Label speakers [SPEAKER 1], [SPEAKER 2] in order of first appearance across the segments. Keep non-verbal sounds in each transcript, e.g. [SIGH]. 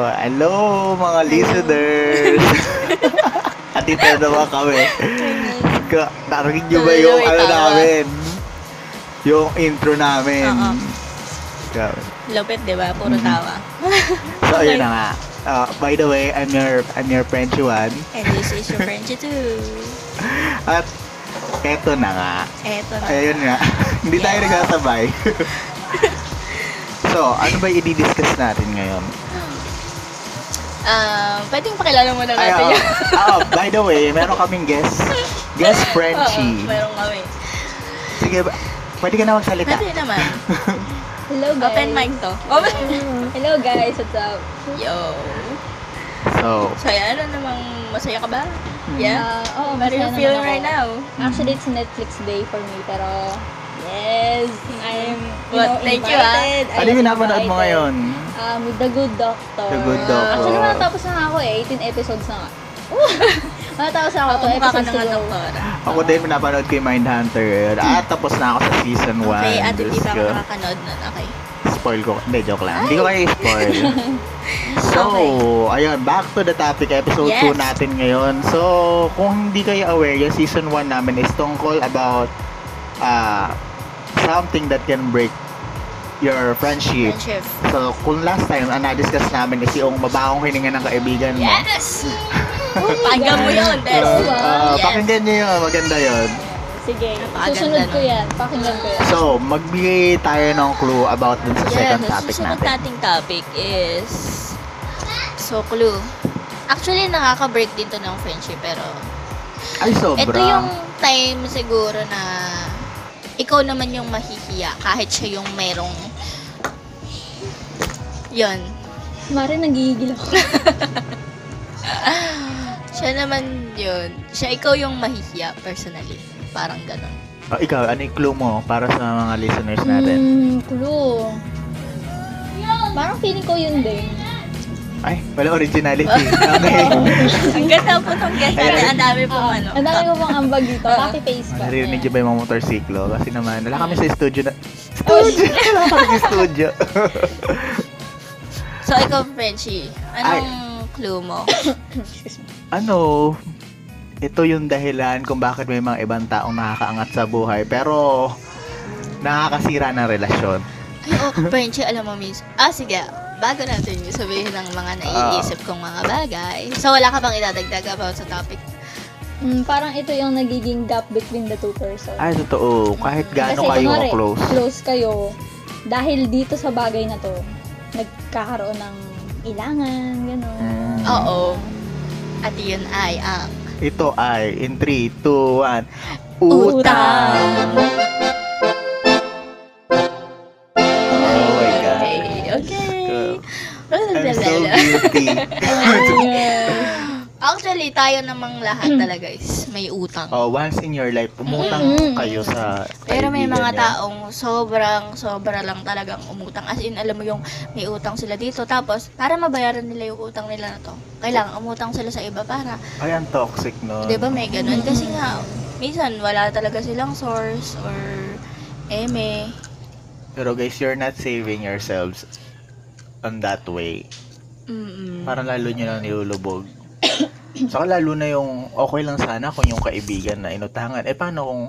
[SPEAKER 1] Ah,
[SPEAKER 2] Hello, mga
[SPEAKER 1] [LAUGHS]
[SPEAKER 2] listeners! At ito naman kami. Ka- Narinig nyo ba yung
[SPEAKER 1] Tuloy-tuloy
[SPEAKER 2] ano
[SPEAKER 1] tawa.
[SPEAKER 2] namin? Yung intro namin.
[SPEAKER 1] Oo.
[SPEAKER 2] Grabe. Mm-hmm.
[SPEAKER 1] Lupit, di ba? Puro tawa.
[SPEAKER 2] So, ayun na nga. Ah, by the way, I'm your I'm your friend Juan.
[SPEAKER 1] And this is your Frenchie too.
[SPEAKER 2] At eto na nga.
[SPEAKER 1] Eto na.
[SPEAKER 2] Ayun nga. [LAUGHS] Hindi tayo nagsasabay. [LAUGHS] so, ano ba i-discuss natin ngayon?
[SPEAKER 1] Ah, pwedeng pakilala muna
[SPEAKER 2] Ay,
[SPEAKER 1] natin
[SPEAKER 2] oo.
[SPEAKER 1] yan.
[SPEAKER 2] Oo, ah, oh, by the way, meron kaming guest.
[SPEAKER 1] [LAUGHS]
[SPEAKER 2] Guest Frenchie.
[SPEAKER 1] Oo, meron kami.
[SPEAKER 2] Sige, ba- pwede ka na magsalita.
[SPEAKER 1] Pwede naman.
[SPEAKER 3] Hello guys.
[SPEAKER 1] Open mic to. Open
[SPEAKER 3] Hello guys, what's up?
[SPEAKER 1] Yo.
[SPEAKER 2] So,
[SPEAKER 1] So, ayan, ano namang masaya ka ba?
[SPEAKER 2] Hmm.
[SPEAKER 1] Yeah.
[SPEAKER 3] Uh, oh,
[SPEAKER 1] What are you
[SPEAKER 3] masaya naman
[SPEAKER 1] feeling
[SPEAKER 3] ako.
[SPEAKER 1] right now?
[SPEAKER 3] Actually, it's Netflix day for me, pero yes, I'm you
[SPEAKER 1] Hmm. Well,
[SPEAKER 3] know,
[SPEAKER 1] thank you, ah.
[SPEAKER 3] invited. I
[SPEAKER 2] ano yung
[SPEAKER 3] was
[SPEAKER 2] napanood mo
[SPEAKER 3] invited.
[SPEAKER 2] ngayon?
[SPEAKER 3] Um, with The Good Doctor.
[SPEAKER 2] The Good Doctor.
[SPEAKER 3] Actually, matapos na nga ako eh. 18 episodes na nga. matapos na ako.
[SPEAKER 1] Ako
[SPEAKER 3] two
[SPEAKER 1] mukha ka
[SPEAKER 3] episodes
[SPEAKER 1] ng ano,
[SPEAKER 3] to go.
[SPEAKER 1] anak Nora.
[SPEAKER 2] Ako din, pinapanood ko yung Mindhunter ngayon. At tapos na ako sa season 1.
[SPEAKER 1] Okay, ah, at hindi pa ako nakakanood nun. Okay.
[SPEAKER 2] Spoil ko. Hindi, joke lang. Hindi ko kayo
[SPEAKER 1] [LAUGHS]
[SPEAKER 2] spoil. so, ayun, back to the topic, episode
[SPEAKER 1] Yes.
[SPEAKER 2] 2 natin ngayon. So, kung hindi kayo aware, yung season 1 namin is tungkol about ah something that can break your friendship.
[SPEAKER 1] Friendship.
[SPEAKER 2] So, kung last time, ang na-discuss namin is yung mabahong hininga ng kaibigan mo.
[SPEAKER 1] Yes! Pakinggan mo yun, Des.
[SPEAKER 2] So, ah,
[SPEAKER 1] Yes.
[SPEAKER 2] Pakinggan niyo yun, maganda yun.
[SPEAKER 3] Sige,
[SPEAKER 1] Napakaganda
[SPEAKER 3] susunod ko
[SPEAKER 1] nun.
[SPEAKER 3] yan. Pakinggan ko yan.
[SPEAKER 2] So, magbigay tayo ng clue about dun sa
[SPEAKER 1] Yeah,
[SPEAKER 2] second topic
[SPEAKER 1] susunod
[SPEAKER 2] natin.
[SPEAKER 1] nating topic is so clue. Actually, nakaka-break din to ng friendship, pero
[SPEAKER 2] Ay, sobra.
[SPEAKER 1] ito yung time siguro na ikaw naman yung mahihiya kahit siya yung merong yon Hmm.
[SPEAKER 3] Mare, nagigigil ako.
[SPEAKER 1] siya naman yun siya ikaw yung mahihiya personally parang
[SPEAKER 2] [LAUGHS]
[SPEAKER 1] ganon
[SPEAKER 2] Oh, ikaw, ano yung clue mo para sa mga listeners natin?
[SPEAKER 3] Hmm, clue. Parang feeling ko yun din.
[SPEAKER 1] Hmm.
[SPEAKER 2] Ay, wala
[SPEAKER 1] [LAUGHS]
[SPEAKER 2] originality. Okay.
[SPEAKER 1] ang ganda po tong guest natin ang dami po
[SPEAKER 3] Ah,
[SPEAKER 1] ano
[SPEAKER 3] Ang dami ko pang ambag
[SPEAKER 1] [LAUGHS]
[SPEAKER 3] dito.
[SPEAKER 1] Oo.
[SPEAKER 3] Copy paste pa.
[SPEAKER 2] Naririnig niyo ba yung mga motorsiklo? Kasi naman, wala kami sa studio na...
[SPEAKER 1] Oh,
[SPEAKER 2] Studio! Wala kami sa studio.
[SPEAKER 1] [LAUGHS] so ikaw Frenchie anong clue mo
[SPEAKER 2] ano, ito yung dahilan kung bakit may mga ibang taong nakakaangat sa buhay. Pero, nakakasira ng relasyon.
[SPEAKER 1] Ay, oh, Frenchie, alam mo, miss. Ah, sige. Bago natin yung sabihin ng mga naiisip kong mga bagay. So, wala ka bang idadagdag about sa topic?
[SPEAKER 3] Mm, parang ito yung nagiging gap between the two persons.
[SPEAKER 2] Ay, totoo. Kahit gaano
[SPEAKER 3] Kasi,
[SPEAKER 2] kayo
[SPEAKER 3] kunwari,
[SPEAKER 2] close.
[SPEAKER 3] Close kayo. Dahil dito sa bagay na to, nagkakaroon ng ilangan, gano'n.
[SPEAKER 2] Mm.
[SPEAKER 1] Oo. At yun ay ah, ang...
[SPEAKER 2] Ito ay in 3, 2, 1.
[SPEAKER 1] Utang!
[SPEAKER 2] Oh my God.
[SPEAKER 1] Okay, okay.
[SPEAKER 2] I'm so guilty.
[SPEAKER 1] [LAUGHS]
[SPEAKER 2] [LAUGHS] Mm.
[SPEAKER 1] Actually, tayo
[SPEAKER 2] [CLEARS THROAT]
[SPEAKER 1] namang lahat talaga guys, may utang.
[SPEAKER 2] oh, once in your life, umutang
[SPEAKER 3] Mm-mm.
[SPEAKER 2] kayo sa
[SPEAKER 1] Mm-hmm. Pero may
[SPEAKER 2] kaibigan
[SPEAKER 1] mga
[SPEAKER 2] niya.
[SPEAKER 1] taong sobrang, sobra lang talagang umutang. As in, alam mo yung may utang sila dito. Tapos, para mabayaran nila yung utang nila na to, kailangan umutang sila sa iba para
[SPEAKER 2] Ay, ang toxic nun.
[SPEAKER 1] Di ba may ganun? Kasi nga, minsan wala talaga silang source or eme.
[SPEAKER 2] Pero guys, you're not saving yourselves on that way.
[SPEAKER 1] Mm-mm.
[SPEAKER 2] Parang lalo nyo lang nilulubog. [COUGHS] Saka lalo na yung okay lang sana kung yung kaibigan na inutangan. Eh, paano kung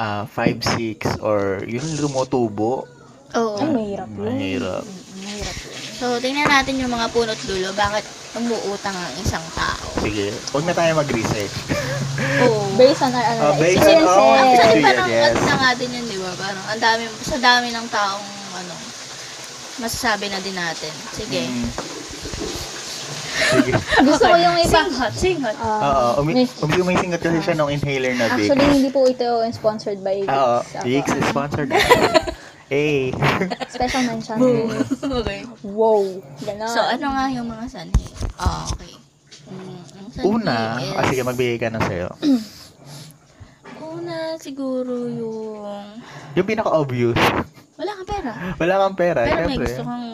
[SPEAKER 2] 5, 6 or yung lumutubo?
[SPEAKER 1] Oo.
[SPEAKER 3] Ay, mahirap yun.
[SPEAKER 2] Mahirap.
[SPEAKER 3] Mahirap yun.
[SPEAKER 1] So, tingnan natin yung mga punot dulo. Bakit umuutang ang isang tao?
[SPEAKER 2] Sige, huwag na tayo mag-research.
[SPEAKER 1] Oo.
[SPEAKER 3] Based on our
[SPEAKER 2] Oh,
[SPEAKER 3] ano,
[SPEAKER 2] based on-
[SPEAKER 3] experiences.
[SPEAKER 2] oh,
[SPEAKER 1] Actually,
[SPEAKER 2] Yes.
[SPEAKER 1] parang yes. na nga din yun, di ba? Parang ang dami, sa dami ng taong, ano, masasabi na din natin. Sige. [LAUGHS]
[SPEAKER 2] Mm. Sige.
[SPEAKER 3] Gusto ko yung iba.
[SPEAKER 1] Singhot,
[SPEAKER 3] [LAUGHS]
[SPEAKER 1] singhot.
[SPEAKER 3] Ah,
[SPEAKER 2] [LAUGHS] Oo, umi
[SPEAKER 3] may-
[SPEAKER 2] umi umisingat kasi siya ng inhaler na Vicks.
[SPEAKER 3] Actually, hindi po ito sponsored by Vicks.
[SPEAKER 2] Ah, Oo,
[SPEAKER 3] Ako.
[SPEAKER 2] Vicks is
[SPEAKER 1] [LAUGHS]
[SPEAKER 2] sponsored. hey. [LAUGHS]
[SPEAKER 3] Special mention.
[SPEAKER 1] okay.
[SPEAKER 3] wow. Gano'n.
[SPEAKER 1] So, ano nga yung mga sanhi? Ah, okay. Mm, ang sanhi
[SPEAKER 2] Una,
[SPEAKER 1] is-
[SPEAKER 2] ah, sige, magbigay ka na sa'yo.
[SPEAKER 1] Una, siguro yung...
[SPEAKER 2] Yung pinaka-obvious, [LAUGHS]
[SPEAKER 1] Wala kang pera.
[SPEAKER 2] wala kang pera,
[SPEAKER 1] Pero may
[SPEAKER 2] syempre.
[SPEAKER 1] gusto kang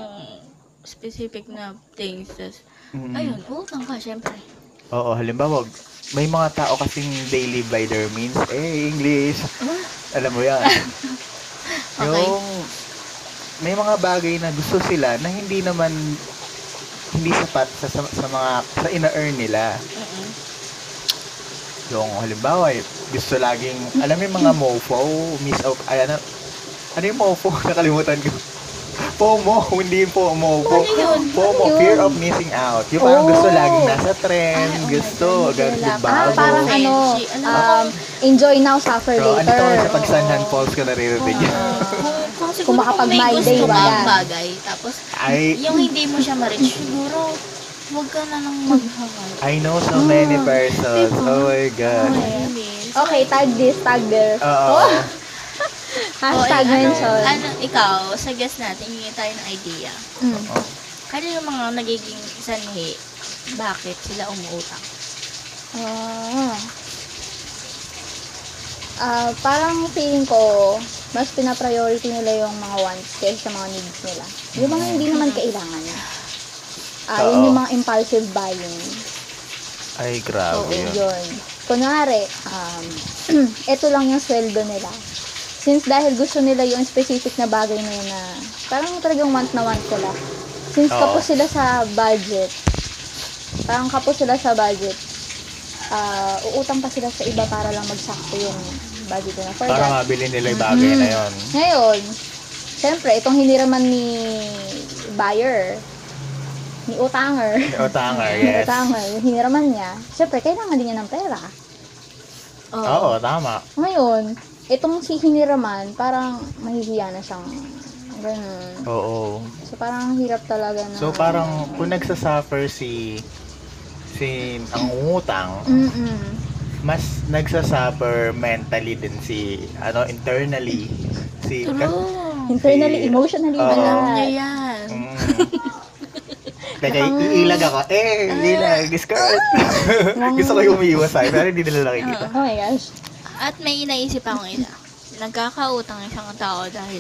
[SPEAKER 1] specific na things. Tas,
[SPEAKER 2] Mm.
[SPEAKER 1] ayun, oh, utang ka, syempre.
[SPEAKER 2] Oo, halimbawa, may mga tao kasing they live by their means. Eh, English. Alam mo yan.
[SPEAKER 1] [LAUGHS] Okay.
[SPEAKER 2] Yung may mga bagay na gusto sila na hindi naman hindi sapat sa, sa, sa mga sa ina-earn nila.
[SPEAKER 1] Mm-mm.
[SPEAKER 2] Yung halimbawa, eh, gusto laging, alam mo yung mga mofo, miss out, ay, ano, ano yung mofo? [LAUGHS] Nakalimutan ko. FOMO, [LAUGHS] hindi yung FOMO.
[SPEAKER 1] Ano yun?
[SPEAKER 2] FOMO,
[SPEAKER 3] Ano yun?
[SPEAKER 2] fear of missing out. Yung parang
[SPEAKER 3] Oh.
[SPEAKER 2] gusto laging nasa trend,
[SPEAKER 3] Ay, oh my
[SPEAKER 2] gusto, diba? agad
[SPEAKER 3] God, hindi ko alam.
[SPEAKER 2] bago.
[SPEAKER 3] Ah, parang ano,
[SPEAKER 1] Fancy. Ano
[SPEAKER 3] um, enjoy now, suffer
[SPEAKER 2] So, ano to,
[SPEAKER 3] later. Ah.
[SPEAKER 2] sa pag Sanhan Falls ko naririnig yun.
[SPEAKER 1] kung, kung siguro
[SPEAKER 3] Kung makapag
[SPEAKER 1] may
[SPEAKER 3] my day,
[SPEAKER 1] gusto
[SPEAKER 3] wala.
[SPEAKER 1] kang bagay, tapos
[SPEAKER 2] [LAUGHS] I,
[SPEAKER 1] yung hindi mo siya
[SPEAKER 3] [LAUGHS]
[SPEAKER 1] ma-reach, siguro huwag ka na lang maghangad.
[SPEAKER 2] I know so many
[SPEAKER 3] Ah.
[SPEAKER 2] persons. Oh my God.
[SPEAKER 3] [LAUGHS]
[SPEAKER 1] Oh,
[SPEAKER 3] Okay, tag this, tag there.
[SPEAKER 2] Ah, Oo.
[SPEAKER 3] [LAUGHS] Oh. Hashtag
[SPEAKER 1] ano,
[SPEAKER 3] mention.
[SPEAKER 1] Ano, ikaw, suggest natin, hingi tayo ng idea.
[SPEAKER 3] Mm.
[SPEAKER 1] Ano yung mga nagiging sanhi? Bakit sila umuutang?
[SPEAKER 3] Ah. Ah, parang feeling ko, mas pinapriority nila yung mga wants kaysa sa mga needs nila. Yung mga hindi naman kailangan. Ah,
[SPEAKER 2] Oo.
[SPEAKER 3] yun yung mga impulsive buying.
[SPEAKER 2] Ay, grabe
[SPEAKER 3] yun.
[SPEAKER 2] yun.
[SPEAKER 3] Kunwari, um, [CLEARS THROAT] ito lang yung sweldo nila. Since dahil gusto nila yung specific na bagay na yun na parang talagang want na want sila. Since
[SPEAKER 2] Oo.
[SPEAKER 3] kapos sila sa budget, parang kapos sila sa budget, ah, uutang pa sila sa iba para lang magsakto yung budget nila. For
[SPEAKER 2] Para
[SPEAKER 3] that,
[SPEAKER 2] mabili nila yung bagay
[SPEAKER 3] Mm.
[SPEAKER 2] na yun.
[SPEAKER 3] ngayon, syempre, itong hiniraman ni buyer, ni utanger, [LAUGHS]
[SPEAKER 2] O, tanger,
[SPEAKER 3] ni
[SPEAKER 2] yes.
[SPEAKER 3] utanger, yung hiniraman niya, syempre, kailangan din niya ng pera.
[SPEAKER 2] Ah,
[SPEAKER 1] Oh,
[SPEAKER 2] Oo, tama.
[SPEAKER 3] Ngayon, itong si Hiniraman, parang mahihiya na siyang ganun.
[SPEAKER 2] Oo.
[SPEAKER 3] So, parang hirap talaga na.
[SPEAKER 2] So parang kung nagsasuffer si si ang utang,
[SPEAKER 3] Mm-mm.
[SPEAKER 2] mas nagsasuffer mentally din si ano internally si ka-
[SPEAKER 1] True.
[SPEAKER 3] Internally,
[SPEAKER 2] Si-
[SPEAKER 3] emotionally,
[SPEAKER 2] Oo.
[SPEAKER 3] wala.
[SPEAKER 1] Alam niya yan.
[SPEAKER 2] Mm. Teka, iilag ako. Eh, iilag. Skirt. [LAUGHS] Gusto ko yung umiiwas sa'yo, pero hindi nila nakikita.
[SPEAKER 3] Oh my gosh.
[SPEAKER 1] At may inaisip akong isa. Nagkakautang isang tao dahil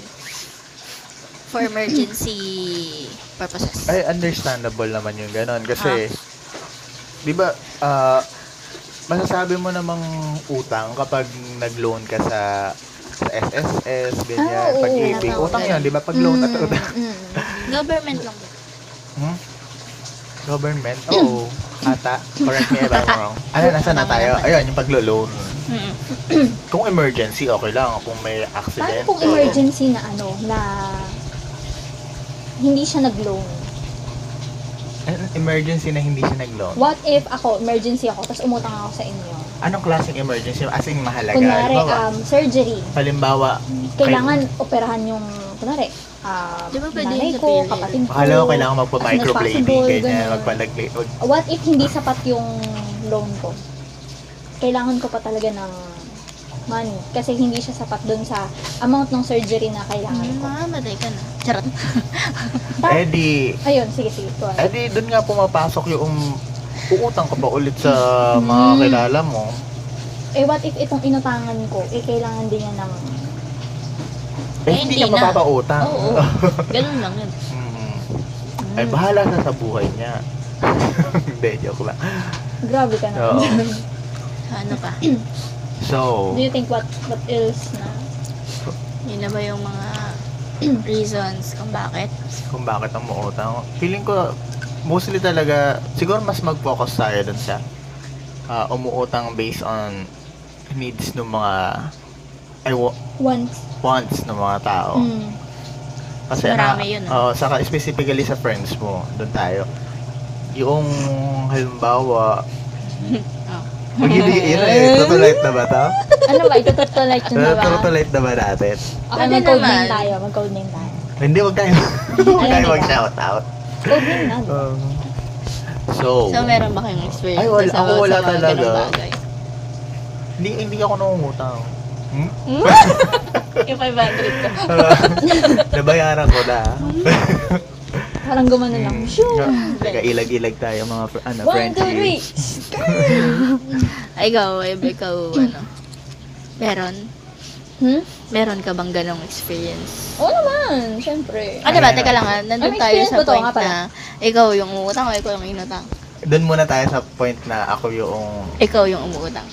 [SPEAKER 1] for emergency purposes.
[SPEAKER 2] Ay, understandable naman yung ganon. Kasi, di ba, ah, masasabi mo namang utang kapag nag-loan ka sa sa SSS, ganyan,
[SPEAKER 3] Ah, oo, Mm.
[SPEAKER 2] pag-ibig.
[SPEAKER 1] tama,
[SPEAKER 2] Utang
[SPEAKER 1] okay.
[SPEAKER 2] yun, di ba? Pag-loan at utang. [LAUGHS]
[SPEAKER 3] Mm-mm.
[SPEAKER 1] Government lang. ba?
[SPEAKER 2] Hmm? Government? Oo. Ata. Correct me if I'm
[SPEAKER 3] [LAUGHS]
[SPEAKER 2] wrong. Ano, nasa na tayo? Ayun, yung paglo-loan.
[SPEAKER 1] Mm.
[SPEAKER 2] [CLEARS THROAT] Kung emergency, okay lang. Kung may
[SPEAKER 3] Paano
[SPEAKER 2] accident.
[SPEAKER 3] kung emergency na ano, na hindi siya nag-loan?
[SPEAKER 2] emergency na hindi siya nag-loan.
[SPEAKER 3] What if ako, emergency ako, tapos umutang ako sa inyo?
[SPEAKER 2] Anong klaseng emergency? As in, mahalaga.
[SPEAKER 3] Kunwari,
[SPEAKER 2] Halimbawa,
[SPEAKER 3] um, surgery.
[SPEAKER 2] halimbawa,
[SPEAKER 3] Kailangan operahan yung, kunwari, um,
[SPEAKER 1] Di ba pwede
[SPEAKER 3] nanay
[SPEAKER 1] yun sa
[SPEAKER 3] ko,
[SPEAKER 1] period?
[SPEAKER 3] kapatid ko.
[SPEAKER 2] Akala ko kailangan
[SPEAKER 3] possible,
[SPEAKER 2] magpa-microblading, ganyan,
[SPEAKER 3] ganun.
[SPEAKER 2] magpalagli. o-
[SPEAKER 3] what if hindi sapat yung loan ko? Kailangan ko pa talaga ng money kasi hindi siya sapat dun sa amount ng surgery na kailangan ko.
[SPEAKER 1] Mamamatay ka na.
[SPEAKER 2] [LAUGHS]
[SPEAKER 1] Charot.
[SPEAKER 3] Ta-
[SPEAKER 2] Eh di,
[SPEAKER 1] Hmm.
[SPEAKER 3] Ayun, sige, sige. Go
[SPEAKER 2] eh
[SPEAKER 3] ahead.
[SPEAKER 2] di, dun nga pumapasok yung uutang ka ba ulit sa mga
[SPEAKER 1] Hmm.
[SPEAKER 3] Mm.
[SPEAKER 2] kilala mo.
[SPEAKER 3] Eh, what if itong inutangan ko, eh, kailangan din niya ng...
[SPEAKER 2] Eh,
[SPEAKER 1] Eh,
[SPEAKER 2] hindi
[SPEAKER 1] hindi
[SPEAKER 2] ka
[SPEAKER 1] na.
[SPEAKER 2] mapapautang. [LAUGHS]
[SPEAKER 1] Oo. Ganun lang yun.
[SPEAKER 2] Mm. Ay, bahala na sa buhay niya. [LAUGHS] Hindi, joke lang.
[SPEAKER 3] Grabe ka na.
[SPEAKER 2] Oo.
[SPEAKER 1] Ano pa?
[SPEAKER 2] So,
[SPEAKER 3] [LAUGHS] Do you think what what else na?
[SPEAKER 1] Yun na ba yung mga reasons kung bakit?
[SPEAKER 2] kung bakit ang muutang, feeling ko, mostly talaga, siguro mas mag-focus tayo dun sa ah, umuutang based on needs ng mga ay, wa-
[SPEAKER 3] Once.
[SPEAKER 2] wants ng mga tao.
[SPEAKER 3] Mm.
[SPEAKER 2] Kasi
[SPEAKER 1] Marami
[SPEAKER 2] na,
[SPEAKER 1] yun,
[SPEAKER 3] ah.
[SPEAKER 2] Oo, saka specifically sa friends mo, doon tayo. Yung
[SPEAKER 3] [LAUGHS]
[SPEAKER 2] halimbawa,
[SPEAKER 1] Oh.
[SPEAKER 2] magiging ira eh, tutulite na ba to?
[SPEAKER 3] Ano ba? Ito totoo light yun na ba?
[SPEAKER 2] Tutulite na ba natin?
[SPEAKER 3] Okay,
[SPEAKER 1] Pwede
[SPEAKER 3] mag-code
[SPEAKER 1] naman.
[SPEAKER 3] name tayo. Mag-code name tayo.
[SPEAKER 2] Hindi, wag
[SPEAKER 3] [LAUGHS]
[SPEAKER 2] tayo. Huwag tayo
[SPEAKER 3] Ayun, diba?
[SPEAKER 2] mag-shout out.
[SPEAKER 3] Code name na. di ba?
[SPEAKER 2] so,
[SPEAKER 1] So, meron ba kayong experience?
[SPEAKER 2] Oh. Ay, wala- ako wala
[SPEAKER 1] mga ganung
[SPEAKER 2] talaga.
[SPEAKER 1] bagay?
[SPEAKER 2] hindi, hindi ako nangungutang. Hmm?
[SPEAKER 1] Yung 500 ko.
[SPEAKER 2] [LAUGHS] Nabayaran ko na.
[SPEAKER 3] Parang gumanon lang.
[SPEAKER 2] Hmm.
[SPEAKER 3] Shoo!
[SPEAKER 2] Teka, ilag-ilag tayo mga fr- ano,
[SPEAKER 3] One, two, three!
[SPEAKER 2] friends.
[SPEAKER 1] Ay, ikaw, Eb, ikaw, ano? Meron?
[SPEAKER 3] Hmm?
[SPEAKER 1] Meron ka bang ganong experience?
[SPEAKER 3] Oo naman, syempre.
[SPEAKER 1] Ano ba?
[SPEAKER 2] Ayan.
[SPEAKER 1] Teka lang ha, nandun
[SPEAKER 3] Ano
[SPEAKER 1] tayo
[SPEAKER 3] experience
[SPEAKER 1] sa
[SPEAKER 3] ba to?
[SPEAKER 1] point
[SPEAKER 3] Nga pala.
[SPEAKER 1] na ikaw yung umuutang o ikaw yung inutang?
[SPEAKER 2] Doon muna tayo sa point na ako yung...
[SPEAKER 1] Ikaw yung umuutang.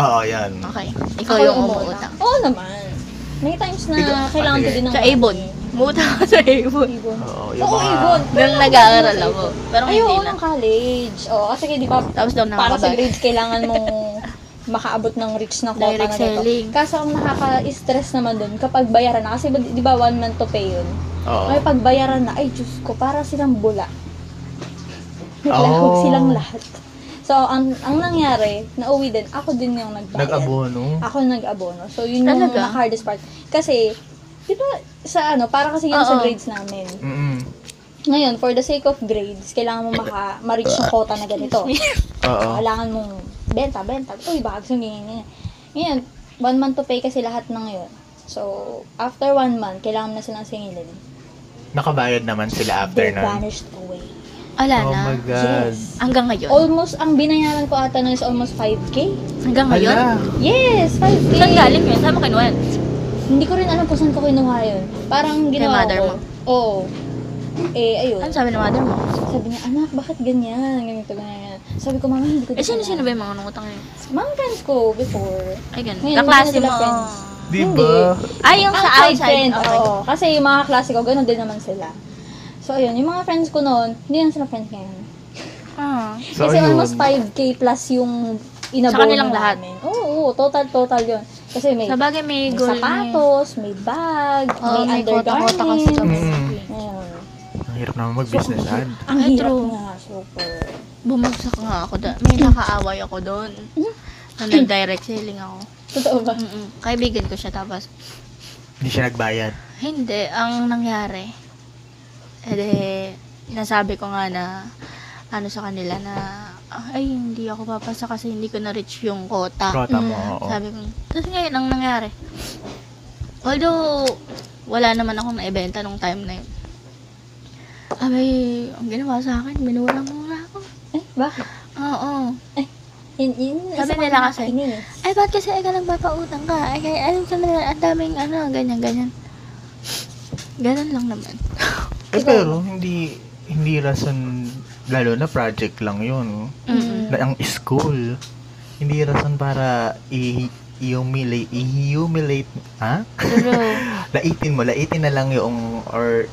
[SPEAKER 2] Oo, yan.
[SPEAKER 1] Okay. Ikaw
[SPEAKER 3] Ako
[SPEAKER 1] yung
[SPEAKER 3] umuutang.
[SPEAKER 1] umuutang.
[SPEAKER 3] Oo naman. May times na
[SPEAKER 2] Ikaw-
[SPEAKER 3] kailangan ko
[SPEAKER 2] Sige.
[SPEAKER 3] din ng
[SPEAKER 1] Sa Ibon.
[SPEAKER 3] money.
[SPEAKER 1] Umutang ako sa ibon.
[SPEAKER 3] Ibon.
[SPEAKER 2] Oo, yung
[SPEAKER 3] Oo,
[SPEAKER 2] mga...
[SPEAKER 3] ibon.
[SPEAKER 1] Nung nag-aaral ako. Pero
[SPEAKER 3] Ay,
[SPEAKER 1] hindi
[SPEAKER 3] oo,
[SPEAKER 1] na.
[SPEAKER 3] nung college. Oo, kasi di ba,
[SPEAKER 1] Tapos daw
[SPEAKER 3] para sa
[SPEAKER 1] nakakabag.
[SPEAKER 3] grades, kailangan
[SPEAKER 1] [LAUGHS]
[SPEAKER 3] mong makaabot ng reach na quota
[SPEAKER 1] Direct
[SPEAKER 3] na ganito.
[SPEAKER 1] selling.
[SPEAKER 3] Kaso ang nakaka-stress naman dun, kapag bayaran na, kasi ba- di ba one month to pay yun?
[SPEAKER 2] Oo.
[SPEAKER 3] May pagbayaran na, ay Diyos ko, para silang bula. Naglahog
[SPEAKER 2] Oh.
[SPEAKER 3] silang lahat. So, ang, ang nangyari, nauwi din, ako din yung nagbayad.
[SPEAKER 2] Nag-abono.
[SPEAKER 3] Ako nag-abono. So, yun yung
[SPEAKER 1] Talaga?
[SPEAKER 3] hardest part. Kasi, di ba, sa ano, para kasi yun sa
[SPEAKER 1] Oo.
[SPEAKER 3] grades namin.
[SPEAKER 2] Mm-mm.
[SPEAKER 3] Ngayon, for the sake of grades, kailangan mo maka, ma-reach yung quota na ganito.
[SPEAKER 2] Oo.
[SPEAKER 3] Kailangan mong benta, benta. Uy, bags, yung ganyan, ganyan. Ngayon, one month to pay kasi lahat ng yun. So, after one month, kailangan na silang singilin.
[SPEAKER 2] Nakabayad naman sila after
[SPEAKER 3] They
[SPEAKER 2] na.
[SPEAKER 3] vanished away.
[SPEAKER 1] Wala
[SPEAKER 2] Oh
[SPEAKER 1] na.
[SPEAKER 2] my God.
[SPEAKER 3] Yes.
[SPEAKER 1] Hanggang ngayon.
[SPEAKER 3] Almost, ang binayaran ko ata nun is almost 5K.
[SPEAKER 1] Hanggang ngayon.
[SPEAKER 2] Hala.
[SPEAKER 3] Yes, 5K.
[SPEAKER 1] Saan galing yun? Saan mo kinuha?
[SPEAKER 3] Hindi ko rin alam kung saan ko kinuha yun. Parang
[SPEAKER 1] Kay
[SPEAKER 3] ginawa
[SPEAKER 1] mother
[SPEAKER 3] ko.
[SPEAKER 1] mo?
[SPEAKER 3] Oo. Eh, ayun.
[SPEAKER 1] Ano sabi ng mother mo?
[SPEAKER 3] Sabi niya, anak, bakit ganyan? Ganito, ganyan. Sabi ko, mama, hindi ko
[SPEAKER 1] Eh, sino-sino ba yung mga nangutang ngayon?
[SPEAKER 3] Mga friends ko before.
[SPEAKER 1] Ay, ganun.
[SPEAKER 3] Ngayon,
[SPEAKER 1] Kaklase mo.
[SPEAKER 3] hindi na sila friends.
[SPEAKER 2] Di
[SPEAKER 3] Hindi.
[SPEAKER 2] ba?
[SPEAKER 1] Ay, yung sa
[SPEAKER 3] Outside
[SPEAKER 1] outside.
[SPEAKER 3] friends, oo. Kasi yung mga klase ko, ganun din naman sila. So, ayun, yung mga friends ko noon, hindi na sila friends ngayon.
[SPEAKER 1] Ah.
[SPEAKER 2] So,
[SPEAKER 3] Kasi
[SPEAKER 2] ayun.
[SPEAKER 3] almost 5K plus yung inabono
[SPEAKER 1] Sa kanilang lahat?
[SPEAKER 3] namin. Oo, oo, total, total yun. Kasi may,
[SPEAKER 1] Sa bagay, may
[SPEAKER 3] may
[SPEAKER 1] goal na
[SPEAKER 3] sapatos, may bag,
[SPEAKER 1] Oo, may
[SPEAKER 3] may, undergarments.
[SPEAKER 1] kota-kota kasi kami.
[SPEAKER 2] Mm.
[SPEAKER 3] Ayun.
[SPEAKER 2] Ang hirap naman mag-business ah. ad.
[SPEAKER 3] Ang
[SPEAKER 1] Ay,
[SPEAKER 3] hirap
[SPEAKER 1] true.
[SPEAKER 3] nga, super.
[SPEAKER 1] Bumagsak nga ako doon. May nakaaway ako doon.
[SPEAKER 3] Mm-hmm.
[SPEAKER 1] Nung nag-direct selling ako.
[SPEAKER 3] Totoo ba?
[SPEAKER 1] Mm-mm. Kaibigan ko siya tapos.
[SPEAKER 2] Hindi siya nagbayad.
[SPEAKER 1] Hindi, ang nangyari. Eh, de, nasabi ko nga na ano sa kanila na ay hindi ako papasa kasi hindi ko na-reach yung quota.
[SPEAKER 2] Prota mo,
[SPEAKER 3] Mm.
[SPEAKER 2] oo.
[SPEAKER 1] Ah, Sabi ko, tapos ngayon, ang nangyari. Although, wala naman akong naibenta nung time na yun. Abay, ang ginawa sa akin, minura muna ako.
[SPEAKER 3] Eh, bakit?
[SPEAKER 1] Oo.
[SPEAKER 3] Yun, yun,
[SPEAKER 1] Sabi
[SPEAKER 3] isa pa
[SPEAKER 1] nila
[SPEAKER 3] yung
[SPEAKER 1] kasi,
[SPEAKER 3] nakakainis.
[SPEAKER 1] Ay, ba't kasi ay ka nagpapautang ka? Ay, kay, ay, ka na, ang daming ano, ganyan, ganyan. Ganun lang naman.
[SPEAKER 2] Eh, pero hindi hindi rason lalo na project lang 'yun.
[SPEAKER 1] Mm-mm.
[SPEAKER 2] Na ang school. Hindi rason para i humiliate i-humiliate, ha?
[SPEAKER 1] True.
[SPEAKER 2] Laitin mo, laitin na lang yung or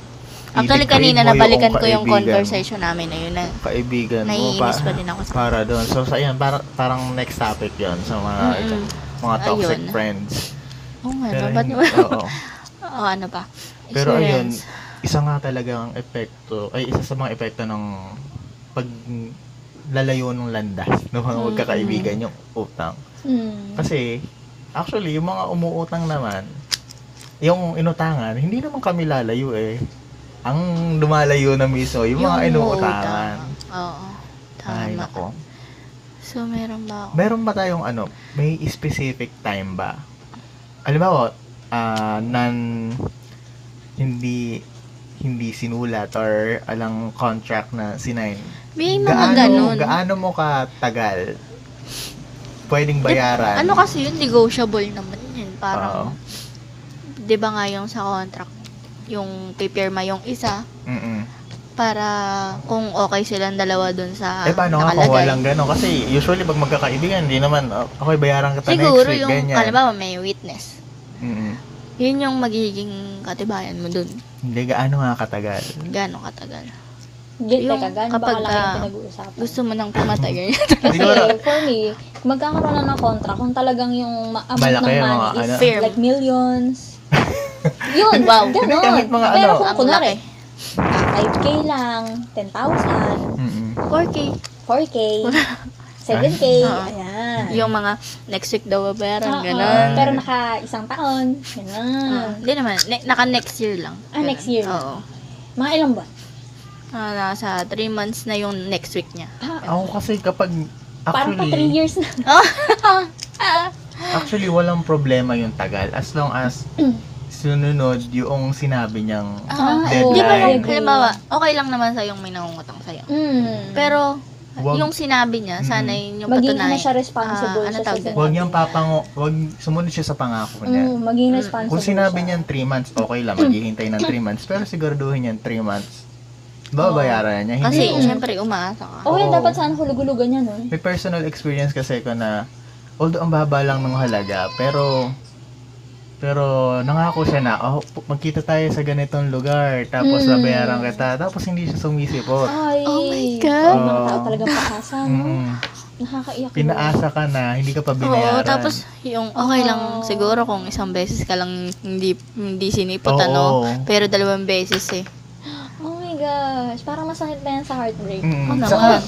[SPEAKER 1] Actually,
[SPEAKER 2] i-degrade
[SPEAKER 1] kanina
[SPEAKER 2] mo yung
[SPEAKER 1] nabalikan ko yung
[SPEAKER 2] kaibigan-
[SPEAKER 1] conversation namin na yun na
[SPEAKER 2] kaibigan mo
[SPEAKER 1] naiinis pa din ako sa
[SPEAKER 2] para doon. So, sa yan, para, parang next topic 'yon sa mga
[SPEAKER 1] Mm-mm.
[SPEAKER 2] mga toxic
[SPEAKER 1] Ayun.
[SPEAKER 2] friends.
[SPEAKER 1] Oo nga, no? ba't
[SPEAKER 2] hindi- [LAUGHS]
[SPEAKER 1] naman ako?
[SPEAKER 2] oo.
[SPEAKER 1] Oo, ano pa?
[SPEAKER 2] Oh. Pero ayun,
[SPEAKER 1] Experience.
[SPEAKER 2] isa nga talaga ang epekto, ay isa sa mga epekto ng pag lalayo ng landas [LAUGHS] ng mga
[SPEAKER 1] Mm.
[SPEAKER 2] magkakaibigan yung utang.
[SPEAKER 3] Hmm.
[SPEAKER 2] Kasi, actually, yung mga umuutang naman, yung inutangan, hindi naman kami lalayo eh. Ang lumalayo na mismo, yung, mga inuutangan.
[SPEAKER 1] utang. ah. Oo. Tama.
[SPEAKER 2] Ay, nako.
[SPEAKER 1] So, meron ba ako?
[SPEAKER 2] Meron ba tayong ano, may specific time ba? Alam mo, ah nan hindi hindi sinulat or alang contract na sinign.
[SPEAKER 1] May mga
[SPEAKER 2] Gaano,
[SPEAKER 1] ganun.
[SPEAKER 2] gaano mo katagal? Pwedeng bayaran?
[SPEAKER 1] Ano kasi yun, negotiable naman yun.
[SPEAKER 2] Oo.
[SPEAKER 1] Parang, di ba nga yung sa contract, yung pipirma yung isa,
[SPEAKER 2] Mm-mm.
[SPEAKER 1] para kung okay silang dalawa dun sa
[SPEAKER 2] eh, paano nga kung walang gano'n? Kasi usually pag magkakaibigan, hindi naman, "Oh, okay, bayaran kita
[SPEAKER 1] Siguro
[SPEAKER 2] next week,
[SPEAKER 1] yung,
[SPEAKER 2] ganyan.
[SPEAKER 1] halimbawa, may witness.
[SPEAKER 2] Mm-mm.
[SPEAKER 1] Yun yung magiging katibayan mo dun.
[SPEAKER 2] Hindi, gaano nga katagal?
[SPEAKER 1] Gano'ng katagal.
[SPEAKER 3] Yung,
[SPEAKER 1] Yung
[SPEAKER 3] teka, gano'n ba
[SPEAKER 1] kapag,
[SPEAKER 3] kalaki
[SPEAKER 1] ah,
[SPEAKER 3] yung pinag-uusapan?
[SPEAKER 1] Gusto mo nang pumatay ganyan.
[SPEAKER 3] [LAUGHS]
[SPEAKER 2] Hindi
[SPEAKER 3] Kasi
[SPEAKER 2] ko na-
[SPEAKER 3] for me, magkakaroon na ng kontra kung talagang yung ma- amount
[SPEAKER 2] Malaki,
[SPEAKER 3] ng money
[SPEAKER 2] mga
[SPEAKER 3] is
[SPEAKER 2] ano.
[SPEAKER 1] Firm.
[SPEAKER 3] like
[SPEAKER 2] [LAUGHS]
[SPEAKER 3] millions. Yun,
[SPEAKER 1] Wow.
[SPEAKER 3] Ganon.
[SPEAKER 2] Kahit mga
[SPEAKER 3] Pero
[SPEAKER 2] ano.
[SPEAKER 3] kung
[SPEAKER 1] Ang
[SPEAKER 3] kunwari,
[SPEAKER 1] laki.
[SPEAKER 3] ah, 5K lang, 10,000,
[SPEAKER 2] Mm-mm.
[SPEAKER 1] 4K. [LAUGHS]
[SPEAKER 3] 4K, 7K,
[SPEAKER 1] Oo.
[SPEAKER 3] ayan.
[SPEAKER 1] Yung mga next week daw babayaran,
[SPEAKER 3] Oo, Ah.
[SPEAKER 1] gano'n.
[SPEAKER 3] Pero naka isang taon,
[SPEAKER 1] Ah,
[SPEAKER 3] gano'n.
[SPEAKER 1] Hindi naman, ne- naka next year lang.
[SPEAKER 3] Ah,
[SPEAKER 1] Ganun.
[SPEAKER 3] next year.
[SPEAKER 1] Oo.
[SPEAKER 3] Mga ilang buwan?
[SPEAKER 1] Ah, nasa 3 months na yung next week niya.
[SPEAKER 2] Ako kasi kapag,
[SPEAKER 3] Parang pa 3
[SPEAKER 2] actually,
[SPEAKER 3] years na.
[SPEAKER 1] Ah.
[SPEAKER 3] [LAUGHS]
[SPEAKER 2] Actually, walang problema yung tagal as long as
[SPEAKER 3] Mm.
[SPEAKER 2] sununod yung sinabi niyang
[SPEAKER 1] Ah,
[SPEAKER 3] oo.
[SPEAKER 1] Hindi
[SPEAKER 2] deadline.
[SPEAKER 1] ba lang,
[SPEAKER 3] Okay.
[SPEAKER 1] halimbawa, okay lang naman sa'yo yung may nangungutang sa'yo.
[SPEAKER 3] Mm.
[SPEAKER 1] Pero,
[SPEAKER 2] Wag-
[SPEAKER 1] yung sinabi niya,
[SPEAKER 2] Mm.
[SPEAKER 1] sana yun yung
[SPEAKER 3] maging ano
[SPEAKER 1] patunay.
[SPEAKER 3] siya responsible
[SPEAKER 1] Ah, ano
[SPEAKER 3] siya sa
[SPEAKER 1] tawag doon?
[SPEAKER 2] Huwag niyang papango, huwag sumunod siya sa pangako niya.
[SPEAKER 3] Mm, maging
[SPEAKER 1] Mm.
[SPEAKER 3] responsible
[SPEAKER 2] Kung sinabi
[SPEAKER 3] siya.
[SPEAKER 2] niya 3 months, okay lang, maghihintay ng 3 months. Pero siguraduhin niyan 3 months, babayaran niya.
[SPEAKER 1] Kasi,
[SPEAKER 2] Hindi,
[SPEAKER 3] Mm.
[SPEAKER 1] syempre, umaasa ka.
[SPEAKER 3] Oh, yun,
[SPEAKER 2] Oo.
[SPEAKER 3] dapat sana hulugulugan niya nun.
[SPEAKER 2] may personal experience kasi ko na, although ang baba lang ng halaga, pero Pero nangako siya na, oh, pu- magkita tayo sa ganitong lugar, tapos
[SPEAKER 3] Mm.
[SPEAKER 2] babayaran kita, tapos hindi siya sumisipot.
[SPEAKER 3] Ay.
[SPEAKER 1] Oh my God.
[SPEAKER 3] Mga tao
[SPEAKER 2] Oo.
[SPEAKER 3] talagang pakasa, no?
[SPEAKER 2] Mm-mm.
[SPEAKER 3] Nakakaiyak. yun.
[SPEAKER 2] Pinaasa ka na, hindi ka pa
[SPEAKER 1] Oo,
[SPEAKER 2] binayaran.
[SPEAKER 1] tapos yung okay lang
[SPEAKER 3] Oo.
[SPEAKER 1] siguro kung isang beses ka lang hindi hindi sinipot
[SPEAKER 2] Oo.
[SPEAKER 1] ano, pero dalawang beses eh.
[SPEAKER 3] Oh my gosh. Parang masakit pa yan sa heartbreak.
[SPEAKER 2] Mm-mm.
[SPEAKER 1] Oo
[SPEAKER 2] Saka,
[SPEAKER 1] naman.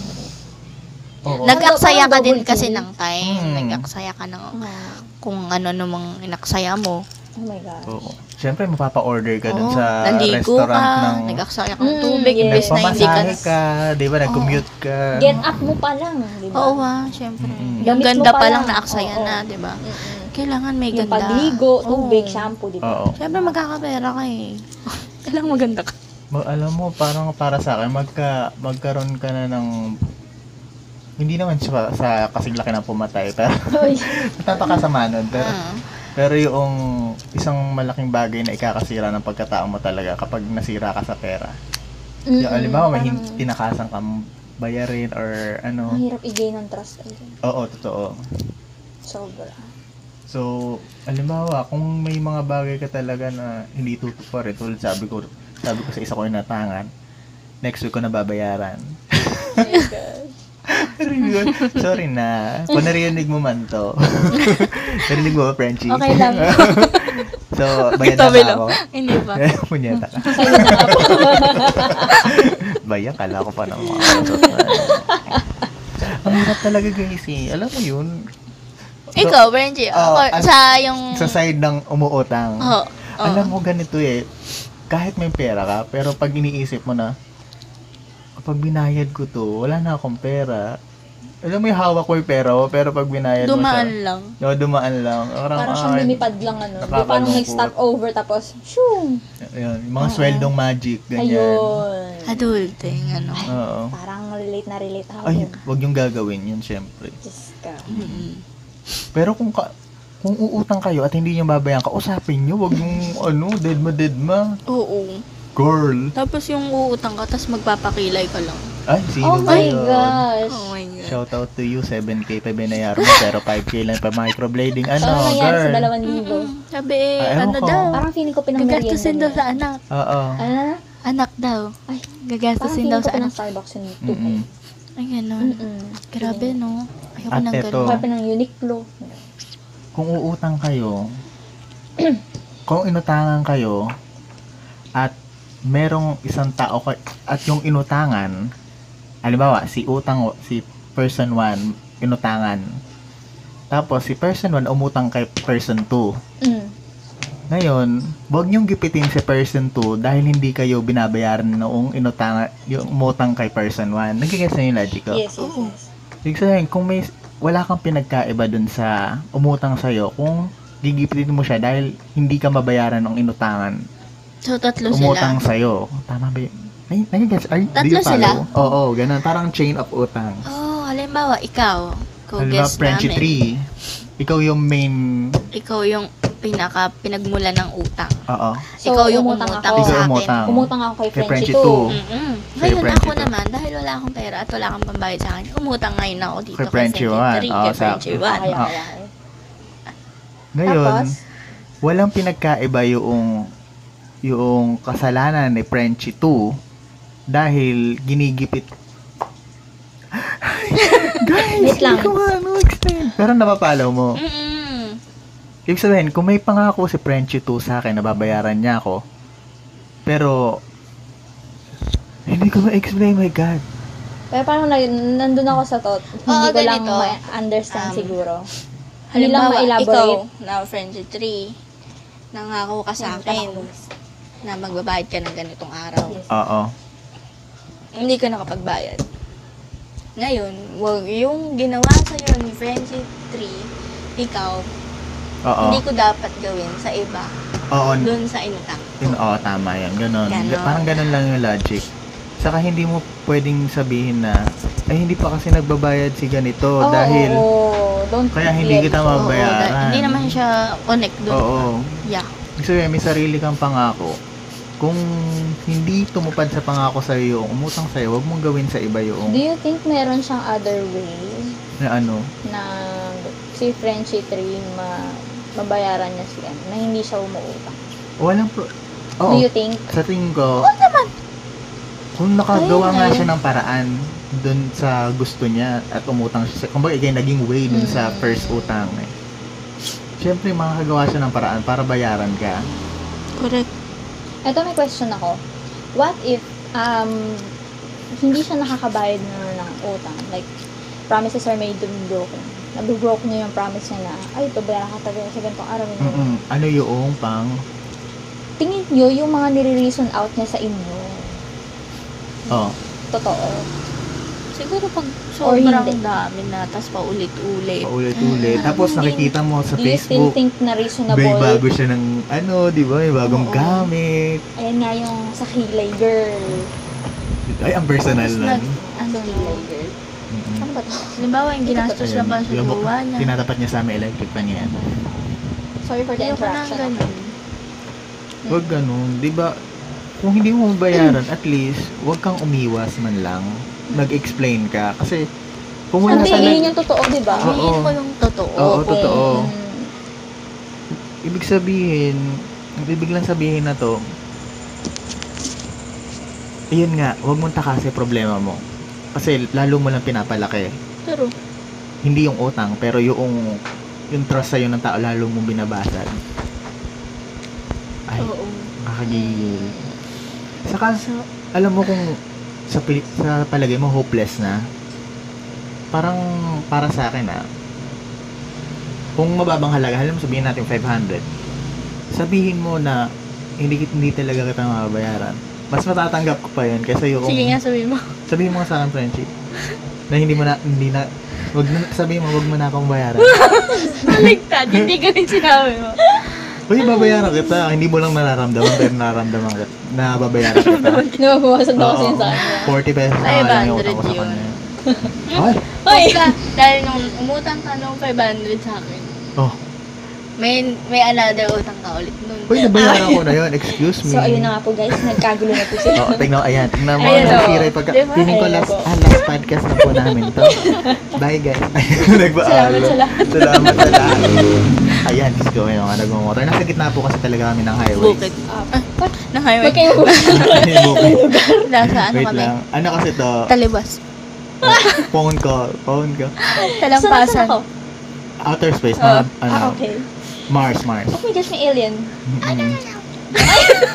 [SPEAKER 2] oo.
[SPEAKER 1] Nag-aksaya ka
[SPEAKER 3] Parang
[SPEAKER 1] din
[SPEAKER 3] double
[SPEAKER 1] kasi
[SPEAKER 3] kill.
[SPEAKER 1] ng time.
[SPEAKER 2] Mm.
[SPEAKER 1] Nag-aksaya ka ng
[SPEAKER 3] Ah,
[SPEAKER 1] kung ano namang inaksaya mo.
[SPEAKER 3] Oh my gosh.
[SPEAKER 2] Oo. Siyempre, mapapa-order ka dun
[SPEAKER 1] Oo,
[SPEAKER 2] sa
[SPEAKER 1] naligo
[SPEAKER 2] restaurant
[SPEAKER 1] ka,
[SPEAKER 2] ng...
[SPEAKER 1] nag-aksaya ka
[SPEAKER 3] Mm,
[SPEAKER 1] ng tubig,
[SPEAKER 3] yes.
[SPEAKER 1] imbes na hindi ka...
[SPEAKER 2] Nagpamasahe ka, di ba? Nag-commute ka.
[SPEAKER 3] Get up mo pa lang, di ba?
[SPEAKER 1] Oo ah, syempre.
[SPEAKER 2] Mm-mm.
[SPEAKER 1] Yung
[SPEAKER 3] Gamit mo
[SPEAKER 1] ganda
[SPEAKER 3] pa
[SPEAKER 1] pa lang
[SPEAKER 3] lang.
[SPEAKER 1] naaksaya
[SPEAKER 3] Oo.
[SPEAKER 1] na, di ba?
[SPEAKER 3] Mm-mm.
[SPEAKER 1] Kailangan may
[SPEAKER 3] Yung
[SPEAKER 1] ganda.
[SPEAKER 3] pagligo, tubig,
[SPEAKER 1] Oo.
[SPEAKER 3] shampoo, di ba?
[SPEAKER 2] Oo.
[SPEAKER 1] Syempre magkakapera ka eh. Kailangan maganda ka.
[SPEAKER 2] Ma- alam mo, parang para sa akin, magka, magkaroon ka na ng... Hindi naman siya sa kasing laki na pumatay, pero
[SPEAKER 3] Uy.
[SPEAKER 2] [LAUGHS] natataka nun. Pero,
[SPEAKER 1] Ah.
[SPEAKER 2] pero yung isang malaking bagay na ikakasira ng pagkatao mo talaga kapag nasira ka sa pera. Yung, alimbawa, may hin-
[SPEAKER 3] Parang, Mm.
[SPEAKER 2] tinakasan kang bayarin or
[SPEAKER 3] Ang
[SPEAKER 2] ano.
[SPEAKER 3] hirap i-gain ng trust. ayun.
[SPEAKER 2] Oo, totoo.
[SPEAKER 3] Sobra.
[SPEAKER 2] So, alimbawa, kung may mga bagay ka talaga na hindi tutuparin, tulad sabi ko, sabi ko sa isa ko yung natangan, next week ko na babayaran.
[SPEAKER 3] Oh
[SPEAKER 2] [LAUGHS]
[SPEAKER 3] my gosh.
[SPEAKER 2] Sorry, Sorry na. Kung narinig mo man
[SPEAKER 3] [LAUGHS]
[SPEAKER 2] to. narinig mo ba, Frenchie?
[SPEAKER 3] Okay lang.
[SPEAKER 2] [LAUGHS] so, bayad na
[SPEAKER 1] Kitabi
[SPEAKER 2] ba
[SPEAKER 1] lang.
[SPEAKER 2] ako?
[SPEAKER 1] Hindi
[SPEAKER 2] [LAUGHS]
[SPEAKER 1] ba?
[SPEAKER 2] Punyeta ka. [LAUGHS] Bayan, kala ko pa ng mga Ang hirap talaga guys eh. Alam mo yun?
[SPEAKER 1] Ikaw, Benji.
[SPEAKER 2] Oo,
[SPEAKER 1] ako,
[SPEAKER 2] al-
[SPEAKER 1] sa yung...
[SPEAKER 2] oh,
[SPEAKER 1] oh,
[SPEAKER 2] Sa side ng umuutang.
[SPEAKER 1] Mm. Oo. oo.
[SPEAKER 2] Alam mo ganito eh, kahit may pera ka, pero pag iniisip mo na, kapag binayad ko to, wala na akong pera. Alam mo yung hawak ko yung pera ko, pero pag binayad
[SPEAKER 1] Dumaan
[SPEAKER 2] mo
[SPEAKER 1] lang.
[SPEAKER 2] siya, no, dumaan lang. Parang,
[SPEAKER 3] Parang siyang
[SPEAKER 2] ah,
[SPEAKER 3] lumipad lang ano. Di
[SPEAKER 2] Nakakalungkot.
[SPEAKER 3] parang nag-start over tapos shoo!
[SPEAKER 2] yun, yung mga sweldong magic, ganyan.
[SPEAKER 3] Ayun.
[SPEAKER 1] Adulting, ano.
[SPEAKER 2] Oo.
[SPEAKER 3] Parang relate na relate ako.
[SPEAKER 2] Ay, wag yung gagawin yun, syempre.
[SPEAKER 3] Diyos ka.
[SPEAKER 1] Mm-mm.
[SPEAKER 2] Pero kung ka, kung uutang kayo at hindi nyo babayan ka, usapin nyo, wag yung ano, deadma deadma.
[SPEAKER 1] Oo.
[SPEAKER 2] Girl.
[SPEAKER 1] Tapos yung uutang ka, tapos magpapakilay ka lang.
[SPEAKER 2] Ay, sino
[SPEAKER 3] Oh
[SPEAKER 2] ba
[SPEAKER 3] my
[SPEAKER 2] yun?
[SPEAKER 3] gosh.
[SPEAKER 1] Oh my God.
[SPEAKER 2] Shout out to you, 7K pa binayaran mo, pero 5K lang pa microblading. Ano,
[SPEAKER 3] Parang nangyari Oh, sa
[SPEAKER 2] girl?
[SPEAKER 3] dalawang libo.
[SPEAKER 1] Mm-mm. Sabi
[SPEAKER 2] Ah,
[SPEAKER 1] eh,
[SPEAKER 2] Diba? ewan
[SPEAKER 1] ano
[SPEAKER 2] ko.
[SPEAKER 1] daw?
[SPEAKER 3] Parang feeling ko
[SPEAKER 1] Gagastusin daw
[SPEAKER 3] pinamerienda niya.
[SPEAKER 1] sa anak.
[SPEAKER 2] Oo.
[SPEAKER 3] Ah,
[SPEAKER 1] Anak daw.
[SPEAKER 3] Ay, parang
[SPEAKER 1] Gagastusin
[SPEAKER 3] feeling
[SPEAKER 1] daw
[SPEAKER 3] ko
[SPEAKER 1] sa ano? anak.
[SPEAKER 3] pinang-Starbucks yun.
[SPEAKER 2] Mm-mm.
[SPEAKER 1] Ay, ganun.
[SPEAKER 3] Mm-mm.
[SPEAKER 1] Grabe, no? Ayoko
[SPEAKER 2] At
[SPEAKER 1] nang
[SPEAKER 2] eto.
[SPEAKER 1] ganun.
[SPEAKER 3] Parang pinang Uniqlo.
[SPEAKER 2] Kung uutang kayo, kung inutangan kayo, at merong isang tao, ka- at yung inutangan, halimbawa, si utang, si person 1, inutangan. Tapos, si person 1, umutang kay person 2.
[SPEAKER 3] Mm.
[SPEAKER 2] Ngayon, huwag niyong gipitin si person 2 dahil hindi kayo binabayaran noong inutang, yung umutang kay person 1. Nagigets na yung logic ko?
[SPEAKER 3] Yes,
[SPEAKER 1] Oh.
[SPEAKER 3] yes, yes.
[SPEAKER 2] Ibig sabihin, kung may wala kang pinagkaiba dun sa umutang sa'yo, kung gigipitin mo siya dahil hindi ka mabayaran ng inutangan,
[SPEAKER 1] So, tatlo
[SPEAKER 2] umutang
[SPEAKER 1] sila.
[SPEAKER 2] sa'yo. Tama ba yun? Ay, nagigets? Ay, do
[SPEAKER 1] Tatlo
[SPEAKER 2] you follow?
[SPEAKER 1] sila?
[SPEAKER 2] Oo, oo, ganun. Parang chain of utang.
[SPEAKER 1] Oh, halimbawa, ikaw. Ikaw,
[SPEAKER 2] Alam
[SPEAKER 1] guess
[SPEAKER 2] Frenchie
[SPEAKER 1] namin.
[SPEAKER 2] 3. Ikaw yung main,
[SPEAKER 1] Ikaw yung pinaka pinagmula ng utang.
[SPEAKER 2] oo.
[SPEAKER 3] So,
[SPEAKER 1] Ikaw yung
[SPEAKER 3] umutang
[SPEAKER 1] umutang,
[SPEAKER 3] ako.
[SPEAKER 1] sa
[SPEAKER 2] Ikaw
[SPEAKER 1] akin.
[SPEAKER 2] umutang.
[SPEAKER 3] Umutang ako kay
[SPEAKER 2] Kay
[SPEAKER 3] Frenchie
[SPEAKER 2] Frenchie
[SPEAKER 3] 2.
[SPEAKER 2] too.
[SPEAKER 1] Mm-mm.
[SPEAKER 2] Kay
[SPEAKER 1] Ngayon
[SPEAKER 2] Frenchie
[SPEAKER 1] ako
[SPEAKER 2] to.
[SPEAKER 1] naman, dahil wala akong pera at wala kang pambayad sa akin, umutang ngayon ako dito
[SPEAKER 2] Kay Frenchie one.
[SPEAKER 1] Secretary,
[SPEAKER 2] Oo,
[SPEAKER 1] kay
[SPEAKER 2] sa-
[SPEAKER 1] Frenchie Juan.
[SPEAKER 3] Okay,
[SPEAKER 2] Ah.
[SPEAKER 3] okay, okay.
[SPEAKER 2] Ngayon,
[SPEAKER 3] Tapos,
[SPEAKER 2] walang pinagkaiba yung yung kasalanan ni Frenchie 2 dahil ginigipit [LAUGHS] Guys,
[SPEAKER 3] Wait lang.
[SPEAKER 2] hindi ko ano extend. Pero napapalaw mo.
[SPEAKER 1] Mm-mm.
[SPEAKER 2] Ibig sabihin, kung may pangako si Frenchie 2 sa akin na babayaran niya ako, pero hindi ko ma-explain, my God.
[SPEAKER 3] pero parang na, nandun ako sa thought. Hindi ko lang
[SPEAKER 1] ganito.
[SPEAKER 3] ma-understand
[SPEAKER 1] Um,
[SPEAKER 3] siguro. Hindi lang
[SPEAKER 1] Halimbawa, ikaw
[SPEAKER 3] ma-elaborate.
[SPEAKER 1] na Frenchie 3, nangako ka sa akin na magbabayad ka ng ganitong araw.
[SPEAKER 3] Yes.
[SPEAKER 2] Oo.
[SPEAKER 1] Hindi ka nakapagbayad. Ngayon, wag yung ginawa sa'yo ni Frenchie 3, ikaw,
[SPEAKER 2] Oo.
[SPEAKER 1] hindi ko dapat gawin sa iba,
[SPEAKER 2] Oo.
[SPEAKER 1] dun sa inutang.
[SPEAKER 2] Yun, oh, oo, tama yan. Ganon.
[SPEAKER 1] Ganon.
[SPEAKER 2] Parang ganon lang yung logic. Saka hindi mo pwedeng sabihin na, ay hindi pa kasi nagbabayad si ganito
[SPEAKER 3] Oo,
[SPEAKER 2] Oh, dahil,
[SPEAKER 3] oo, don't
[SPEAKER 2] kaya hindi
[SPEAKER 3] forget.
[SPEAKER 2] kita
[SPEAKER 1] Oo,
[SPEAKER 2] mabayaran.
[SPEAKER 1] da- hindi naman siya connect doon.
[SPEAKER 2] Oo.
[SPEAKER 1] Yeah.
[SPEAKER 2] Ibig sabihin, may sarili kang pangako. Kung hindi tumupad sa pangako sa iyo, umutang sa iyo, wag mong gawin sa iba
[SPEAKER 3] Do
[SPEAKER 2] yung
[SPEAKER 3] you think meron siyang other way
[SPEAKER 2] na ano.
[SPEAKER 3] na si Frenchie 3 ma mabayaran niya si ano, na hindi siya umuutang.
[SPEAKER 2] Walang pro...
[SPEAKER 3] Do
[SPEAKER 2] Oo,
[SPEAKER 3] you think?
[SPEAKER 2] sa tingin ko,
[SPEAKER 3] Oo naman.
[SPEAKER 2] kung nakagawa
[SPEAKER 1] Ayun na
[SPEAKER 2] nga
[SPEAKER 1] yun.
[SPEAKER 2] siya ng paraan dun sa gusto niya at umutang siya. sa- Kumbaga, again, naging way dun sa
[SPEAKER 3] Mm.
[SPEAKER 2] first utang eh. Siyempre, makakagawa siya ng paraan para bayaran ka.
[SPEAKER 1] Correct.
[SPEAKER 3] Ito may question ako. What if um hindi siya nakakabayad na ng utang? Like, promises are made to be broken. Nabibroke niya yung promise niya na, ay, ito, bayaran ka talaga sa ganitong araw. ganyan."
[SPEAKER 2] Mm-mm. Ano yung pang...
[SPEAKER 3] Tingin niyo yung mga nire-reason out niya sa inyo,
[SPEAKER 2] Oh,
[SPEAKER 3] totoo.
[SPEAKER 1] Siguro pag
[SPEAKER 3] Or
[SPEAKER 1] sobrang
[SPEAKER 3] hindi.
[SPEAKER 1] dami na, tapos paulit-ulit.
[SPEAKER 2] paulit-ulit. Tapos
[SPEAKER 1] Mm.
[SPEAKER 2] nakikita mo sa
[SPEAKER 3] Do you still
[SPEAKER 2] Facebook,
[SPEAKER 3] think na
[SPEAKER 2] may
[SPEAKER 3] reasonable?
[SPEAKER 2] bago siya ng ano, di ba? May bagong
[SPEAKER 1] Oo.
[SPEAKER 2] gamit.
[SPEAKER 3] Ayan nga yung sa kilay girl.
[SPEAKER 2] Ay, ang personal
[SPEAKER 1] Tapos
[SPEAKER 2] lang.
[SPEAKER 1] nag, ano,
[SPEAKER 3] Kilay girl.
[SPEAKER 2] Mm-mm.
[SPEAKER 3] Ano ba to?
[SPEAKER 1] halimbawa yung ginastos
[SPEAKER 2] Ayun,
[SPEAKER 1] lang pala sa
[SPEAKER 2] lumabok-
[SPEAKER 1] gawa niya.
[SPEAKER 2] Tinatapat niya sa amin electric fan yan.
[SPEAKER 3] Sorry for the
[SPEAKER 1] Ayoko na
[SPEAKER 3] interruption.
[SPEAKER 1] ganun.
[SPEAKER 2] Huwag ganun, di ba? Kung hindi mo bayaran, at least, huwag kang umiwas man lang. Nag-explain ka. Kasi, kung wala
[SPEAKER 3] Hindi,
[SPEAKER 2] ka
[SPEAKER 3] yun
[SPEAKER 2] nag-
[SPEAKER 3] yung totoo, di ba?
[SPEAKER 2] Oo.
[SPEAKER 1] Hingin mo yung totoo.
[SPEAKER 2] Oo,
[SPEAKER 1] kung-
[SPEAKER 2] totoo.
[SPEAKER 3] Mm.
[SPEAKER 2] ibig sabihin, ang ibig lang sabihin na to, yun nga, huwag mong takasin problema mo. Kasi lalo mo lang pinapalaki.
[SPEAKER 1] Pero,
[SPEAKER 2] Hindi yung utang, pero yung yung trust sa'yo ng tao, lalo mong binabasag. Ay,
[SPEAKER 1] oo.
[SPEAKER 2] Nakakagigil. Saka sa, alam mo kung sa, pili- sa palagay mo hopeless na, parang para sa akin ah, kung mababang halaga, alam mo sabihin natin 500, sabihin mo na hindi, kit- hindi talaga kita mababayaran. Mas matatanggap ko pa yun kaysa yung
[SPEAKER 1] Sige nga, sabihin mo. [LAUGHS]
[SPEAKER 2] sabihin mo nga sa akin friendship na hindi mo na hindi na wag na sabihin mo wag mo na akong bayaran.
[SPEAKER 1] Maligtad, hindi ganun sinabi mo.
[SPEAKER 2] Uy, babayaran kita. Hindi mo lang nararamdaman pero nararamdaman kita. Na babayaran kita.
[SPEAKER 3] Nababawasan daw kasi
[SPEAKER 2] Oo.
[SPEAKER 3] yun sa akin.
[SPEAKER 2] 40 pesos na nga lang yung utang ko sa
[SPEAKER 1] 500 yun.
[SPEAKER 2] kanya. Ay!
[SPEAKER 1] Hoy! Ah. Dahil nung umutang ka nung 500 sa akin,
[SPEAKER 2] Oh,
[SPEAKER 1] may, may another utang ka ulit nun.
[SPEAKER 2] uy, nabayaran ko na yun. Excuse me.
[SPEAKER 3] Mm. So, ayun na nga po guys, nagkagulo na po
[SPEAKER 1] [LAUGHS]
[SPEAKER 3] sila.
[SPEAKER 2] Oo, tingnan, ayan. Tingnan mo,
[SPEAKER 1] Ayan,
[SPEAKER 2] ayan,
[SPEAKER 1] oo.
[SPEAKER 2] siray pagka...
[SPEAKER 1] Diba?
[SPEAKER 2] Piling ko
[SPEAKER 3] Ayan
[SPEAKER 2] last,
[SPEAKER 3] po.
[SPEAKER 2] ah, last podcast na po namin to. Bye, guys. [LAUGHS] Nagbaalo.
[SPEAKER 1] Salamat sa lahat.
[SPEAKER 2] Salamat sa lahat. Ayan, let's go. Ayun, nga, nagmamotor. Nasa gitna po kasi talaga kami ng highway.
[SPEAKER 1] Bukit. Na highway.
[SPEAKER 3] Huwag kayong
[SPEAKER 2] Ayun, Bukit.
[SPEAKER 1] Nasa ano
[SPEAKER 2] Wait
[SPEAKER 1] kami?
[SPEAKER 2] lang. Ano kasi to?
[SPEAKER 1] Talibas.
[SPEAKER 2] Phone ko. Phone ko.
[SPEAKER 3] Saan
[SPEAKER 1] Talampasan.
[SPEAKER 3] ako?
[SPEAKER 2] Outer space.
[SPEAKER 1] Oh.
[SPEAKER 2] mga, ano,
[SPEAKER 3] Ah, okay.
[SPEAKER 2] Mars, Mars.
[SPEAKER 3] Oh my gosh, may alien.
[SPEAKER 1] Ano
[SPEAKER 2] Mm-mm.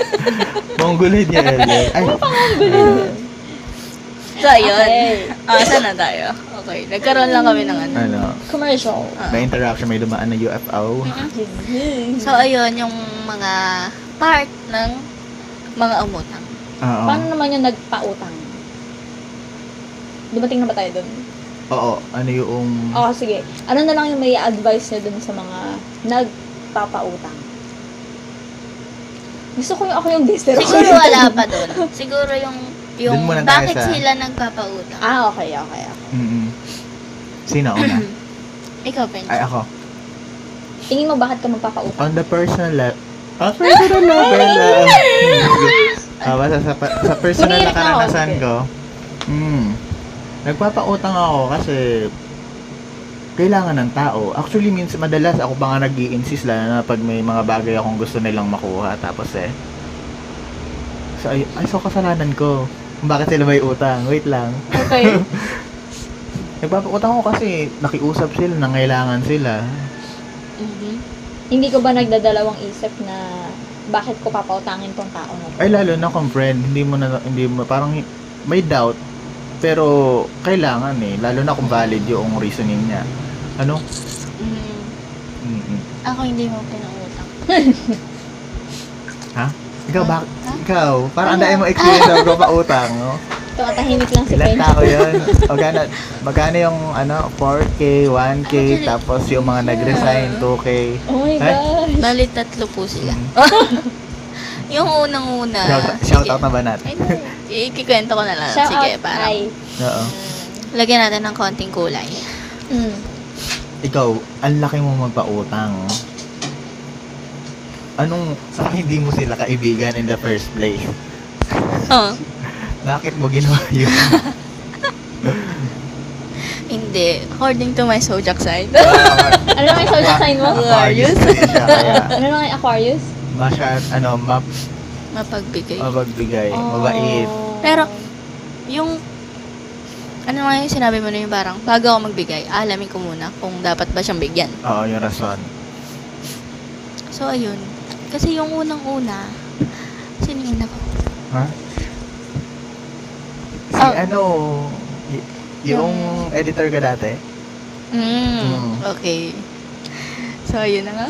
[SPEAKER 2] [LAUGHS] Mongolid niya, Ellen.
[SPEAKER 1] Ano
[SPEAKER 2] Ay, Mongolid.
[SPEAKER 1] So, yun.
[SPEAKER 3] Okay.
[SPEAKER 1] Ah, saan na tayo? Okay. Nagkaroon lang kami ng ano.
[SPEAKER 2] Ano,
[SPEAKER 3] Commercial.
[SPEAKER 1] Ah.
[SPEAKER 3] Ah,
[SPEAKER 2] may interaction, may dumaan na UFO.
[SPEAKER 1] So, ayun yung mga part ng mga umutang.
[SPEAKER 2] Oo.
[SPEAKER 3] Paano naman yung nagpautang? Dumating na ba tayo dun?
[SPEAKER 2] Oo, ano yung...
[SPEAKER 3] Oo, sige. Ano na lang yung may advice niya dun sa mga nagpapautang? Gusto ko yung ako yung
[SPEAKER 1] [LAUGHS]
[SPEAKER 3] dister.
[SPEAKER 1] Siguro wala pa doon. Siguro yung yung
[SPEAKER 2] Dun muna tayo
[SPEAKER 1] bakit
[SPEAKER 2] sa-
[SPEAKER 1] sila nagpapautang.
[SPEAKER 3] Ah, okay, okay. okay.
[SPEAKER 1] Oh.
[SPEAKER 2] Mm-mm. Sino
[SPEAKER 1] [CLEARS THROAT]
[SPEAKER 2] una?
[SPEAKER 1] Ikaw, Penny.
[SPEAKER 2] Ay, ako.
[SPEAKER 3] Tingin mo bakit ka magpapautang?
[SPEAKER 2] On the personal level... On personal
[SPEAKER 3] [LAUGHS]
[SPEAKER 2] level... ah, Ah, basta sa, pa- sa personal na
[SPEAKER 3] Umiiyak na ako,
[SPEAKER 2] karanasan
[SPEAKER 3] sige.
[SPEAKER 2] ko, mm, nagpapautang ako kasi kailangan ng tao. Actually, minsan madalas ako pa nga nag insist lalo na pag may mga bagay akong gusto nilang makuha. Tapos eh, so, ay, ay, so kasalanan ko. Kung Bakit sila may utang? Wait lang.
[SPEAKER 3] Okay.
[SPEAKER 2] Nagpapautang ako kasi nakiusap sila, nangailangan sila. ah.
[SPEAKER 1] Mhm.
[SPEAKER 3] [LAUGHS] Hindi ko ba nagdadalawang isip na bakit ko papautangin tong tao na to?
[SPEAKER 2] Ay lalo na kung friend, hindi mo na hindi mo parang may doubt pero kailangan eh lalo na kung valid yung reasoning niya. Ano?
[SPEAKER 1] Mhm.
[SPEAKER 2] Mm-mm.
[SPEAKER 1] Ako hindi mo pinautang.
[SPEAKER 2] Ikaw bak
[SPEAKER 1] Ha? Ano?
[SPEAKER 2] ikaw para andain mo experience daw ko pa utang,
[SPEAKER 1] [LAUGHS]
[SPEAKER 2] no?
[SPEAKER 3] Tumatahimik lang si
[SPEAKER 2] Ilan
[SPEAKER 3] Penny.
[SPEAKER 2] tao 'yun? Magkano magkano yung ano 4k, 1k
[SPEAKER 1] Actually,
[SPEAKER 2] tapos yung mga nag-resign 2k.
[SPEAKER 3] Oh my
[SPEAKER 2] Eh?
[SPEAKER 3] gosh.
[SPEAKER 1] Bali, tatlo po sila. [LAUGHS] yung unang-una.
[SPEAKER 2] Mm. Shout, shout out na ba natin?
[SPEAKER 1] Ay, no. Ikikwento ko na lang. Ah,
[SPEAKER 3] Shout
[SPEAKER 1] Sige,
[SPEAKER 3] out
[SPEAKER 1] parang.
[SPEAKER 3] ay.
[SPEAKER 2] Oo.
[SPEAKER 1] Lagyan natin ng konting kulay.
[SPEAKER 3] Mm.
[SPEAKER 2] Ikaw, ang laki mo magpautang. Anong, sa hindi mo sila kaibigan in the first place?
[SPEAKER 1] Oh,
[SPEAKER 2] [LAUGHS] Bakit mo ginawa yun?
[SPEAKER 1] hindi. [LAUGHS] Hindi. According to my Sojak
[SPEAKER 3] [LAUGHS]
[SPEAKER 1] side.
[SPEAKER 3] Ano yung social sign
[SPEAKER 2] [LAUGHS]
[SPEAKER 3] mo?
[SPEAKER 2] Aquarius din siya, kaya
[SPEAKER 3] Ano naman yung Aquarius?
[SPEAKER 2] masyad, ano, map,
[SPEAKER 1] Mapagbigay.
[SPEAKER 2] Oh. mabagbigay, Eh,
[SPEAKER 1] Oh.
[SPEAKER 2] mabait.
[SPEAKER 3] Oh.
[SPEAKER 1] Pero, yung, ano nga yung sinabi mo na yung parang, bago ako magbigay, alamin ko muna kung dapat ba siyang bigyan.
[SPEAKER 2] Oo, yung rason.
[SPEAKER 1] So, ayun. Kasi yung unang-una, sino yung una ko?
[SPEAKER 2] Ha? Si
[SPEAKER 1] Oh.
[SPEAKER 2] ano, y- yung editor ka dati? Mm.
[SPEAKER 1] Mm, okay. So, ayun na nga.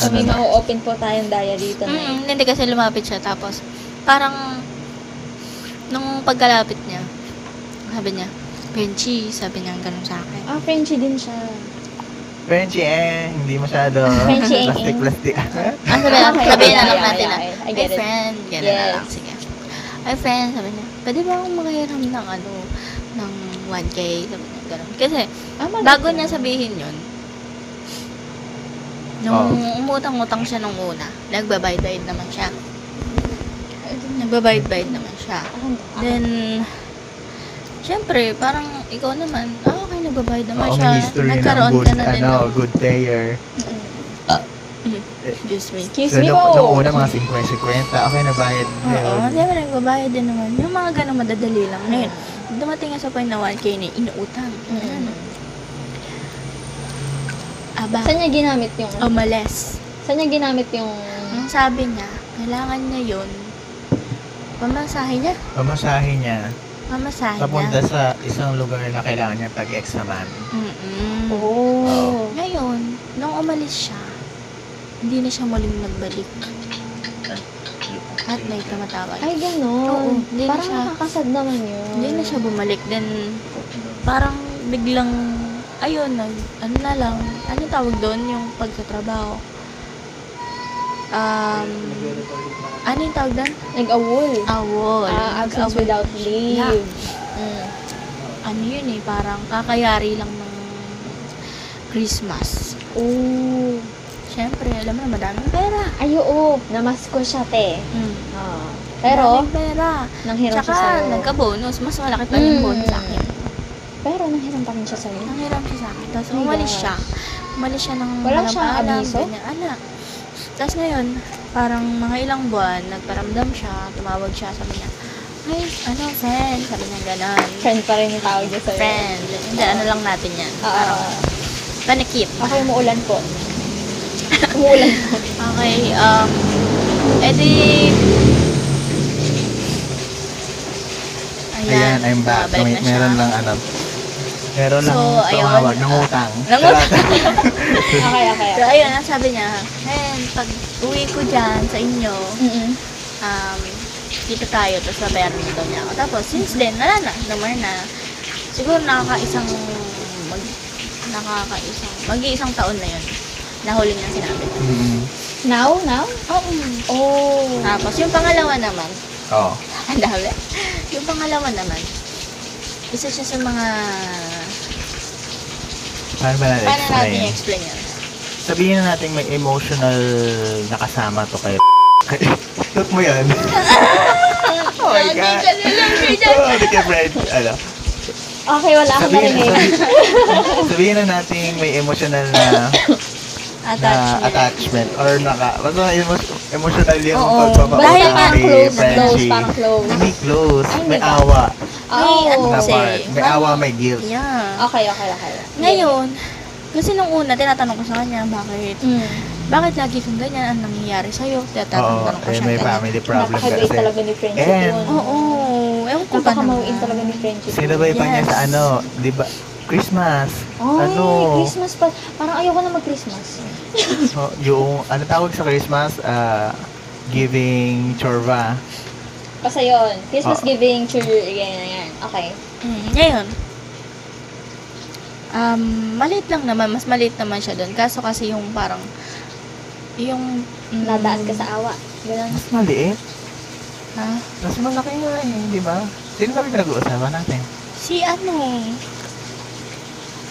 [SPEAKER 3] So, may ma-open po tayong diary
[SPEAKER 1] Mm,
[SPEAKER 3] tonight.
[SPEAKER 1] hindi kasi lumapit siya. Tapos, parang, nung pagkalapit niya, sabi niya, Benji, sabi niya ganun sa akin.
[SPEAKER 3] Ah, Frenchie din siya.
[SPEAKER 2] Frenchie eh, hindi masyado.
[SPEAKER 3] Frenchie eh.
[SPEAKER 2] plastic,
[SPEAKER 1] [LAUGHS]
[SPEAKER 2] plastic.
[SPEAKER 1] Ang Ah, sabi lang,
[SPEAKER 3] Okay,
[SPEAKER 1] sabihin na
[SPEAKER 3] yeah,
[SPEAKER 1] lang
[SPEAKER 3] yeah,
[SPEAKER 1] natin na,
[SPEAKER 3] yeah, I- I
[SPEAKER 1] hey
[SPEAKER 3] get it."
[SPEAKER 1] friend, gano'n na
[SPEAKER 3] Yes.
[SPEAKER 1] lang, sige. Ay friend, sabi niya, pwede ba akong makahiram ng ano, ng 1K, sabi niya, gano'n. Kasi,
[SPEAKER 3] Ah, mabait
[SPEAKER 1] bago
[SPEAKER 3] yun.
[SPEAKER 1] niya sabihin yun,
[SPEAKER 2] Oh.
[SPEAKER 1] nung umutang-utang siya nung una, nagbabayad-bayad naman siya. Nagbabayad-bayad naman siya.
[SPEAKER 3] Ah,
[SPEAKER 1] Then, syempre, parang ikaw naman, ah, okay, nagbabayad
[SPEAKER 2] Oo,
[SPEAKER 1] naman siya.
[SPEAKER 2] may history ng
[SPEAKER 1] Nagkaroon
[SPEAKER 2] good,
[SPEAKER 1] ka Ah, na din.
[SPEAKER 2] ano,
[SPEAKER 1] ng-
[SPEAKER 2] good player.
[SPEAKER 3] mm-mm.
[SPEAKER 1] Excuse me.
[SPEAKER 3] Excuse
[SPEAKER 2] So,
[SPEAKER 3] me
[SPEAKER 2] nung, nung
[SPEAKER 3] po.
[SPEAKER 2] una, mga 50-50, okay, nabayad.
[SPEAKER 1] Oo,
[SPEAKER 2] Ayun.
[SPEAKER 1] siyempre nagbabayad din naman. Yung mga ganun madadali lang. Ngayon, dumating nga sa point na 1K na inuutang.
[SPEAKER 3] Mm-mm.
[SPEAKER 1] Ano? Aba,
[SPEAKER 3] Saan niya ginamit yung... ano?
[SPEAKER 1] Oh. umalis.
[SPEAKER 3] Saan niya ginamit yung...
[SPEAKER 1] Ang sabi niya, kailangan niya yun. Pamasahe niya.
[SPEAKER 2] Pamasahe niya,
[SPEAKER 1] Pamasahe
[SPEAKER 2] papunta
[SPEAKER 1] niya.
[SPEAKER 2] sa isang lugar na kailangan niya pag-examan.
[SPEAKER 1] Mm-mm.
[SPEAKER 3] Oh.
[SPEAKER 1] Ngayon, nung umalis siya, hindi na siya muling nagbalik. At may tumatawag.
[SPEAKER 3] Ay, ganun.
[SPEAKER 1] Oo, hindi na
[SPEAKER 3] Parang
[SPEAKER 1] siya-
[SPEAKER 3] nakakasad naman yun.
[SPEAKER 1] Hindi na siya bumalik. Then, parang biglang, ayun, nag, ano na lang, ano tawag doon yung pagkatrabaho? Um, ano yung tawag doon?
[SPEAKER 3] Nag-awol.
[SPEAKER 1] Awol.
[SPEAKER 3] Ah, absence
[SPEAKER 1] Awol.
[SPEAKER 3] without leave. Mm.
[SPEAKER 1] Ano yun eh, parang kakayari lang ng Christmas.
[SPEAKER 3] Oo.
[SPEAKER 1] Siyempre, alam mo na, madaming pera.
[SPEAKER 3] Ay, oo. Namasko siya, te.
[SPEAKER 1] Mm.
[SPEAKER 3] Ah. Pero,
[SPEAKER 1] Madaming pera.
[SPEAKER 3] nanghiram siya
[SPEAKER 1] Tsaka,
[SPEAKER 3] sa'yo.
[SPEAKER 1] nagka-bonus. Mas malaki pa yung
[SPEAKER 3] Mm.
[SPEAKER 1] bonus sa akin.
[SPEAKER 3] Pero, nanghiram pa rin siya sa'yo.
[SPEAKER 1] Nanghiram siya sa akin. Tapos
[SPEAKER 3] Oh my
[SPEAKER 1] umalis
[SPEAKER 3] gosh.
[SPEAKER 1] siya. Umalis siya ng
[SPEAKER 3] Wala siyang
[SPEAKER 1] paalam,
[SPEAKER 3] abiso?
[SPEAKER 1] ganyan, anak. Tapos ngayon, parang mga ilang buwan, nagparamdam siya, tumawag siya, sabi niya, ay, ano, friend, sabi niya, gano'n.
[SPEAKER 3] Friend pa rin yung tawag niya sa'yo. Ah,
[SPEAKER 1] Friend. Hindi, ano lang natin yan.
[SPEAKER 3] Oo.
[SPEAKER 1] Parang, panikip.
[SPEAKER 3] ako yung umuulan
[SPEAKER 1] [LAUGHS]
[SPEAKER 3] po. umuulan po.
[SPEAKER 1] Okay, um, edi,
[SPEAKER 2] Ayan, I'm back. May,
[SPEAKER 1] babalik na siya.
[SPEAKER 2] meron lang, ano, meron lang
[SPEAKER 1] So, ayun.
[SPEAKER 2] tumawag, nangutang. [LAUGHS]
[SPEAKER 1] Nangutang.
[SPEAKER 3] Okay, okay.
[SPEAKER 1] So, ayun, ang sabi niya, friend, pag uwi ko dyan sa inyo,
[SPEAKER 3] Mm-mm.
[SPEAKER 1] um, dito tayo, tapos babayaran nito niya ako. Tapos, since then, wala na, number na. Siguro nakakaisang, mag, nakakaisang, mag-iisang taon na yun. Nahuli niya sinabi.
[SPEAKER 2] Mm.
[SPEAKER 3] Now? Now?
[SPEAKER 1] Oo.
[SPEAKER 3] Oh.
[SPEAKER 1] Tapos, yung pangalawa naman,
[SPEAKER 2] Oo.
[SPEAKER 1] ang dami. Yung pangalawa naman, isa siya sa mga,
[SPEAKER 2] Paano ba natin
[SPEAKER 1] paano natin
[SPEAKER 2] explain?
[SPEAKER 1] i-explain yun?
[SPEAKER 2] Sabihin na natin may emotional nakasama to [LAUGHS] kay Tut mo
[SPEAKER 1] [LAUGHS]
[SPEAKER 2] yun. oh my God. [LAUGHS] Oh, di ka friend. Ano?
[SPEAKER 3] Okay, wala akong
[SPEAKER 2] Sabihin,
[SPEAKER 3] marinig.
[SPEAKER 2] sabihin, sabihin na natin may emotional
[SPEAKER 1] [LAUGHS]
[SPEAKER 2] na, na
[SPEAKER 1] Attachment.
[SPEAKER 2] attachment or naka, basta emo- emotional yung
[SPEAKER 1] Oo.
[SPEAKER 2] pagpapautang
[SPEAKER 3] Basta
[SPEAKER 2] kay
[SPEAKER 3] parang close, close,
[SPEAKER 2] Frenchie.
[SPEAKER 3] parang close.
[SPEAKER 2] Hindi close.
[SPEAKER 3] Ay,
[SPEAKER 2] May
[SPEAKER 3] hindi ba?
[SPEAKER 2] awa
[SPEAKER 1] May ano
[SPEAKER 2] na
[SPEAKER 1] Kasi,
[SPEAKER 2] part. May
[SPEAKER 1] parang-
[SPEAKER 2] awa, may guilt.
[SPEAKER 1] Yeah.
[SPEAKER 3] Okay, okay, okay.
[SPEAKER 1] Ngayon, kasi nung una, tinatanong ko sa kanya, bakit?
[SPEAKER 3] Mm.
[SPEAKER 1] Bakit lagi kang ganyan? Ang nangyayari sa'yo?
[SPEAKER 2] Oo,
[SPEAKER 1] Tinatanong-tanong ko
[SPEAKER 2] eh,
[SPEAKER 1] siya
[SPEAKER 2] may
[SPEAKER 1] ganyan.
[SPEAKER 2] family problem
[SPEAKER 3] Napaka-bait
[SPEAKER 2] kasi.
[SPEAKER 3] talaga ni Frenchie
[SPEAKER 2] And-
[SPEAKER 3] dun.
[SPEAKER 1] Oo, ewan ko ba
[SPEAKER 3] Napakamauin
[SPEAKER 1] naman.
[SPEAKER 3] talaga ni Frenchie. dun.
[SPEAKER 2] Sinabay pa niya sa
[SPEAKER 1] Yes.
[SPEAKER 2] ano, di ba? Christmas.
[SPEAKER 3] Ay,
[SPEAKER 2] ano?
[SPEAKER 3] Christmas pa. Parang ayoko na mag-Christmas.
[SPEAKER 2] So, yung, ano tawag sa Christmas? Ah, giving chorva.
[SPEAKER 3] Basta yun. Christmas
[SPEAKER 2] Ah.
[SPEAKER 3] giving, cheer, ganyan, ganyan. Okay.
[SPEAKER 1] Mm, ngayon, um, maliit lang naman, mas maliit naman siya doon. Kaso kasi yung parang, yung... mm,
[SPEAKER 3] Nadaan ka sa awa. Ganun.
[SPEAKER 2] Mas maliit.
[SPEAKER 1] Ha?
[SPEAKER 2] Mas malaki nga eh, di ba? Sino kami pinag-uusapan natin?
[SPEAKER 1] Si ano?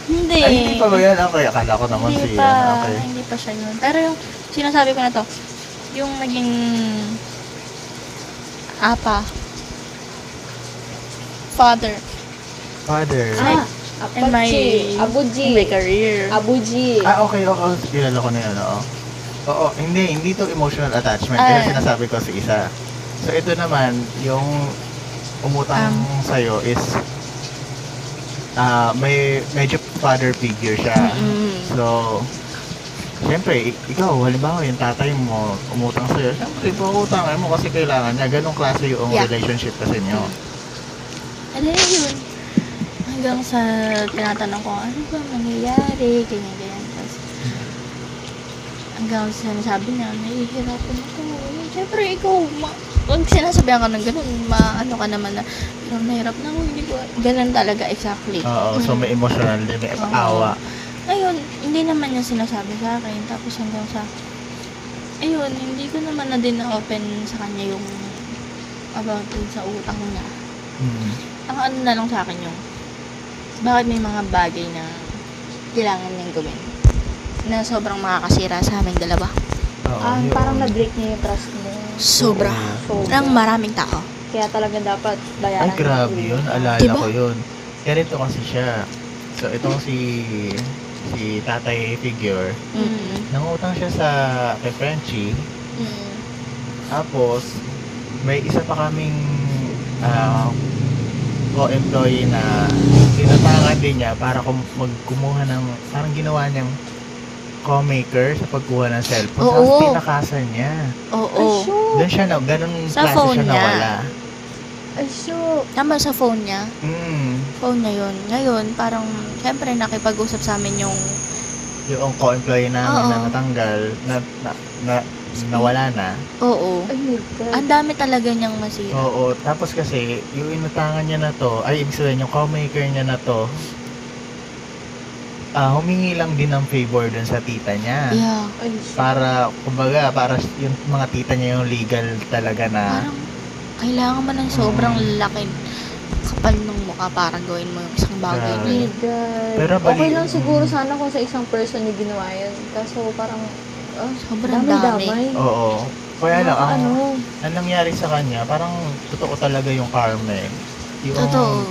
[SPEAKER 1] Hindi.
[SPEAKER 2] Ay, hindi pa ba yan? Ah, Okay, akala ko naman
[SPEAKER 1] Eh. Hindi
[SPEAKER 2] si
[SPEAKER 1] pa,
[SPEAKER 2] ano, okay.
[SPEAKER 1] hindi pa siya yun. Pero yung sinasabi ko na to, yung naging apa, father.
[SPEAKER 2] Father.
[SPEAKER 3] Ah, Apache,
[SPEAKER 1] And my,
[SPEAKER 3] Abuji,
[SPEAKER 1] my career.
[SPEAKER 3] Abuji.
[SPEAKER 2] Ah, okay, oo. Oh, kilala ko na yun, oo. Oo, hindi, hindi to emotional attachment.
[SPEAKER 1] Ah.
[SPEAKER 2] Kasi sinasabi ko sa isa. So, ito naman, yung umutang
[SPEAKER 1] Um,
[SPEAKER 2] sa'yo is ah may medyo father figure siya.
[SPEAKER 1] Mm.
[SPEAKER 2] So, syempre, ik- ikaw, halimbawa yung tatay mo, umutang sa'yo, syempre, pauutangan mo kasi kailangan niya. Ganong klase yung
[SPEAKER 1] Yeah.
[SPEAKER 2] relationship kasi niyo.
[SPEAKER 1] Ano na yun? Hanggang sa tinatanong ko, ano ba nangyayari? Ganyan, ganyan. Tapos, hanggang sa sinasabi niya, nahihirapan ako. Siyempre, ikaw, ma- pag sinasabihan ka ng ganun, maano ka naman na, pero nahirap na ako, hindi ko, ganun talaga, exactly.
[SPEAKER 2] Oo, so may emotional din, may
[SPEAKER 1] Oo.
[SPEAKER 2] awa.
[SPEAKER 1] Ayun, hindi naman niya sinasabi sa akin. Tapos hanggang sa, ayun, hindi ko naman na din na-open sa kanya yung about dun sa utang niya.
[SPEAKER 2] Mm.
[SPEAKER 1] ang ano na lang sa akin yung bakit may mga bagay na kailangan niyang gawin na sobrang makakasira sa aming dalawa.
[SPEAKER 2] Oo,
[SPEAKER 1] Um,
[SPEAKER 3] Ah,
[SPEAKER 2] yun.
[SPEAKER 3] parang na-break niya yung trust mo.
[SPEAKER 1] Sobra.
[SPEAKER 3] Sobra.
[SPEAKER 1] Ng maraming tao.
[SPEAKER 3] Kaya talaga dapat
[SPEAKER 2] Ay,
[SPEAKER 3] bayaran.
[SPEAKER 2] grabe
[SPEAKER 3] niya.
[SPEAKER 2] yun. Alala
[SPEAKER 1] Diba?
[SPEAKER 2] ko yun. Ganito kasi siya. So, itong si si tatay figure,
[SPEAKER 1] Mm.
[SPEAKER 2] nangutang siya sa kay Frenchie.
[SPEAKER 3] Mm.
[SPEAKER 2] Tapos, may isa pa kaming ah, co-employee na tinatangan din niya para kum- magkumuha ng, parang ginawa niyang co-maker sa pagkuha ng cellphone.
[SPEAKER 1] Oo.
[SPEAKER 2] Tapos tinakasan niya.
[SPEAKER 1] Oo.
[SPEAKER 3] Ay, shoot.
[SPEAKER 2] Doon siya na, ganun
[SPEAKER 1] Sa
[SPEAKER 2] klase
[SPEAKER 1] phone
[SPEAKER 2] siya
[SPEAKER 1] niya.
[SPEAKER 2] nawala.
[SPEAKER 3] Ay, shoot.
[SPEAKER 1] Tama sa phone niya.
[SPEAKER 2] Mm,
[SPEAKER 1] Phone na yun. Ngayon, parang, syempre, nakipag-usap sa amin yung
[SPEAKER 2] yung co-employee namin
[SPEAKER 1] Oo.
[SPEAKER 2] na natanggal, na, na, na, nawala na.
[SPEAKER 1] oo.
[SPEAKER 3] Ay, my God.
[SPEAKER 1] Ang dami talaga niyang masira.
[SPEAKER 2] Oo, tapos kasi, yung inutangan niya na to, ay, ibig sabihin, yung co-maker niya na to, ah humingi lang din ng favor dun sa tita niya.
[SPEAKER 1] Yeah.
[SPEAKER 3] Ay, shoot.
[SPEAKER 2] Para, kumbaga, para yung mga tita niya yung legal talaga na,
[SPEAKER 1] Parang, kailangan mo ng sobrang laki kapal ng mukha para gawin mo yung isang bagay na
[SPEAKER 2] Grabe.
[SPEAKER 1] yun.
[SPEAKER 3] My God.
[SPEAKER 2] Pero
[SPEAKER 3] okay
[SPEAKER 2] bali-
[SPEAKER 3] lang siguro
[SPEAKER 2] Mm.
[SPEAKER 3] sana kung sa isang person niya ginawa yun. Kaso parang, ah,
[SPEAKER 1] Sobrang
[SPEAKER 3] damay
[SPEAKER 1] dami.
[SPEAKER 3] damay.
[SPEAKER 2] oo. Oh, Kaya lang, ah, ang,
[SPEAKER 3] ano,
[SPEAKER 2] ang nangyari sa kanya, parang totoo talaga yung karma eh. Yung,
[SPEAKER 1] Totoo.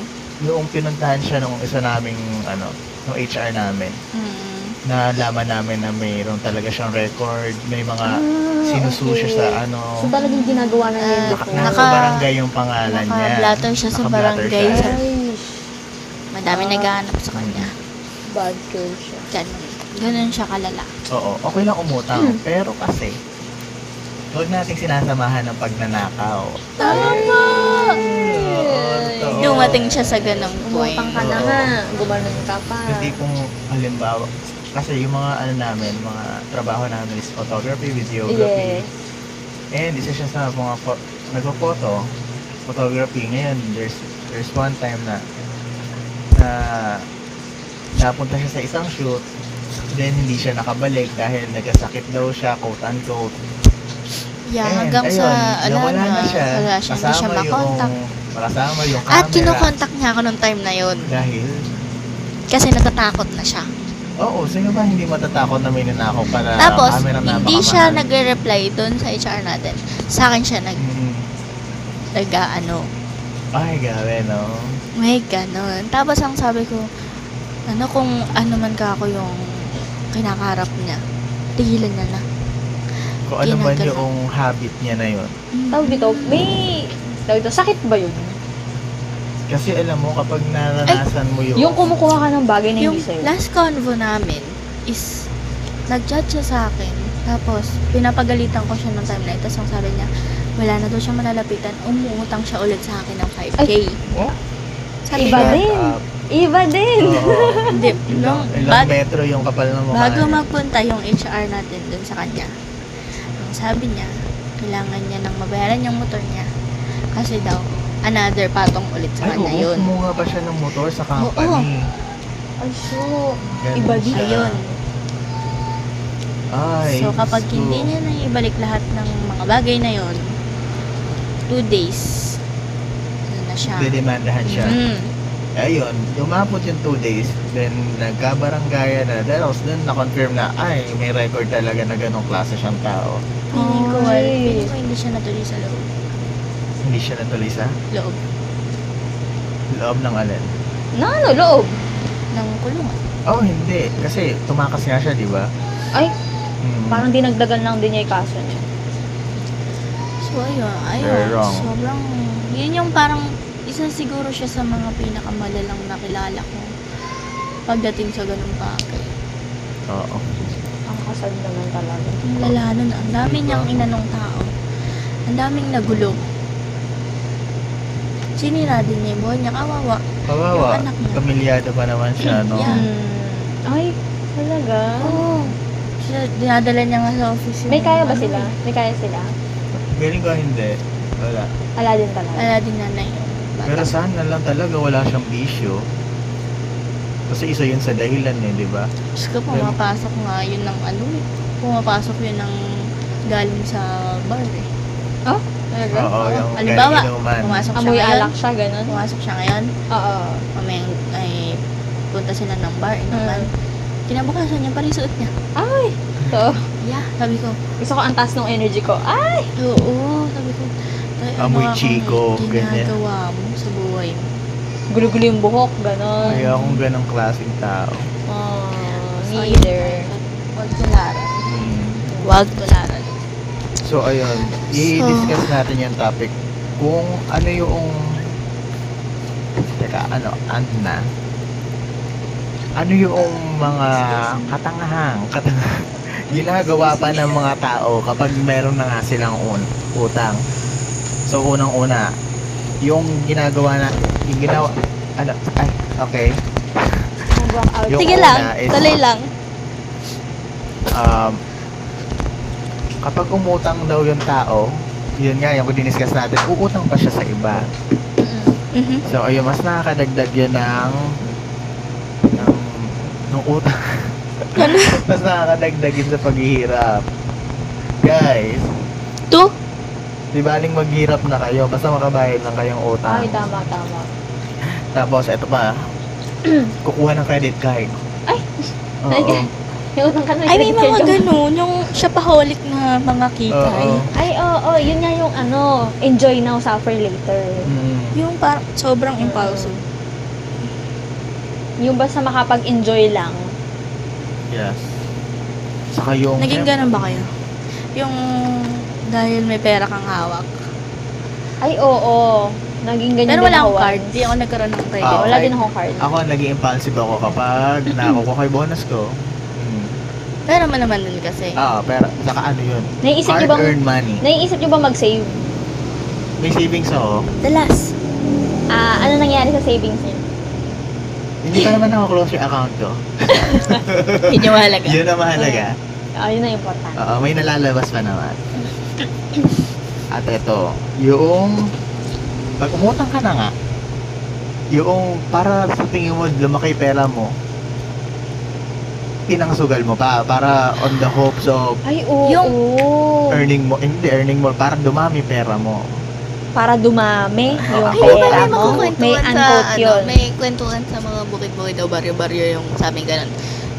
[SPEAKER 2] yung pinuntahan siya nung isa naming, ano, nung HR namin.
[SPEAKER 1] Mm.
[SPEAKER 2] nalaman namin na mayroon talaga siyang record, may mga
[SPEAKER 3] Ah,
[SPEAKER 2] sinusu siya
[SPEAKER 3] okay.
[SPEAKER 2] sa
[SPEAKER 3] So
[SPEAKER 2] ano,
[SPEAKER 3] talagang ginagawa na niya
[SPEAKER 1] Ah,
[SPEAKER 3] yun
[SPEAKER 2] naka,
[SPEAKER 3] before.
[SPEAKER 2] nasa
[SPEAKER 1] Naka-
[SPEAKER 2] barangay yung pangalan niya.
[SPEAKER 1] Naka-blatter siya sa
[SPEAKER 2] Naka-blatter
[SPEAKER 1] barangay.
[SPEAKER 2] siya.
[SPEAKER 3] Ay,
[SPEAKER 1] Madami
[SPEAKER 3] Ah.
[SPEAKER 1] naghahanap sa kanya.
[SPEAKER 3] bad girl siya.
[SPEAKER 1] Ganun. Ganun siya kalala.
[SPEAKER 2] Oo, okay lang umutang,
[SPEAKER 1] Hmm.
[SPEAKER 2] pero kasi, huwag nating sinasamahan ng pagnanakaw.
[SPEAKER 1] Ah.
[SPEAKER 3] Tama!
[SPEAKER 2] Oo.
[SPEAKER 1] Dumating siya sa ganung point.
[SPEAKER 3] Umutang ka na nga. Gumanon ka pa.
[SPEAKER 2] Hindi kung, halimbawa, kasi yung mga ano namin, mga trabaho namin is photography, videography,
[SPEAKER 3] Yes.
[SPEAKER 2] And isa siya sa mga fo- nagpo-photo, photography. Ngayon, there's there's one time na na napunta siya sa isang shoot, then hindi siya nakabalik dahil nagkasakit daw siya, quote unquote.
[SPEAKER 1] Yeah,
[SPEAKER 2] And, Eh,
[SPEAKER 1] hanggang
[SPEAKER 2] ayun,
[SPEAKER 1] sa, ala
[SPEAKER 2] nawala
[SPEAKER 1] na,
[SPEAKER 2] na siya.
[SPEAKER 1] wala siya, hindi siya
[SPEAKER 2] Kasama
[SPEAKER 1] makontak.
[SPEAKER 2] Yung, kasama yung camera.
[SPEAKER 1] At kinokontak niya ako nung time na yun.
[SPEAKER 2] Dahil,
[SPEAKER 1] Kasi natatakot na siya.
[SPEAKER 2] oo, sino ba hindi matatakot na may nanakaw para
[SPEAKER 1] Tapos,
[SPEAKER 2] Ah, camera na
[SPEAKER 1] hindi siya nagre-reply doon sa HR natin. Sa akin siya nag,
[SPEAKER 2] Mm.
[SPEAKER 1] nag ano,
[SPEAKER 2] Ay, grabe, no?
[SPEAKER 1] May ganon. Tapos ang sabi ko, ano kung ano man ka ako yung kinakarap niya, tigilan niya na.
[SPEAKER 2] Kung ano ba
[SPEAKER 1] Ginagano.
[SPEAKER 2] yung habit niya na yun.
[SPEAKER 1] Mm.
[SPEAKER 3] Tawag dito, may... Tawag dito, sakit ba yun?
[SPEAKER 2] Kasi alam mo, kapag naranasan mo yun,
[SPEAKER 3] Yung kumukuha ka ng bagay na
[SPEAKER 1] Yung
[SPEAKER 3] hindi sa'yo.
[SPEAKER 1] last convo namin is, nag-judge siya sa akin. Tapos, pinapagalitan ko siya ng timeline. Tapos ang sabi niya, wala na daw siya malalapitan. Umuutang siya ulit sa akin ng 5K.
[SPEAKER 2] Oh?
[SPEAKER 1] Sabi
[SPEAKER 3] Iba
[SPEAKER 1] niya,
[SPEAKER 3] din.
[SPEAKER 1] [LAUGHS]
[SPEAKER 3] Iba din!
[SPEAKER 2] Oo.
[SPEAKER 1] Hindi,
[SPEAKER 2] ilang,
[SPEAKER 1] nung-
[SPEAKER 2] ilang
[SPEAKER 1] bag-
[SPEAKER 2] metro yung kapal ng mukha.
[SPEAKER 1] Bago
[SPEAKER 2] niya.
[SPEAKER 1] magpunta yung HR natin dun sa kanya, ang sabi niya, kailangan niya nang mabayaran yung motor niya. Kasi daw, another patong ulit sa
[SPEAKER 2] Ay,
[SPEAKER 1] kanya
[SPEAKER 2] oo,
[SPEAKER 1] yun.
[SPEAKER 2] kumuha ba siya ng motor sa company?
[SPEAKER 3] Ay, shoot.
[SPEAKER 2] Ganun
[SPEAKER 3] Iba din.
[SPEAKER 2] siya.
[SPEAKER 1] Ayun.
[SPEAKER 2] Ay,
[SPEAKER 1] So, kapag
[SPEAKER 2] so,
[SPEAKER 1] hindi niya na ibalik lahat ng mga bagay na yun, two days, ano na siya.
[SPEAKER 2] Didemandahan siya.
[SPEAKER 1] Mm.
[SPEAKER 2] Ayun, umabot yung two days. Then, nagkabaranggayan na. Tapos, dun na-confirm na, ay, may record talaga na ganong klase siyang tao.
[SPEAKER 1] Piling ko,
[SPEAKER 3] Ay.
[SPEAKER 1] piling ko hindi siya natuloy sa loob.
[SPEAKER 2] Hindi siya natuloy sa
[SPEAKER 1] loob.
[SPEAKER 2] loob ng alin.
[SPEAKER 3] Na ano, loob.
[SPEAKER 1] ng kulungan.
[SPEAKER 2] Oh, hindi. Kasi tumakas nga siya, di ba?
[SPEAKER 3] Ay,
[SPEAKER 2] Mm.
[SPEAKER 3] parang dinagdagan lang din niya yung kaso niya.
[SPEAKER 1] So, ayun. Ayun.
[SPEAKER 2] Very wrong.
[SPEAKER 1] Sobrang, yun yung parang, isa siguro siya sa mga pinakamalalang nakilala ko pagdating sa ganung bagay.
[SPEAKER 2] Oo.
[SPEAKER 3] Ang kasal naman talaga.
[SPEAKER 1] Ang lala nun, ang
[SPEAKER 2] Diba?
[SPEAKER 1] dami niyang inanong tao. Ang daming nagulo. Sinira din niya yung buhay niya, kawawa.
[SPEAKER 2] Kawawa.
[SPEAKER 1] Yung anak niya.
[SPEAKER 2] Pamilyado pa naman siya, no?
[SPEAKER 1] Yeah.
[SPEAKER 3] Hmm. Ay, talaga?
[SPEAKER 1] Oo. Siya, dinadala niya nga sa office. yung
[SPEAKER 3] May kaya ba
[SPEAKER 1] ano,
[SPEAKER 3] sila? May kaya sila?
[SPEAKER 2] Feeling ko hindi. Wala.
[SPEAKER 3] Ala din talaga.
[SPEAKER 1] Wala din nanay. Bata.
[SPEAKER 2] Pero sana lang talaga wala siyang bisyo. Kasi isa yun sa dahilan eh, di ba?
[SPEAKER 1] Diyos ko, pumapasok nga yun ng ano eh. Pumapasok yun ng galing sa bar eh.
[SPEAKER 3] Talaga?
[SPEAKER 2] Oo, yung
[SPEAKER 1] Halimbawa,
[SPEAKER 2] kainuman.
[SPEAKER 1] Pumasok siya
[SPEAKER 3] Amoy
[SPEAKER 1] ngayon.
[SPEAKER 3] alak siya, ganun? Oo.
[SPEAKER 1] Pumasok siya ngayon. Mamaya ay punta sila ng bar. Inuman.
[SPEAKER 3] Mm.
[SPEAKER 1] Kinabukasan niya, parang suot niya.
[SPEAKER 3] Ay! So,
[SPEAKER 1] Yeah, sabi ko.
[SPEAKER 3] gusto ko ang taas ng energy ko. Ah!
[SPEAKER 1] Oo, sabi ko. Tay,
[SPEAKER 2] Amoy
[SPEAKER 1] akong
[SPEAKER 2] chiko, ganyan.
[SPEAKER 1] ginagawa mo sa buhay mo.
[SPEAKER 3] Gulo-gulo yung buhok, ganun.
[SPEAKER 2] Ayaw akong ganong klaseng tao.
[SPEAKER 3] Oh,
[SPEAKER 1] So, ayun.
[SPEAKER 3] neither.
[SPEAKER 1] Huwag tularan.
[SPEAKER 2] Mm.
[SPEAKER 1] Huwag tularan.
[SPEAKER 2] So, ayun. I-discuss natin yung topic. Kung ano yung... Teka, ano? Ano na? Ano yung mga katangahang, katangahang [LAUGHS] ginagawa pa ng mga tao kapag meron na nga silang un- utang? So, unang-una, yung ginagawa na... Yung ginawa... Ano? Ay, okay.
[SPEAKER 3] Hanggang out.
[SPEAKER 2] Yung
[SPEAKER 1] Sige
[SPEAKER 2] una
[SPEAKER 1] lang,
[SPEAKER 2] is-
[SPEAKER 1] tuloy lang.
[SPEAKER 2] um, kapag umutang daw yung tao, yun nga, yung diniscuss natin, uutang pa siya sa iba.
[SPEAKER 1] Mhm.
[SPEAKER 2] So, ayun, mas nakakadagdag yun ng, ng, ng utang.
[SPEAKER 1] Ano?
[SPEAKER 2] [LAUGHS] mas nakakadagdag yun sa paghihirap. Guys,
[SPEAKER 1] Two?
[SPEAKER 2] di baling maghirap na kayo, basta makabayad lang kayong utang.
[SPEAKER 3] Ay, tama, tama.
[SPEAKER 2] Tapos, eto
[SPEAKER 1] [CLEARS THROAT]
[SPEAKER 2] pa, kukuha ng credit card.
[SPEAKER 3] Ay!
[SPEAKER 1] [LAUGHS]
[SPEAKER 2] Oo.
[SPEAKER 3] Yung utang ka na
[SPEAKER 1] Ay, may
[SPEAKER 3] credit
[SPEAKER 1] mga
[SPEAKER 3] card yung-
[SPEAKER 1] ganun. Yung shopaholic na mga kita
[SPEAKER 2] Oo.
[SPEAKER 1] eh.
[SPEAKER 3] Ay, oo, oh, yun nga yung ano, enjoy now, suffer later.
[SPEAKER 2] Mm.
[SPEAKER 1] Yung parang sobrang impulsive.
[SPEAKER 3] Yung basta makapag-enjoy lang.
[SPEAKER 2] Yes. Saka yung...
[SPEAKER 1] Naging ganun ba kayo? Yung dahil may pera kang hawak.
[SPEAKER 3] Ay, oo, naging ganyan
[SPEAKER 1] Pero
[SPEAKER 3] din
[SPEAKER 1] wala
[SPEAKER 3] ako
[SPEAKER 1] akong card.
[SPEAKER 3] once.
[SPEAKER 1] Di ako nagkaroon ng credit.
[SPEAKER 2] Ah,
[SPEAKER 3] Wala
[SPEAKER 2] okay.
[SPEAKER 3] din akong card.
[SPEAKER 2] Ako, naging impulsive ako kapag nakukuha ko yung bonus ko. Mm.
[SPEAKER 1] Pero man naman din
[SPEAKER 2] [LAUGHS]
[SPEAKER 1] kasi.
[SPEAKER 2] Ah, pero saka ano yun?
[SPEAKER 3] Naiisip
[SPEAKER 2] Hard
[SPEAKER 3] niyo bang,
[SPEAKER 2] earned money.
[SPEAKER 3] naiisip niyo ba mag-save?
[SPEAKER 2] May savings ako.
[SPEAKER 1] Dalas.
[SPEAKER 3] Ah, ano nangyari sa savings niyo?
[SPEAKER 2] Hindi pa naman nakaklose yung account ko.
[SPEAKER 1] Yun yung mahalaga.
[SPEAKER 2] [LAUGHS] Yun ang mahalaga.
[SPEAKER 3] Ah, yun na important.
[SPEAKER 2] Oo, may nalalabas pa naman. At ito, yung... Pag umutang ka na nga, yung para sa tingin mo lumaki pera mo, pinangsugal mo pa para on the hopes of
[SPEAKER 3] Ay, oo.
[SPEAKER 1] Yung-
[SPEAKER 2] earning mo, hindi earning mo, para dumami pera mo.
[SPEAKER 3] Para dumami yung
[SPEAKER 2] Ay,
[SPEAKER 1] Ay, di ba may
[SPEAKER 3] pera mo. May
[SPEAKER 1] makukwentuhan sa,
[SPEAKER 3] unquote
[SPEAKER 1] ano,
[SPEAKER 3] yun.
[SPEAKER 1] may kwentuhan sa mga bukid-bukid daw, baryo-baryo yung sabi ganun.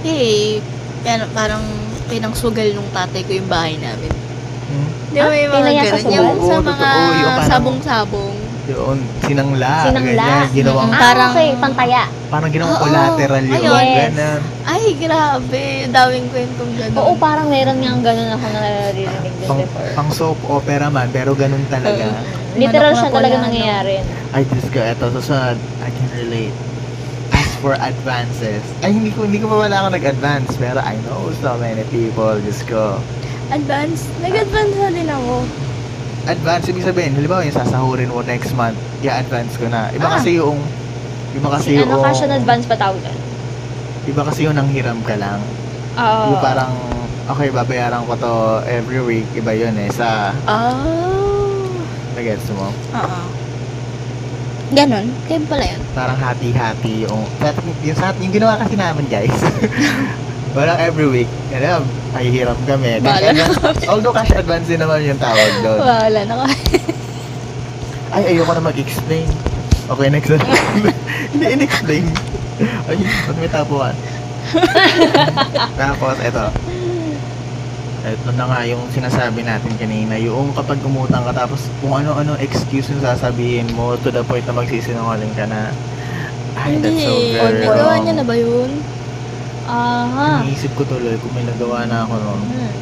[SPEAKER 1] Hey, yan, parang pinangsugal nung tatay ko yung bahay namin.
[SPEAKER 2] Hmm?
[SPEAKER 1] Di ba may
[SPEAKER 3] Ah,
[SPEAKER 1] mga
[SPEAKER 3] pinaya sa
[SPEAKER 1] ganun?
[SPEAKER 3] sugal?
[SPEAKER 1] Yung sa
[SPEAKER 2] Oo,
[SPEAKER 1] mga
[SPEAKER 2] totoo, yung parang-
[SPEAKER 1] sabong-sabong.
[SPEAKER 2] Yun, sinangla.
[SPEAKER 3] Sinangla.
[SPEAKER 2] Ganyan, ginawang,
[SPEAKER 1] Mm.
[SPEAKER 3] Ah,
[SPEAKER 1] Parang-
[SPEAKER 3] okay, pantaya.
[SPEAKER 2] parang ginawang
[SPEAKER 1] Oo,
[SPEAKER 2] collateral yun.
[SPEAKER 1] ayun.
[SPEAKER 3] Yes.
[SPEAKER 2] Ganun.
[SPEAKER 1] Ay, grabe. Daming kwentong ganun.
[SPEAKER 3] Oo, parang meron nga ganun ako na naririnig din
[SPEAKER 2] Pang,
[SPEAKER 3] before.
[SPEAKER 2] pang soap opera man, pero ganun talaga.
[SPEAKER 3] Literal
[SPEAKER 1] Manok
[SPEAKER 3] siya
[SPEAKER 1] na
[SPEAKER 3] talaga
[SPEAKER 1] pula, no?
[SPEAKER 3] nangyayari.
[SPEAKER 2] Ay, Diyos ko, eto, susunod. I can relate. As for advances, ay hindi ko, hindi ko pa wala ako nag-advance, pero I know so many people, Diyos ko.
[SPEAKER 1] Advance. Nag-advance na din ako.
[SPEAKER 2] Advance, ibig sabihin, halimbawa yung sasahurin mo next month, i-advance ko na. Iba
[SPEAKER 1] Ah.
[SPEAKER 2] kasi yung, iba kasi yung,
[SPEAKER 3] Ano, cash on advance pa tawag yan?
[SPEAKER 2] iba kasi yung nanghiram ka lang.
[SPEAKER 3] Oo.
[SPEAKER 1] Ah,
[SPEAKER 2] Yung parang, okay, babayaran ko to every week, iba yun eh, sa,
[SPEAKER 1] Oh.
[SPEAKER 2] nag-gets mo?
[SPEAKER 1] Oo. Ganon. Kaya pala yun.
[SPEAKER 2] parang hati-hati yung pero yung, sa, yung ginawa kasi namin guys [LAUGHS] parang every week alam ay hirap kami Cash
[SPEAKER 1] Bahala na
[SPEAKER 2] advance- although cash advance din naman yung tawag doon
[SPEAKER 1] Wala na kaya.
[SPEAKER 2] ay ayoko na mag-explain okay next [LAUGHS] na hindi in-explain ay ba't may
[SPEAKER 1] [LAUGHS]
[SPEAKER 2] tapuan tapos eto eto na nga yung sinasabi natin kanina yung kapag umutang ka tapos kung ano-ano excuse yung sasabihin mo to the point na magsisinungaling ka na ay That's
[SPEAKER 1] Hindi.
[SPEAKER 2] so
[SPEAKER 1] eh.
[SPEAKER 2] very
[SPEAKER 1] Nagawa
[SPEAKER 2] wrong.
[SPEAKER 1] niya na ba yun?
[SPEAKER 3] Ah,
[SPEAKER 2] Iniisip ko tuloy kung may nagawa na ako noon.
[SPEAKER 3] hmm.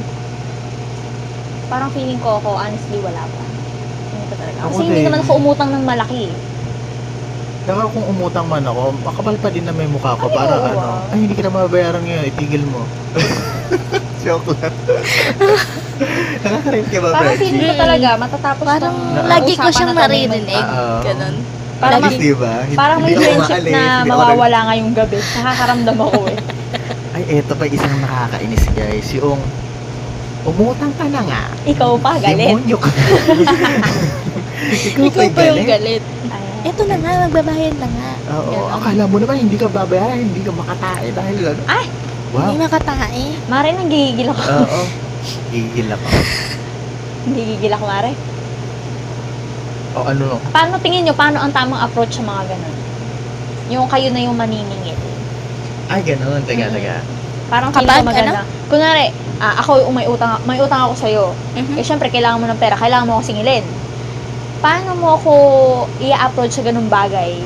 [SPEAKER 3] Parang feeling ko ako, honestly, wala pa. Hindi ko talaga.
[SPEAKER 2] Ako
[SPEAKER 3] Kasi hindi
[SPEAKER 2] din.
[SPEAKER 3] naman ako umutang ng malaki. eh.
[SPEAKER 2] Saka kung umutang man ako, makapal pa din na may mukha ko
[SPEAKER 3] Ay,
[SPEAKER 2] para
[SPEAKER 3] oo,
[SPEAKER 2] ano,
[SPEAKER 3] ah.
[SPEAKER 2] ay hindi kita mababayaran ngayon, itigil
[SPEAKER 3] [LAUGHS]
[SPEAKER 2] mo. Joke lang. [LAUGHS] Nakaka-relate ka ba,
[SPEAKER 3] Parang
[SPEAKER 2] Brad?
[SPEAKER 3] feeling ko
[SPEAKER 1] Hmm.
[SPEAKER 3] talaga, matatapos
[SPEAKER 1] Parang
[SPEAKER 3] tong
[SPEAKER 1] lagi ko
[SPEAKER 3] usapan
[SPEAKER 1] siyang
[SPEAKER 3] na to may-
[SPEAKER 1] maririnig.
[SPEAKER 2] Ah, oo.
[SPEAKER 1] Ganun.
[SPEAKER 3] Parang,
[SPEAKER 2] At least, di ba? Hindi-
[SPEAKER 3] parang may
[SPEAKER 2] hindi ako
[SPEAKER 3] friendship
[SPEAKER 2] maalis,
[SPEAKER 3] na
[SPEAKER 2] hindi ako nag-
[SPEAKER 3] mawawala ngayong gabi. Nakakaramdam ako eh.
[SPEAKER 2] Ay, eto pa isang nakakainis, guys. Yung, umutang ka na nga.
[SPEAKER 3] Ikaw pa, galit.
[SPEAKER 2] Demonyo
[SPEAKER 3] [LAUGHS]
[SPEAKER 2] ka. Ikaw,
[SPEAKER 1] Ikaw pa yung galit.
[SPEAKER 3] Ayan.
[SPEAKER 1] Eto na nga, magbabayad na nga.
[SPEAKER 2] Oo,
[SPEAKER 1] Ganon.
[SPEAKER 2] akala mo naman hindi ka babayaran, hindi ka makatae dahil ano.
[SPEAKER 3] Ay!
[SPEAKER 2] Wow.
[SPEAKER 1] Hindi makatae.
[SPEAKER 3] Mare, nanggigigil ako. [LAUGHS]
[SPEAKER 2] Oo. Gigil ako.
[SPEAKER 3] Nanggigigil ako, Mare.
[SPEAKER 2] O ano,
[SPEAKER 3] Paano tingin nyo, paano ang tamang approach sa mga ganun? Yung kayo na yung maniningil.
[SPEAKER 2] ay ganun, taga,
[SPEAKER 3] Mm.
[SPEAKER 2] taga.
[SPEAKER 3] Parang feeling
[SPEAKER 1] Kapag, ano?
[SPEAKER 3] ko maganda. Kunwari, ah, ako yung may utang, may utang ako sa'yo.
[SPEAKER 1] Mm-hmm.
[SPEAKER 3] Eh, syempre, kailangan mo ng pera. Kailangan mo ako singilin. Paano mo ako i-approach sa ganung bagay?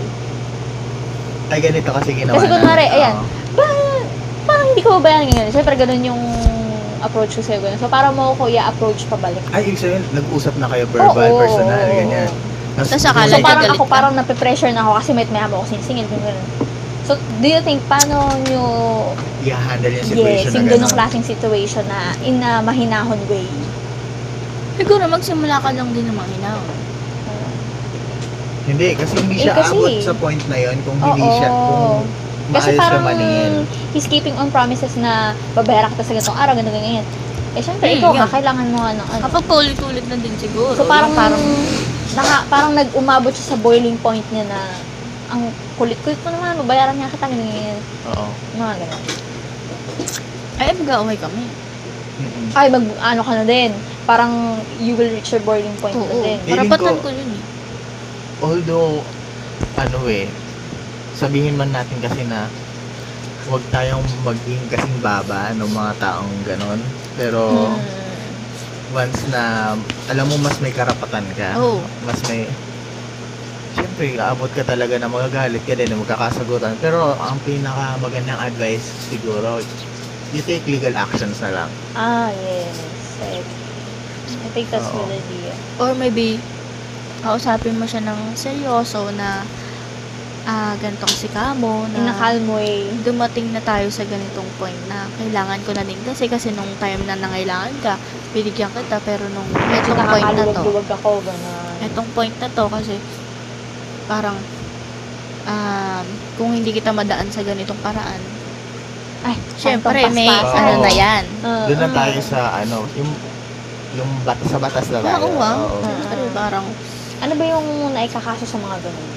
[SPEAKER 2] Ay ganito kasi ginawa
[SPEAKER 3] Kasi
[SPEAKER 2] na-
[SPEAKER 3] kunwari,
[SPEAKER 2] Oo.
[SPEAKER 3] ayan. Parang, parang hindi ko bayan ganyan. Syempre, ganun yung approach ko sa'yo. Ganun. So, para mo ako i-approach pabalik.
[SPEAKER 2] Ah. Ay, ibig sabihin, nag-usap na kayo verbal,
[SPEAKER 3] Oo.
[SPEAKER 2] personal, ganyan.
[SPEAKER 1] Tapos akala Like,
[SPEAKER 3] So,
[SPEAKER 1] niya
[SPEAKER 3] parang
[SPEAKER 1] galit
[SPEAKER 3] ako,
[SPEAKER 1] ka?
[SPEAKER 3] parang nape-pressure na ako kasi may may mo ako sinisingil. Ganun, ganun. So, do you think, paano nyo,
[SPEAKER 2] i-handle yung situation na
[SPEAKER 3] yes, yung
[SPEAKER 2] ganun.
[SPEAKER 3] ganung klaseng situation na in a mahinahon way?
[SPEAKER 1] Siguro magsimula ka lang din ng mga hinaw.
[SPEAKER 2] Hindi, kasi hindi
[SPEAKER 3] Eh,
[SPEAKER 2] siya
[SPEAKER 3] kasi-
[SPEAKER 2] abot sa point na yon kung hindi
[SPEAKER 3] Oo.
[SPEAKER 2] siya, kung
[SPEAKER 3] Kasi
[SPEAKER 2] maayos na
[SPEAKER 3] parang
[SPEAKER 2] maningil.
[SPEAKER 3] he's keeping on promises na babayara kita sa ganitong araw, ganun, ganyan. Eh, syempre,
[SPEAKER 1] Hmm,
[SPEAKER 3] ikaw
[SPEAKER 1] yun.
[SPEAKER 3] ka, kailangan mo ano, ano.
[SPEAKER 1] Kapag paulit-ulit na din siguro.
[SPEAKER 3] So, parang,
[SPEAKER 1] Yung parang
[SPEAKER 3] naka, parang nag-umabot siya sa boiling point niya na ang kulit-kulit mo naman, babayaran niya kita, ganun, ganyan.
[SPEAKER 2] Oo.
[SPEAKER 3] Mga ganun.
[SPEAKER 1] ay, mag-aaway kami.
[SPEAKER 2] Mm-mm.
[SPEAKER 3] Ay, mag, ano ka na din. Parang, you will reach your boiling point na
[SPEAKER 1] Oo.
[SPEAKER 3] din.
[SPEAKER 2] Feeling
[SPEAKER 1] Karapatan
[SPEAKER 2] ko-
[SPEAKER 1] ko yun eh.
[SPEAKER 2] Although, ano eh, sabihin man natin kasi na huwag tayong maging kasing baba ng mga taong ganon. Pero,
[SPEAKER 3] Hmm.
[SPEAKER 2] once na, alam mo, mas may karapatan ka.
[SPEAKER 1] Oo.
[SPEAKER 2] Mas may, Siyempre, aabot ka talaga na magagalit ka din, magkakasagutan. Pero, ang pinaka magandang advice siguro, you take legal actions na lang.
[SPEAKER 3] Ah, yes. Like, I think that's a
[SPEAKER 2] Oo.
[SPEAKER 3] good idea.
[SPEAKER 1] Or maybe, kausapin mo siya ng seryoso na ah, ganitong sika mo,
[SPEAKER 3] In a
[SPEAKER 1] na
[SPEAKER 3] calm way.
[SPEAKER 1] dumating na tayo sa ganitong point na kailangan ko na din kasi kasi nung time na nangailangan ka, binigyan kita pero nung
[SPEAKER 3] Medyo
[SPEAKER 1] etong point na to,
[SPEAKER 3] nakakaluwag-luwag ako, gano'n.
[SPEAKER 1] etong point na to kasi parang um, kung hindi kita madaan sa ganitong paraan,
[SPEAKER 3] Ay,
[SPEAKER 1] syempre may
[SPEAKER 2] paspasan.
[SPEAKER 1] ano na yan.
[SPEAKER 3] Ah,
[SPEAKER 2] Doon
[SPEAKER 3] um,
[SPEAKER 2] na tayo sa, ano, yung, yung bat- sa batas na tayo.
[SPEAKER 1] Oo, ah.
[SPEAKER 2] Oo.
[SPEAKER 1] Syempre, [LAUGHS] parang
[SPEAKER 3] Ano ba yung naikakaso sa mga ganun?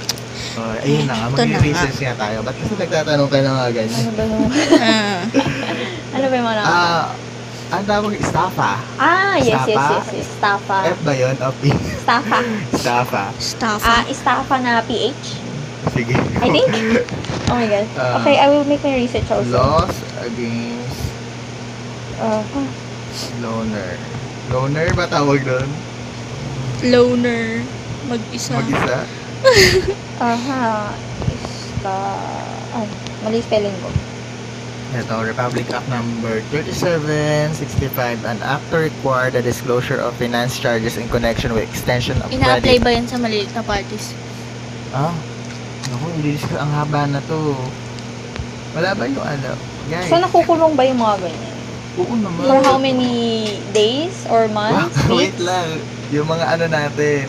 [SPEAKER 2] Uh, ayun na nga,
[SPEAKER 1] Ito na
[SPEAKER 2] mag-research nga tayo. Ba't kasi nagtatanong ka na nga
[SPEAKER 3] Ano
[SPEAKER 2] ganyan?
[SPEAKER 3] ba yung...
[SPEAKER 1] ah,
[SPEAKER 3] [LAUGHS] ano ba yung mga... nakaka-
[SPEAKER 2] Ah, ang tawag estafa.
[SPEAKER 3] ah, yes, yes,
[SPEAKER 2] Staffa?
[SPEAKER 3] yes, yes. Staffa.
[SPEAKER 2] F ba yun? O P? [LAUGHS]
[SPEAKER 3] Staffa.
[SPEAKER 2] Estafa.
[SPEAKER 1] staff.
[SPEAKER 3] Ah, staffa na PH?
[SPEAKER 2] Sige.
[SPEAKER 3] I
[SPEAKER 2] [LAUGHS]
[SPEAKER 3] think. Oh my God.
[SPEAKER 2] Ah.
[SPEAKER 3] okay, I will make my research also.
[SPEAKER 2] Laws against
[SPEAKER 3] Uh,
[SPEAKER 2] loner. Loner ba tawag doon?
[SPEAKER 1] loner, mag-isa.
[SPEAKER 2] Mag-isa?
[SPEAKER 3] aha. Ista... Ay, mali spelling ko.
[SPEAKER 2] Ito, Republic Act number 3765, an act to require the disclosure of finance charges in connection with extension of
[SPEAKER 1] Ina-apply
[SPEAKER 2] credit.
[SPEAKER 1] ba yan sa maliliit na parties?
[SPEAKER 2] Ah, naku, i-discuss ang haba na to. Wala ba yung ano? Guys,
[SPEAKER 3] So, nakukulong ba yung mga ganyan?
[SPEAKER 2] oo naman.
[SPEAKER 3] For how many days or months?
[SPEAKER 2] [LAUGHS] Wait
[SPEAKER 3] Weeks?
[SPEAKER 2] lang. Yung mga ano natin,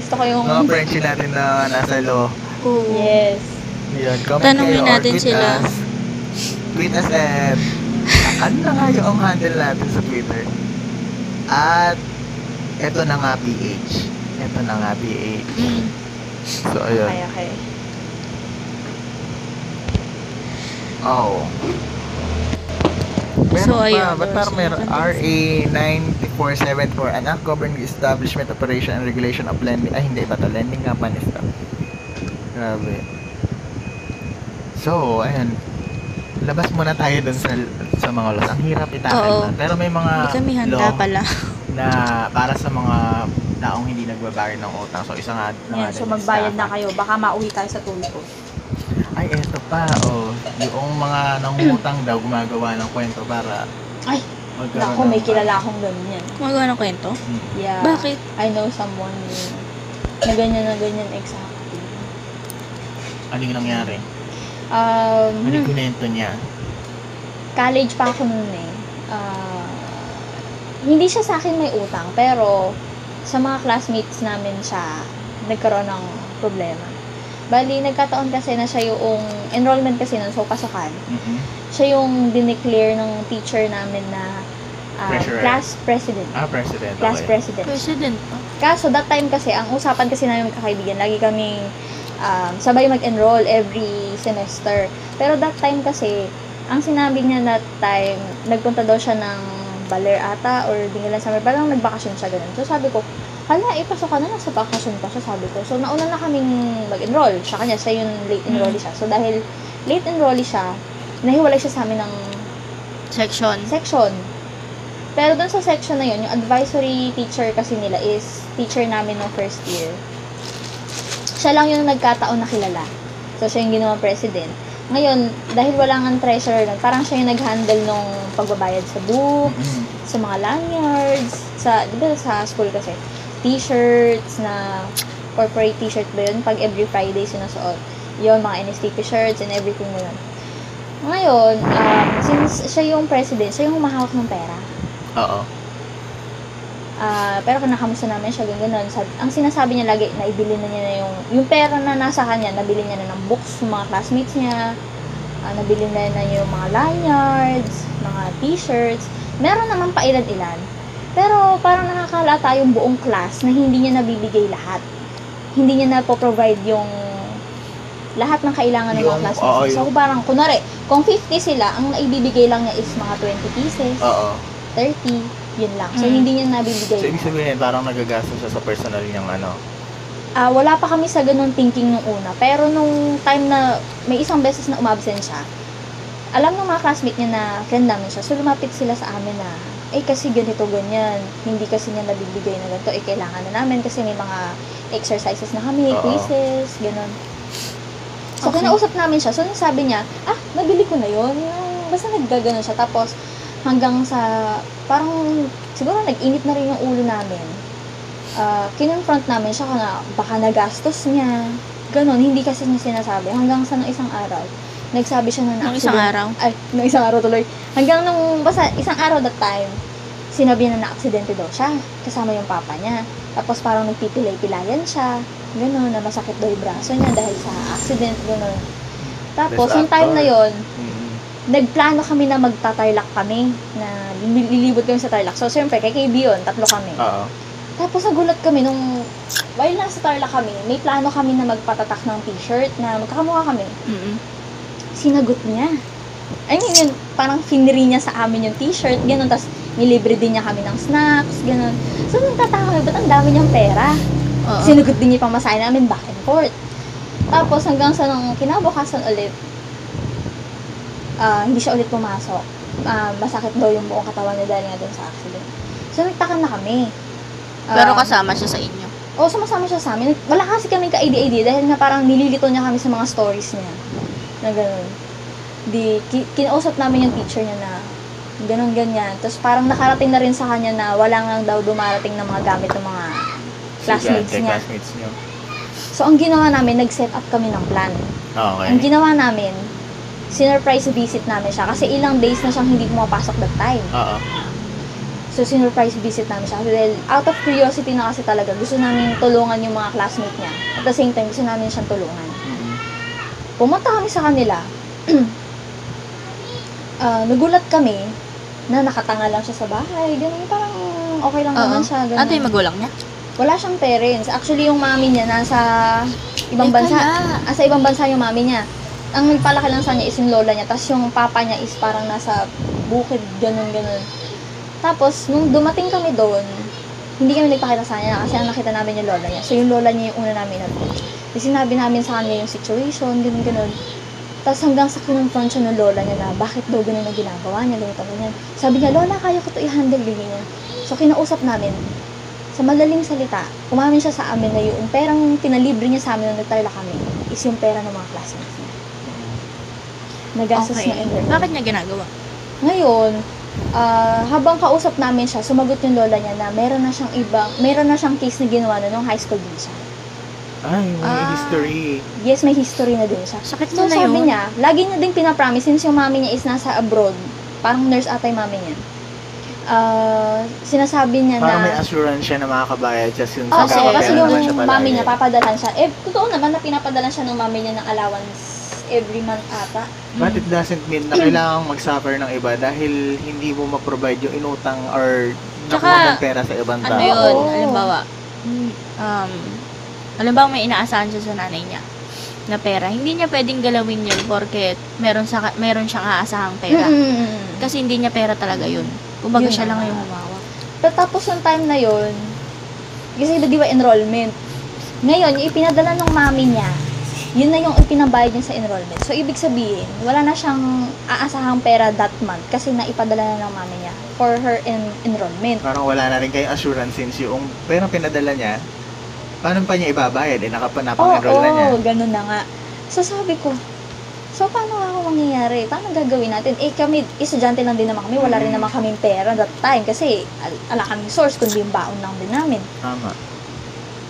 [SPEAKER 3] Gusto ko yung...
[SPEAKER 2] mga Frenchie natin na nasa law.
[SPEAKER 1] Oo.
[SPEAKER 3] Yes.
[SPEAKER 2] Yun, comment
[SPEAKER 1] Tanungin
[SPEAKER 2] kayo or
[SPEAKER 1] natin
[SPEAKER 2] tweet
[SPEAKER 1] sila.
[SPEAKER 2] us. Tweet us at ano na nga yung handle natin sa Twitter? At eto na nga PH. Eto na nga PH.
[SPEAKER 1] Mm.
[SPEAKER 2] So, ayun.
[SPEAKER 3] Okay, okay.
[SPEAKER 2] Oo. Oh. Meron
[SPEAKER 1] So,
[SPEAKER 2] pa,
[SPEAKER 1] ayun.
[SPEAKER 2] ba't parang meron? RA 9474, an act governing the establishment, operation, and regulation of lending. Ay, hindi ba to? Lending nga pa nito. Grabe. So, ayun. Labas muna tayo dun sa, sa mga laws. Ang hirap itakal
[SPEAKER 1] Oo.
[SPEAKER 2] na. Pero may mga
[SPEAKER 1] Hindi kami handa
[SPEAKER 2] law
[SPEAKER 1] pala.
[SPEAKER 2] na para sa mga taong hindi nagbabayad ng utang. So, isa nga. na nga
[SPEAKER 3] Yan,
[SPEAKER 2] dun
[SPEAKER 3] so
[SPEAKER 2] yung
[SPEAKER 3] magbayad na
[SPEAKER 2] estafa.
[SPEAKER 3] kayo. Baka mauwi tayo sa tulog.
[SPEAKER 2] Ay, eto pa, oh, yung mga nangungutang daw gumagawa ng kwento para
[SPEAKER 3] Ay,
[SPEAKER 2] magkaroon
[SPEAKER 3] Naku, may
[SPEAKER 2] ng-
[SPEAKER 3] kilala akong ganyan.
[SPEAKER 1] Gumagawa ng kwento?
[SPEAKER 2] Hmm.
[SPEAKER 3] Yeah.
[SPEAKER 1] Bakit?
[SPEAKER 3] I know someone na ganyan na ganyan exactly.
[SPEAKER 2] Ano yung nangyari? Ano
[SPEAKER 3] Um,
[SPEAKER 2] yung kinento niya?
[SPEAKER 3] college pa ako noon eh. Ah, hindi siya sa akin may utang, pero sa mga classmates namin siya nagkaroon ng problema. Bali, nagkataon kasi na siya yung enrollment kasi nun, so pasukan.
[SPEAKER 2] Mhm.
[SPEAKER 3] Siya yung dineclare ng teacher namin na ah,
[SPEAKER 2] Treasurer.
[SPEAKER 3] class president.
[SPEAKER 2] Ah, president.
[SPEAKER 3] Class
[SPEAKER 2] okay.
[SPEAKER 3] president.
[SPEAKER 1] President pa.
[SPEAKER 3] Kaso that time kasi, ang usapan kasi namin magkakaibigan, lagi kami um, sabay mag-enroll every semester. Pero that time kasi, ang sinabi niya that time, nagpunta daw siya ng Baler ata or Dingilan Summer. Parang nagbakasyon siya ganun. So sabi ko, hala, ipasok ka na, nasa bakasyon pa siya, sabi ko. So nauna na kaming mag-enroll. Siya kanya, siya yung late enrollee siya. So dahil late enrollee siya, nahiwalay siya sa amin ng
[SPEAKER 1] Section.
[SPEAKER 3] section. Pero dun sa section na yun, yung advisory teacher kasi nila is teacher namin ng first year. Siya lang yung nagkataon na kilala. So, siya yung ginawa president. Ngayon, dahil wala nga treasurer nun, parang siya yung nag-handle nung pagbabayad sa books,
[SPEAKER 2] Mhm.
[SPEAKER 3] sa mga lanyards, sa, di ba sa school kasi, t-shirts na corporate t-shirt ba yun? Pag every Friday sinusuot. Yun, mga NSTP shirts and everything na yun. Ngayon, um, since siya yung president, siya yung humahawak ng pera.
[SPEAKER 2] Oo.
[SPEAKER 3] Ah, pero kinakamusta namin siya, ganun, ganun. Sabi, ang sinasabi niya lagi, naibili na niya na yung, yung pera na nasa kanya, nabili niya na ng books, yung mga classmates niya, Ah, nabili na na yung mga lanyards, mga t-shirts. Meron naman pa ilan-ilan. Pero parang nakakalata yung buong class na hindi niya nabibigay lahat. Hindi niya na-provide yung lahat ng kailangan ng mga
[SPEAKER 2] Yung- oo, yung-
[SPEAKER 3] classmates. So parang, kunwari, kung 50 sila, ang naibibigay lang niya is mga 20 pieces,
[SPEAKER 2] Oo.
[SPEAKER 3] 30, yun lang. So
[SPEAKER 1] Mm.
[SPEAKER 3] hindi niya nabibigay.
[SPEAKER 2] Ah. So, ibig sabihin, parang nagagastos siya sa personal niyang ano.
[SPEAKER 3] Ah, wala pa kami sa ganung thinking nung una. Pero nung time na may isang beses na umabsent siya, alam ng mga classmate niya na friend namin siya. So lumapit sila sa amin na, eh kasi ganito, ganyan. Hindi kasi niya nabibigay na ganito. Eh kailangan na namin kasi may mga exercises na kami,
[SPEAKER 2] Oo.
[SPEAKER 3] quizzes, ganun. So
[SPEAKER 1] Okay.
[SPEAKER 3] kinausap namin siya. So nung sabi niya, ah, nabili ko na yun. Yung- Basta naggaganon siya. Tapos hanggang sa, parang siguro nag-init na rin yung ulo namin uh, kinonfront namin siya na baka nagastos niya. Ganon, hindi kasi niya sinasabi. Hanggang sa nung isang araw, nagsabi siya na
[SPEAKER 1] Nung isang araw.
[SPEAKER 3] Ay, nung isang araw tuloy. Hanggang nung, basta isang araw that time, sinabi niya na na-aksidente daw siya. Kasama yung papa niya. Tapos parang nagpipilay-pilayan siya. Ganon, na masakit daw yung braso niya dahil sa accident. Ganon. Tapos,
[SPEAKER 2] Best
[SPEAKER 3] yung time
[SPEAKER 2] actor.
[SPEAKER 3] na yon
[SPEAKER 2] Mhm.
[SPEAKER 3] nagplano kami na magtatarlak kami. Na lilibot kami sa tarlak. So, syempre, kay KB yun, tatlo kami.
[SPEAKER 2] Oo.
[SPEAKER 3] Tapos nagulat kami nung while nasa Tarlac kami, may plano kami na magpatatak ng t-shirt na magkakamukha kami.
[SPEAKER 1] Mm-mm.
[SPEAKER 3] Sinagot niya. I mean, yun, parang finri niya sa amin yung t-shirt, ganun. Tapos nilibre din niya kami ng snacks, ganun. So, nung tataka kami, ba't ang dami niyang pera?
[SPEAKER 1] Oo.
[SPEAKER 3] Sinagot din niya yung pamasahe namin back and forth. Tapos hanggang sa nang kinabukasan ulit, ah, hindi siya ulit pumasok. Ah, masakit daw yung buong katawan niya dahil nga dun sa accident. So, nagtaka na kami. Ah,
[SPEAKER 1] Pero kasama siya sa inyo.
[SPEAKER 3] Oo, sumasama siya sa amin. Wala kasi kaming ka-ADAD dahil nga parang nililito niya kami sa mga stories niya. Na ganun. Di, ki- kinausap namin yung teacher niya na ganun ganyan. Tapos parang nakarating na rin sa kanya na wala nga daw dumarating ng mga gamit ng mga classmates
[SPEAKER 2] Estudyante,
[SPEAKER 3] niya.
[SPEAKER 2] Classmates niya.
[SPEAKER 3] So ang ginawa namin, nag-set up kami ng plan.
[SPEAKER 2] Okay.
[SPEAKER 3] Ang ginawa namin, sinurprise visit namin siya kasi ilang days na siyang hindi pumapasok that time.
[SPEAKER 2] Oo.
[SPEAKER 3] So, sinurprise visit namin siya. Well, out of curiosity na kasi talaga, gusto namin tulungan yung mga classmate niya. At the same time, gusto namin siyang tulungan.
[SPEAKER 2] Mhm.
[SPEAKER 3] Pumunta kami sa kanila. [CLEARS THROAT] Ah, nagulat kami na nakatanga lang siya sa bahay. Ganun, parang okay lang
[SPEAKER 1] Oo.
[SPEAKER 3] naman siya. Ganun.
[SPEAKER 1] Ano yung magulang niya?
[SPEAKER 3] Wala siyang parents. Actually, yung mami niya nasa ibang
[SPEAKER 1] Ay,
[SPEAKER 3] bansa.
[SPEAKER 1] pala.
[SPEAKER 3] Ah, sa ibang bansa yung mami niya. Ang nagpalaki lang sa niya is yung lola niya. Tapos yung papa niya is parang nasa bukid, ganun, ganun. Tapos, nung dumating kami doon, hindi kami nagpakita sa kanya kasi ang nakita namin yung lola niya. So, yung lola niya yung una namin na sinabi namin sa kanya yung situation, ganun, ganun. Tapos hanggang sa kinonfront siya ng lola niya na bakit daw ganun ang ginagawa niya, ganito, ganyan. Sabi niya, Lola, kaya ko to i-handle, ganyan. So, kinausap namin. Sa malaling salita, umamin siya sa amin na yung perang pinalibre niya sa amin nung nagtarla kami is yung pera ng mga classmates niya.
[SPEAKER 2] Mhm.
[SPEAKER 3] Nagastos
[SPEAKER 1] okay.
[SPEAKER 3] na everything.
[SPEAKER 1] Bakit niya ginagawa?
[SPEAKER 3] Ngayon, ah, habang kausap namin siya, sumagot yung lola niya na meron na siyang ibang, meron na siyang case na ginawa na nung high school din siya.
[SPEAKER 2] Ay, may
[SPEAKER 1] Ah.
[SPEAKER 2] history.
[SPEAKER 3] Yes, may history na din siya.
[SPEAKER 1] Sakit mo
[SPEAKER 3] So,
[SPEAKER 1] na
[SPEAKER 3] sabi
[SPEAKER 1] yun.
[SPEAKER 3] niya, lagi niya ding pinapromise since yung mami niya is nasa abroad. Parang nurse ata yung mami niya. Ah, sinasabi niya
[SPEAKER 2] Parang
[SPEAKER 3] na...
[SPEAKER 2] may assurance siya na makakabayad siya yun sa
[SPEAKER 3] Oo,
[SPEAKER 1] Kasi-
[SPEAKER 3] kasi,
[SPEAKER 2] kapera
[SPEAKER 3] Ah, kasi
[SPEAKER 1] meron
[SPEAKER 3] yung
[SPEAKER 2] naman siya palagi.
[SPEAKER 3] mami niya, papadalan siya. Eh, totoo naman na pinapadalan siya ng mami niya ng allowance every month ata.
[SPEAKER 1] Mm.
[SPEAKER 2] But it doesn't mean na kailangang mag-suffer ng iba dahil hindi mo ma-provide yung inutang or
[SPEAKER 1] Tsaka,
[SPEAKER 2] nakuha mong pera sa ibang tao.
[SPEAKER 1] Ano yun?
[SPEAKER 3] Oo. Mm.
[SPEAKER 1] Halimbawa, um, halimbawa may inaasahan siya sa nanay niya na pera. Hindi niya pwedeng galawin yun porque meron, sa, meron siyang aasahang pera.
[SPEAKER 3] Mm-mm.
[SPEAKER 1] Kasi hindi niya pera talaga yun. Kumbaga
[SPEAKER 3] Yun
[SPEAKER 1] siya lang
[SPEAKER 3] nga.
[SPEAKER 1] yung humawak.
[SPEAKER 3] Pero tapos yung time na yun, kasi di ba enrollment? Ngayon, yung ipinadala ng mami niya, yun na yung ipinabayad niya sa enrollment. So, ibig sabihin, wala na siyang aasahang pera that month kasi naipadala na ng mami niya for her en- enrollment.
[SPEAKER 2] Parang wala na rin kayong assurance since yung perang pinadala niya, paano pa niya ibabayad? Eh,
[SPEAKER 3] Oo,
[SPEAKER 2] nakapanapang-enroll na niya.
[SPEAKER 3] oh, ganun na nga. So, sabi ko, so, paano nga ako mangyayari? Paano gagawin natin? Eh, kami, estudyante lang din naman kami. Wala rin
[SPEAKER 2] Mm.
[SPEAKER 3] naman kaming pera that time kasi al- ala kaming source, kundi yung baon lang din namin.
[SPEAKER 2] Tama.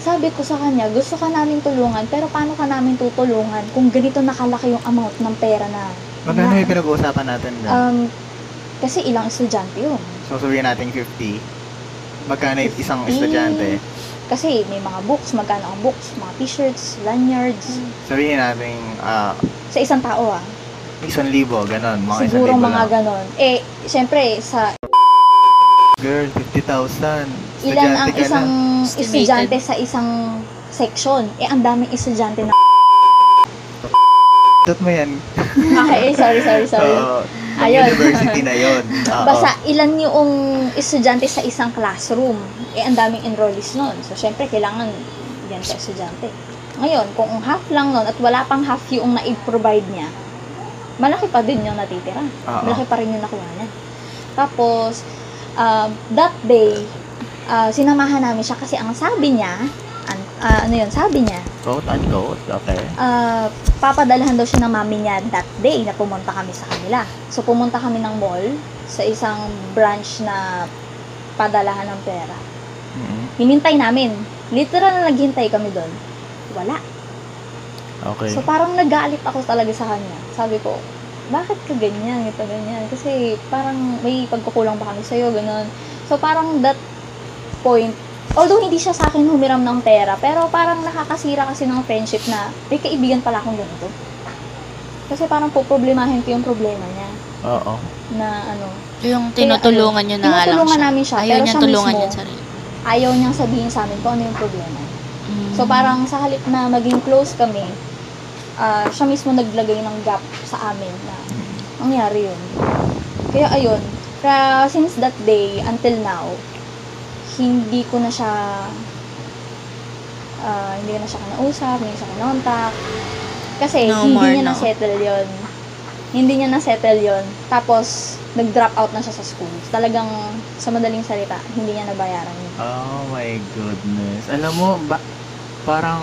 [SPEAKER 3] Sabi ko sa kanya, gusto ka namin tulungan, pero paano ka namin tutulungan kung ganito nakalaki yung amount ng pera na...
[SPEAKER 2] Magkano
[SPEAKER 3] na-
[SPEAKER 2] yung pinag-uusapan natin doon?
[SPEAKER 3] Um, kasi ilang estudyante yun.
[SPEAKER 2] so, sabihin natin 50. Magkano yung isang
[SPEAKER 3] 50?
[SPEAKER 2] estudyante?
[SPEAKER 3] Kasi may mga books, magkano ang books, mga t-shirts, lanyards.
[SPEAKER 2] Sabihin natin ah,
[SPEAKER 3] Sa isang tao ah.
[SPEAKER 2] isang libo, ganon. Mga isang
[SPEAKER 3] Siguro
[SPEAKER 2] libo
[SPEAKER 3] mga
[SPEAKER 2] lang.
[SPEAKER 3] ganon. Eh, syempre, sa
[SPEAKER 2] Girl, 50,000.
[SPEAKER 3] ilan
[SPEAKER 2] Estudyante
[SPEAKER 3] ang
[SPEAKER 2] ka na.
[SPEAKER 3] isang
[SPEAKER 1] Estimated.
[SPEAKER 3] estudyante sa isang section. Eh, ang daming estudyante na... [LAUGHS]
[SPEAKER 2] Tot mo yan.
[SPEAKER 3] Ay, sorry, sorry, sorry.
[SPEAKER 2] Oo. Ang
[SPEAKER 3] Ayun.
[SPEAKER 2] university na
[SPEAKER 3] [LAUGHS]
[SPEAKER 2] yun. Oo.
[SPEAKER 3] Basta ilan yung estudyante sa isang classroom. Eh, ang daming enrollees nun. So, syempre, kailangan yan sa estudyante. Ngayon, kung half lang nun at wala pang half yung na-provide niya, malaki pa din yung natitira.
[SPEAKER 2] Oo.
[SPEAKER 3] Malaki pa rin yung nakuha niya. Tapos, um, that day, ah, sinamahan namin siya kasi ang sabi niya, an- ah, ano yun, sabi niya,
[SPEAKER 2] Quote unquote, okay.
[SPEAKER 3] ah, papadalahan daw siya ng mami niya that day na pumunta kami sa kanila. So, pumunta kami ng mall sa isang branch na padalahan ng pera.
[SPEAKER 2] Mhm.
[SPEAKER 3] Hinintay namin. Literal na naghintay kami doon. Wala.
[SPEAKER 2] Okay.
[SPEAKER 3] So, parang nagalit ako talaga sa kanya. Sabi ko, bakit ka ganyan, ito ganyan? Kasi parang may pagkukulang ba kami sa'yo, ganun. So, parang that point, although hindi siya sa akin humiram ng pera, pero parang nakakasira kasi ng friendship na may kaibigan pala akong ganito. Kasi parang poproblemahin ko yung problema niya
[SPEAKER 2] Oo.
[SPEAKER 3] na ano,
[SPEAKER 1] Yung
[SPEAKER 3] Kaya ano,
[SPEAKER 1] tinutulungan niya na nga lang
[SPEAKER 3] tinutulungan
[SPEAKER 1] siya.
[SPEAKER 3] namin siya,
[SPEAKER 1] Ayaw
[SPEAKER 3] pero
[SPEAKER 1] niya
[SPEAKER 3] siya
[SPEAKER 1] tulungan
[SPEAKER 3] mismo,
[SPEAKER 1] niya sarili.
[SPEAKER 3] ayaw niyang sabihin sa amin kung ano yung problema.
[SPEAKER 1] Mm.
[SPEAKER 3] So parang sa halip na maging close kami, ah, siya mismo naglagay ng gap sa amin na
[SPEAKER 2] Mhm.
[SPEAKER 3] nangyari yun. Kaya ayun, kaya since that day until now, hindi ko na siya ah, hindi ko na siya kinausap, hindi siya kinontak. Kasi
[SPEAKER 1] No more,
[SPEAKER 3] hindi
[SPEAKER 1] no.
[SPEAKER 3] niya na-settle yun. Hindi niya na-settle yun. Tapos, nag-drop out na siya sa school. Talagang, sa madaling salita, hindi niya nabayaran yun.
[SPEAKER 2] Oh my goodness. Alam mo, ba, parang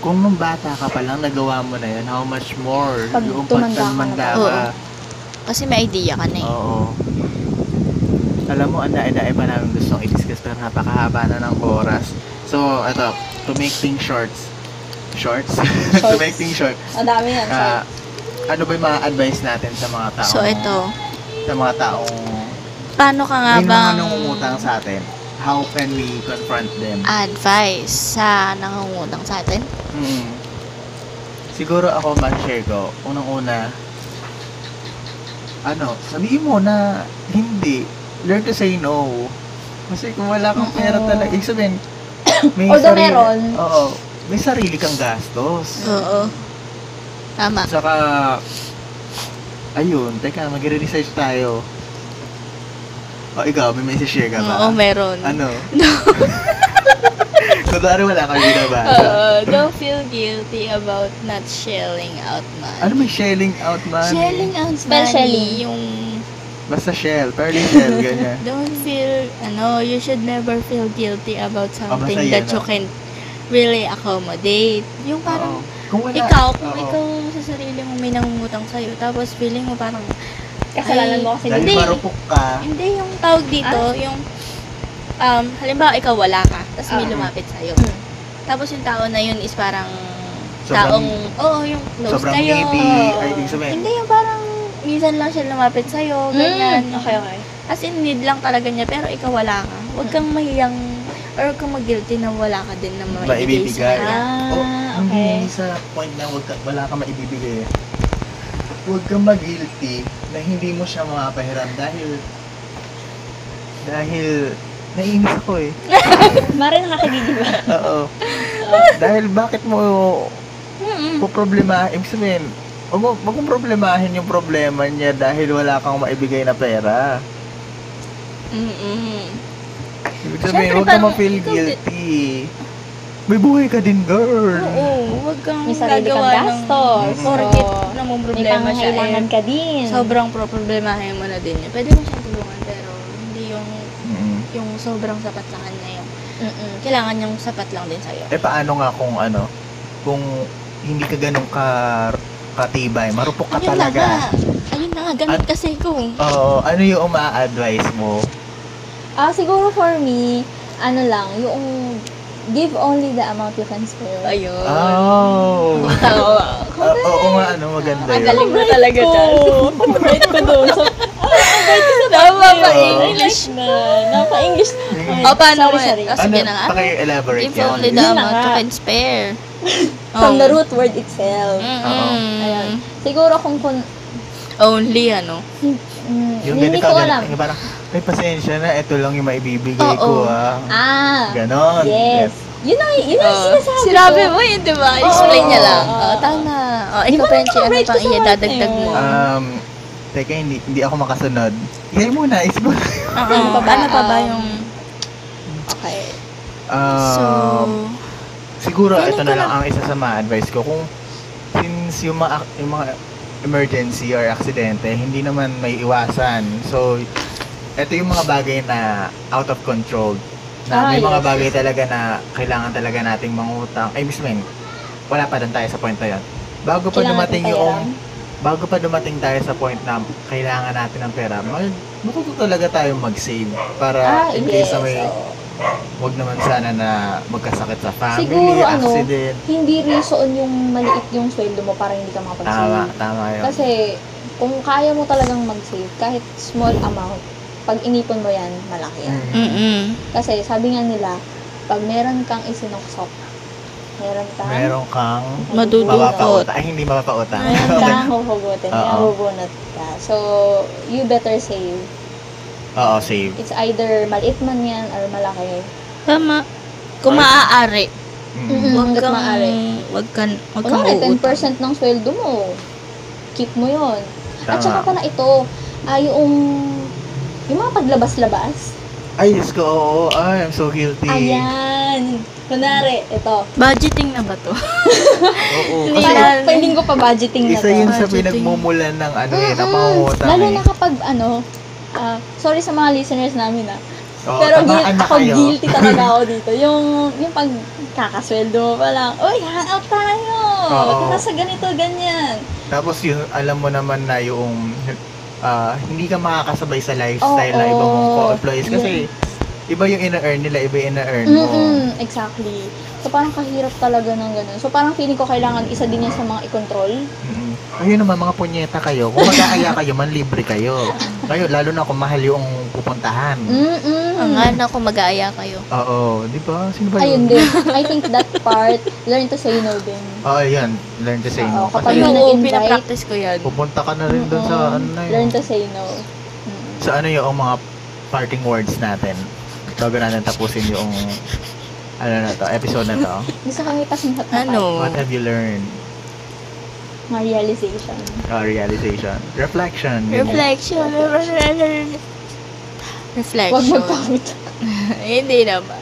[SPEAKER 2] kung nung bata ka pa lang nagawa mo na yun, how much more?
[SPEAKER 3] Pag
[SPEAKER 2] yung
[SPEAKER 3] tumanda ka na
[SPEAKER 2] pagtamanda
[SPEAKER 1] ba?
[SPEAKER 2] ka.
[SPEAKER 1] Mm. Kasi may idea ka na eh.
[SPEAKER 2] Oo. Alam mo, ang dae-dae pa namin gustong i-discuss pero napakahaba na ng oras. So, ito, to make things shorts. Shorts? [LAUGHS] to make things short.
[SPEAKER 3] Ang dami yan.
[SPEAKER 2] ah,
[SPEAKER 3] sorry.
[SPEAKER 2] ano ba yung mga advice natin sa mga taong...
[SPEAKER 1] So ito,
[SPEAKER 2] Sa mga taong...
[SPEAKER 1] paano ka nga
[SPEAKER 2] May mga
[SPEAKER 1] bang
[SPEAKER 2] nangungutang sa atin. How can we confront them?
[SPEAKER 1] advice sa nangungutang sa atin?
[SPEAKER 2] Hmm. Siguro ako mag-share ko. Unang-una, ano, sabihin mo na hindi. Learn to say no. Kasi kung wala kang pera
[SPEAKER 3] Oo.
[SPEAKER 2] talaga, ibig
[SPEAKER 1] [CLEARS THROAT]
[SPEAKER 2] sabihin, may
[SPEAKER 3] Although meron.
[SPEAKER 2] Oo, may sarili kang gastos.
[SPEAKER 1] Oo. Tama.
[SPEAKER 2] Saka, ayun, teka, magre-research tayo. O, ikaw, may message share ka ba?
[SPEAKER 1] Oo, meron.
[SPEAKER 2] Ano? No. [LAUGHS] Kunwari wala kang binabasa.
[SPEAKER 1] Oo, don't feel guilty about not shelling out
[SPEAKER 2] Ano
[SPEAKER 1] money.
[SPEAKER 2] may shelling out man?
[SPEAKER 1] Shelling out
[SPEAKER 3] Spell
[SPEAKER 1] money,
[SPEAKER 3] shelling.
[SPEAKER 1] yung
[SPEAKER 2] Basta shell, pearly shell, ganyan.
[SPEAKER 1] don't feel, ano, you should never feel guilty about something
[SPEAKER 2] basta yun,
[SPEAKER 1] that you
[SPEAKER 2] ah.
[SPEAKER 1] can really accommodate. Yung parang,
[SPEAKER 2] Oo. kung wala,
[SPEAKER 1] ikaw, kung
[SPEAKER 2] oo.
[SPEAKER 1] ikaw sa sarili mo may nangungutang sa'yo, tapos feeling mo parang,
[SPEAKER 3] Kasalanan
[SPEAKER 1] Ay,
[SPEAKER 3] mo kasi
[SPEAKER 2] Dahil
[SPEAKER 1] Hindi.
[SPEAKER 2] marupok ka,
[SPEAKER 1] hindi yung tawag dito,
[SPEAKER 3] Ah?
[SPEAKER 1] yung, um, halimbawa ikaw wala ka, tapos may
[SPEAKER 3] Ah.
[SPEAKER 1] lumapit sa'yo.
[SPEAKER 3] Hmm.
[SPEAKER 1] Tapos yung tao na yun is parang,
[SPEAKER 2] Sobrang-
[SPEAKER 1] taong, oo, yung close
[SPEAKER 2] sobrang eh.
[SPEAKER 1] kayo.
[SPEAKER 2] needy,
[SPEAKER 3] oo.
[SPEAKER 2] ay ibig sabihin.
[SPEAKER 1] Hindi, yung parang, minsan lang siya lumapit
[SPEAKER 3] Hmm.
[SPEAKER 1] sa'yo, ganyan.
[SPEAKER 3] Ganyan. Okay, okay.
[SPEAKER 1] As in, need lang talaga niya, pero ikaw wala ka. Huwag kang mahiyang, or huwag kang mag-guilty na wala ka din na maibigay sa
[SPEAKER 2] Maibibigay.
[SPEAKER 1] kanya.
[SPEAKER 3] Ah,
[SPEAKER 2] Oh,
[SPEAKER 3] okay.
[SPEAKER 2] hindi sa point na wag ka, wala ka maibibigay. Huwag kang mag-guilty na hindi mo siya mapahiram dahil dahil naiinis ako
[SPEAKER 1] [LAUGHS]
[SPEAKER 2] eh.
[SPEAKER 3] Mara nakakagigil ba?
[SPEAKER 2] Oo. dahil bakit mo
[SPEAKER 1] Mm-mm.
[SPEAKER 2] poproblema, ibig sabihin, huwag mo, huwag mong problemahin yung problema niya dahil wala kang maibigay na pera.
[SPEAKER 1] Mm-mm.
[SPEAKER 2] Ibig sabihin,
[SPEAKER 1] Siyempre,
[SPEAKER 2] huwag ka
[SPEAKER 1] parang
[SPEAKER 2] ma-feel
[SPEAKER 1] ikaw din-
[SPEAKER 2] guilty. May buhay ka din, girl.
[SPEAKER 1] Oo, huwag kang
[SPEAKER 3] May sarili kang
[SPEAKER 1] gagawa ng...
[SPEAKER 3] gastos.
[SPEAKER 2] Mm.
[SPEAKER 1] Porkit
[SPEAKER 3] Oo.
[SPEAKER 1] na mong
[SPEAKER 3] May
[SPEAKER 1] problema siya
[SPEAKER 3] pangangailangan
[SPEAKER 1] eh.
[SPEAKER 3] ka din.
[SPEAKER 1] Sobrang pro-problemahin mo na din yun. Pwede mo siyang tulungan pero hindi yung
[SPEAKER 2] Mm.
[SPEAKER 1] yung sobrang sapat sa kanya yung
[SPEAKER 3] Mm-mm.
[SPEAKER 1] kailangan yung sapat lang din sa'yo.
[SPEAKER 2] Eh paano nga kung ano, kung hindi ka ganun ka katibay, marupok ka
[SPEAKER 1] Ayun na nga.
[SPEAKER 2] talaga.
[SPEAKER 1] Ayun na nga, ganun kasi eh. kung...
[SPEAKER 2] Oo, ano yung uma-advise mo?
[SPEAKER 3] Ah, siguro for me, ano lang, yung give only the amount you can spare.
[SPEAKER 1] Ayun. [LAUGHS]
[SPEAKER 2] Oh.
[SPEAKER 1] Tawa.
[SPEAKER 2] Ah, Oo nga, ano, maganda
[SPEAKER 1] Ang
[SPEAKER 2] yun.
[SPEAKER 1] galing mo talaga ah. dyan.
[SPEAKER 3] Ang bait ko doon. So,
[SPEAKER 1] Tama pa
[SPEAKER 2] Oo.
[SPEAKER 1] English.
[SPEAKER 3] na. Napa-English.
[SPEAKER 2] Yung-
[SPEAKER 3] Oh,
[SPEAKER 1] O, paano mo?
[SPEAKER 3] Sorry, sorry.
[SPEAKER 1] O,
[SPEAKER 2] Ano,
[SPEAKER 1] sige na nga.
[SPEAKER 2] paki-elaborate
[SPEAKER 1] Give only the
[SPEAKER 3] Yun na
[SPEAKER 1] amount you
[SPEAKER 3] nga.
[SPEAKER 1] can spare.
[SPEAKER 3] Ah, From
[SPEAKER 1] Oh.
[SPEAKER 3] the root word itself.
[SPEAKER 1] Mm.
[SPEAKER 3] Ayan.
[SPEAKER 1] Mm-mm.
[SPEAKER 3] Siguro kung kun...
[SPEAKER 1] Only, ano?
[SPEAKER 3] Mm,
[SPEAKER 2] Yung
[SPEAKER 3] hindi
[SPEAKER 2] ganito
[SPEAKER 3] ko
[SPEAKER 2] ka,
[SPEAKER 3] alam.
[SPEAKER 2] ganito. Yung parang, may pasensya na, ito lang yung maibibigay ko
[SPEAKER 1] Oo.
[SPEAKER 2] ah.
[SPEAKER 3] Ah,
[SPEAKER 2] Ganon.
[SPEAKER 3] yes. Yun ang, yun ang
[SPEAKER 1] Oo.
[SPEAKER 3] sinasabi
[SPEAKER 1] Oh, Sinabi
[SPEAKER 3] ko.
[SPEAKER 1] mo yun, di Ah, ba? Explain niya lang.
[SPEAKER 3] Oo.
[SPEAKER 1] Oo, tama. Oh,
[SPEAKER 3] Di
[SPEAKER 1] ikaw,
[SPEAKER 3] ba
[SPEAKER 1] Frenchie, ano pang
[SPEAKER 3] nakabride ko sa
[SPEAKER 1] idadagdag
[SPEAKER 3] white
[SPEAKER 1] mo?
[SPEAKER 3] eh?
[SPEAKER 2] Um, teka, hindi, hindi ako makasunod. Yan muna, isip mo.
[SPEAKER 1] Oo.
[SPEAKER 3] Ano pa ba?
[SPEAKER 1] Ano pa ba
[SPEAKER 3] Um,
[SPEAKER 1] yung...
[SPEAKER 3] Okay.
[SPEAKER 2] Um,
[SPEAKER 1] So...
[SPEAKER 2] Siguro
[SPEAKER 1] Feeling
[SPEAKER 2] ito
[SPEAKER 1] ko
[SPEAKER 2] na lang
[SPEAKER 1] na-
[SPEAKER 2] ang isa sa mga advice ko kung since yung mga, yung mga emergency or aksidente hindi naman may iwasan. So ito yung mga bagay na out of control. Na
[SPEAKER 3] Ah,
[SPEAKER 2] may mga
[SPEAKER 3] yes,
[SPEAKER 2] bagay talaga na kailangan talaga nating mangutang. Ay, Miss Meng, wala pa din tayo sa point na yun. Bago pa
[SPEAKER 3] Kailangan
[SPEAKER 2] dumating
[SPEAKER 3] natin
[SPEAKER 2] yung
[SPEAKER 3] pera.
[SPEAKER 2] bago pa dumating tayo sa point na kailangan natin ng pera, mag, matuto talaga tayo mag-save para
[SPEAKER 3] Ah,
[SPEAKER 2] in case
[SPEAKER 3] yes.
[SPEAKER 2] na may
[SPEAKER 3] oo.
[SPEAKER 2] Huwag naman sana na magkasakit sa family,
[SPEAKER 3] Siguro, ano,
[SPEAKER 2] accident.
[SPEAKER 3] Hindi reason yung maliit yung sweldo mo para hindi ka
[SPEAKER 2] Tama,
[SPEAKER 3] makapag-save.
[SPEAKER 2] tama yun.
[SPEAKER 3] Kasi, kung kaya mo talagang mag-save, kahit small amount, pag inipon mo yan, malaki yan.
[SPEAKER 2] Mm.
[SPEAKER 1] Mm-mm.
[SPEAKER 3] Kasi, sabi nga nila, pag meron kang isinuksak, meron kang
[SPEAKER 2] meron kang
[SPEAKER 1] Mapapaut.
[SPEAKER 2] mapapautang. Ay, hindi mapapautang. [LAUGHS]
[SPEAKER 3] Meron kang huhugutin. May
[SPEAKER 2] Oo.
[SPEAKER 3] huhugunot ka. So, you better save.
[SPEAKER 2] Oo, save.
[SPEAKER 3] It's either maliit man yan or malaki.
[SPEAKER 1] Tama. Kung maaari,
[SPEAKER 2] Mm.
[SPEAKER 3] Mm.
[SPEAKER 1] huwag
[SPEAKER 3] hanggat
[SPEAKER 1] kang,
[SPEAKER 3] maaari.
[SPEAKER 1] huwag kang, huwag kang
[SPEAKER 3] Kunwari,
[SPEAKER 1] uutang.
[SPEAKER 3] 10% ng sweldo mo, keep mo yon At saka
[SPEAKER 2] Tama.
[SPEAKER 3] pala ito, ah, yung, yung mga paglabas-labas.
[SPEAKER 2] Ay, Diyos ko, oo. Ay, I'm so guilty.
[SPEAKER 3] Ayan. Kunwari, ito.
[SPEAKER 1] Budgeting na ba to?
[SPEAKER 2] Oo,
[SPEAKER 1] Hindi
[SPEAKER 2] kasi
[SPEAKER 1] na-
[SPEAKER 3] Parang feeling ko pa budgeting na
[SPEAKER 2] isa
[SPEAKER 3] to.
[SPEAKER 2] yun sa
[SPEAKER 1] Budgeting.
[SPEAKER 2] pinagmumulan ng ano eh, ng
[SPEAKER 3] Mm-mm.
[SPEAKER 2] pangungutang
[SPEAKER 3] Lalo
[SPEAKER 2] eh.
[SPEAKER 3] na kapag ano, ah, sorry sa mga listeners namin ah,
[SPEAKER 2] Oo,
[SPEAKER 3] Pero guil-
[SPEAKER 2] Oh, tamaan na
[SPEAKER 3] ako
[SPEAKER 2] kayo.
[SPEAKER 3] guilty talaga
[SPEAKER 2] [LAUGHS]
[SPEAKER 3] ako dito. Yung, yung pag kakasweldo mo pa lang, uy, hang out tayo!
[SPEAKER 2] Oo.
[SPEAKER 3] Tara sa ganito, ganyan.
[SPEAKER 2] Tapos yun, alam mo naman na yung ah, hindi ka makakasabay sa lifestyle na
[SPEAKER 3] Oo.
[SPEAKER 2] ibang mong co-employees. Kasi iba yung ina-earn nila, iba yung ina-earn mo.
[SPEAKER 3] Mm-mm, exactly. So parang kahirap talaga ng ganun. So parang feeling ko kailangan isa din yan sa mga i-control.
[SPEAKER 2] Mm-mm. Mm-hmm. Ayun naman mga punyeta kayo. Kung
[SPEAKER 3] [LAUGHS]
[SPEAKER 2] mag-aaya kayo, manlibre kayo. Kayo, lalo na kung mahal yung pupuntahan.
[SPEAKER 3] Mm. Mm-mm.
[SPEAKER 1] Ang nga kung mag-aaya kayo.
[SPEAKER 2] Oo, di ba? Sino ba
[SPEAKER 3] Ayun
[SPEAKER 2] yun?
[SPEAKER 3] din. I think that part, learn to say no din.
[SPEAKER 2] Oo, yun. Ah, Learn to say no.
[SPEAKER 3] Oo, kapag
[SPEAKER 2] Kasi
[SPEAKER 3] yun-
[SPEAKER 1] Oo,
[SPEAKER 3] na-invite.
[SPEAKER 1] pinapractice ko yan.
[SPEAKER 2] pupunta ka na rin doon sa
[SPEAKER 3] Mm-mm.
[SPEAKER 2] ano na yun.
[SPEAKER 3] Learn to say no. Mm.
[SPEAKER 2] Sa ano yung mga parting words natin. Bago natin tapusin yung ano na to, episode na
[SPEAKER 3] [LAUGHS]
[SPEAKER 2] to.
[SPEAKER 3] Gusto kong ipasing hot na part.
[SPEAKER 1] Ano?
[SPEAKER 2] What have you learned?
[SPEAKER 3] Mga realization.
[SPEAKER 2] Uh, realization. Reflection.
[SPEAKER 1] Reflection. Reflection.
[SPEAKER 3] Huwag magpakot.
[SPEAKER 1] Eh, [LAUGHS] Hindi naman.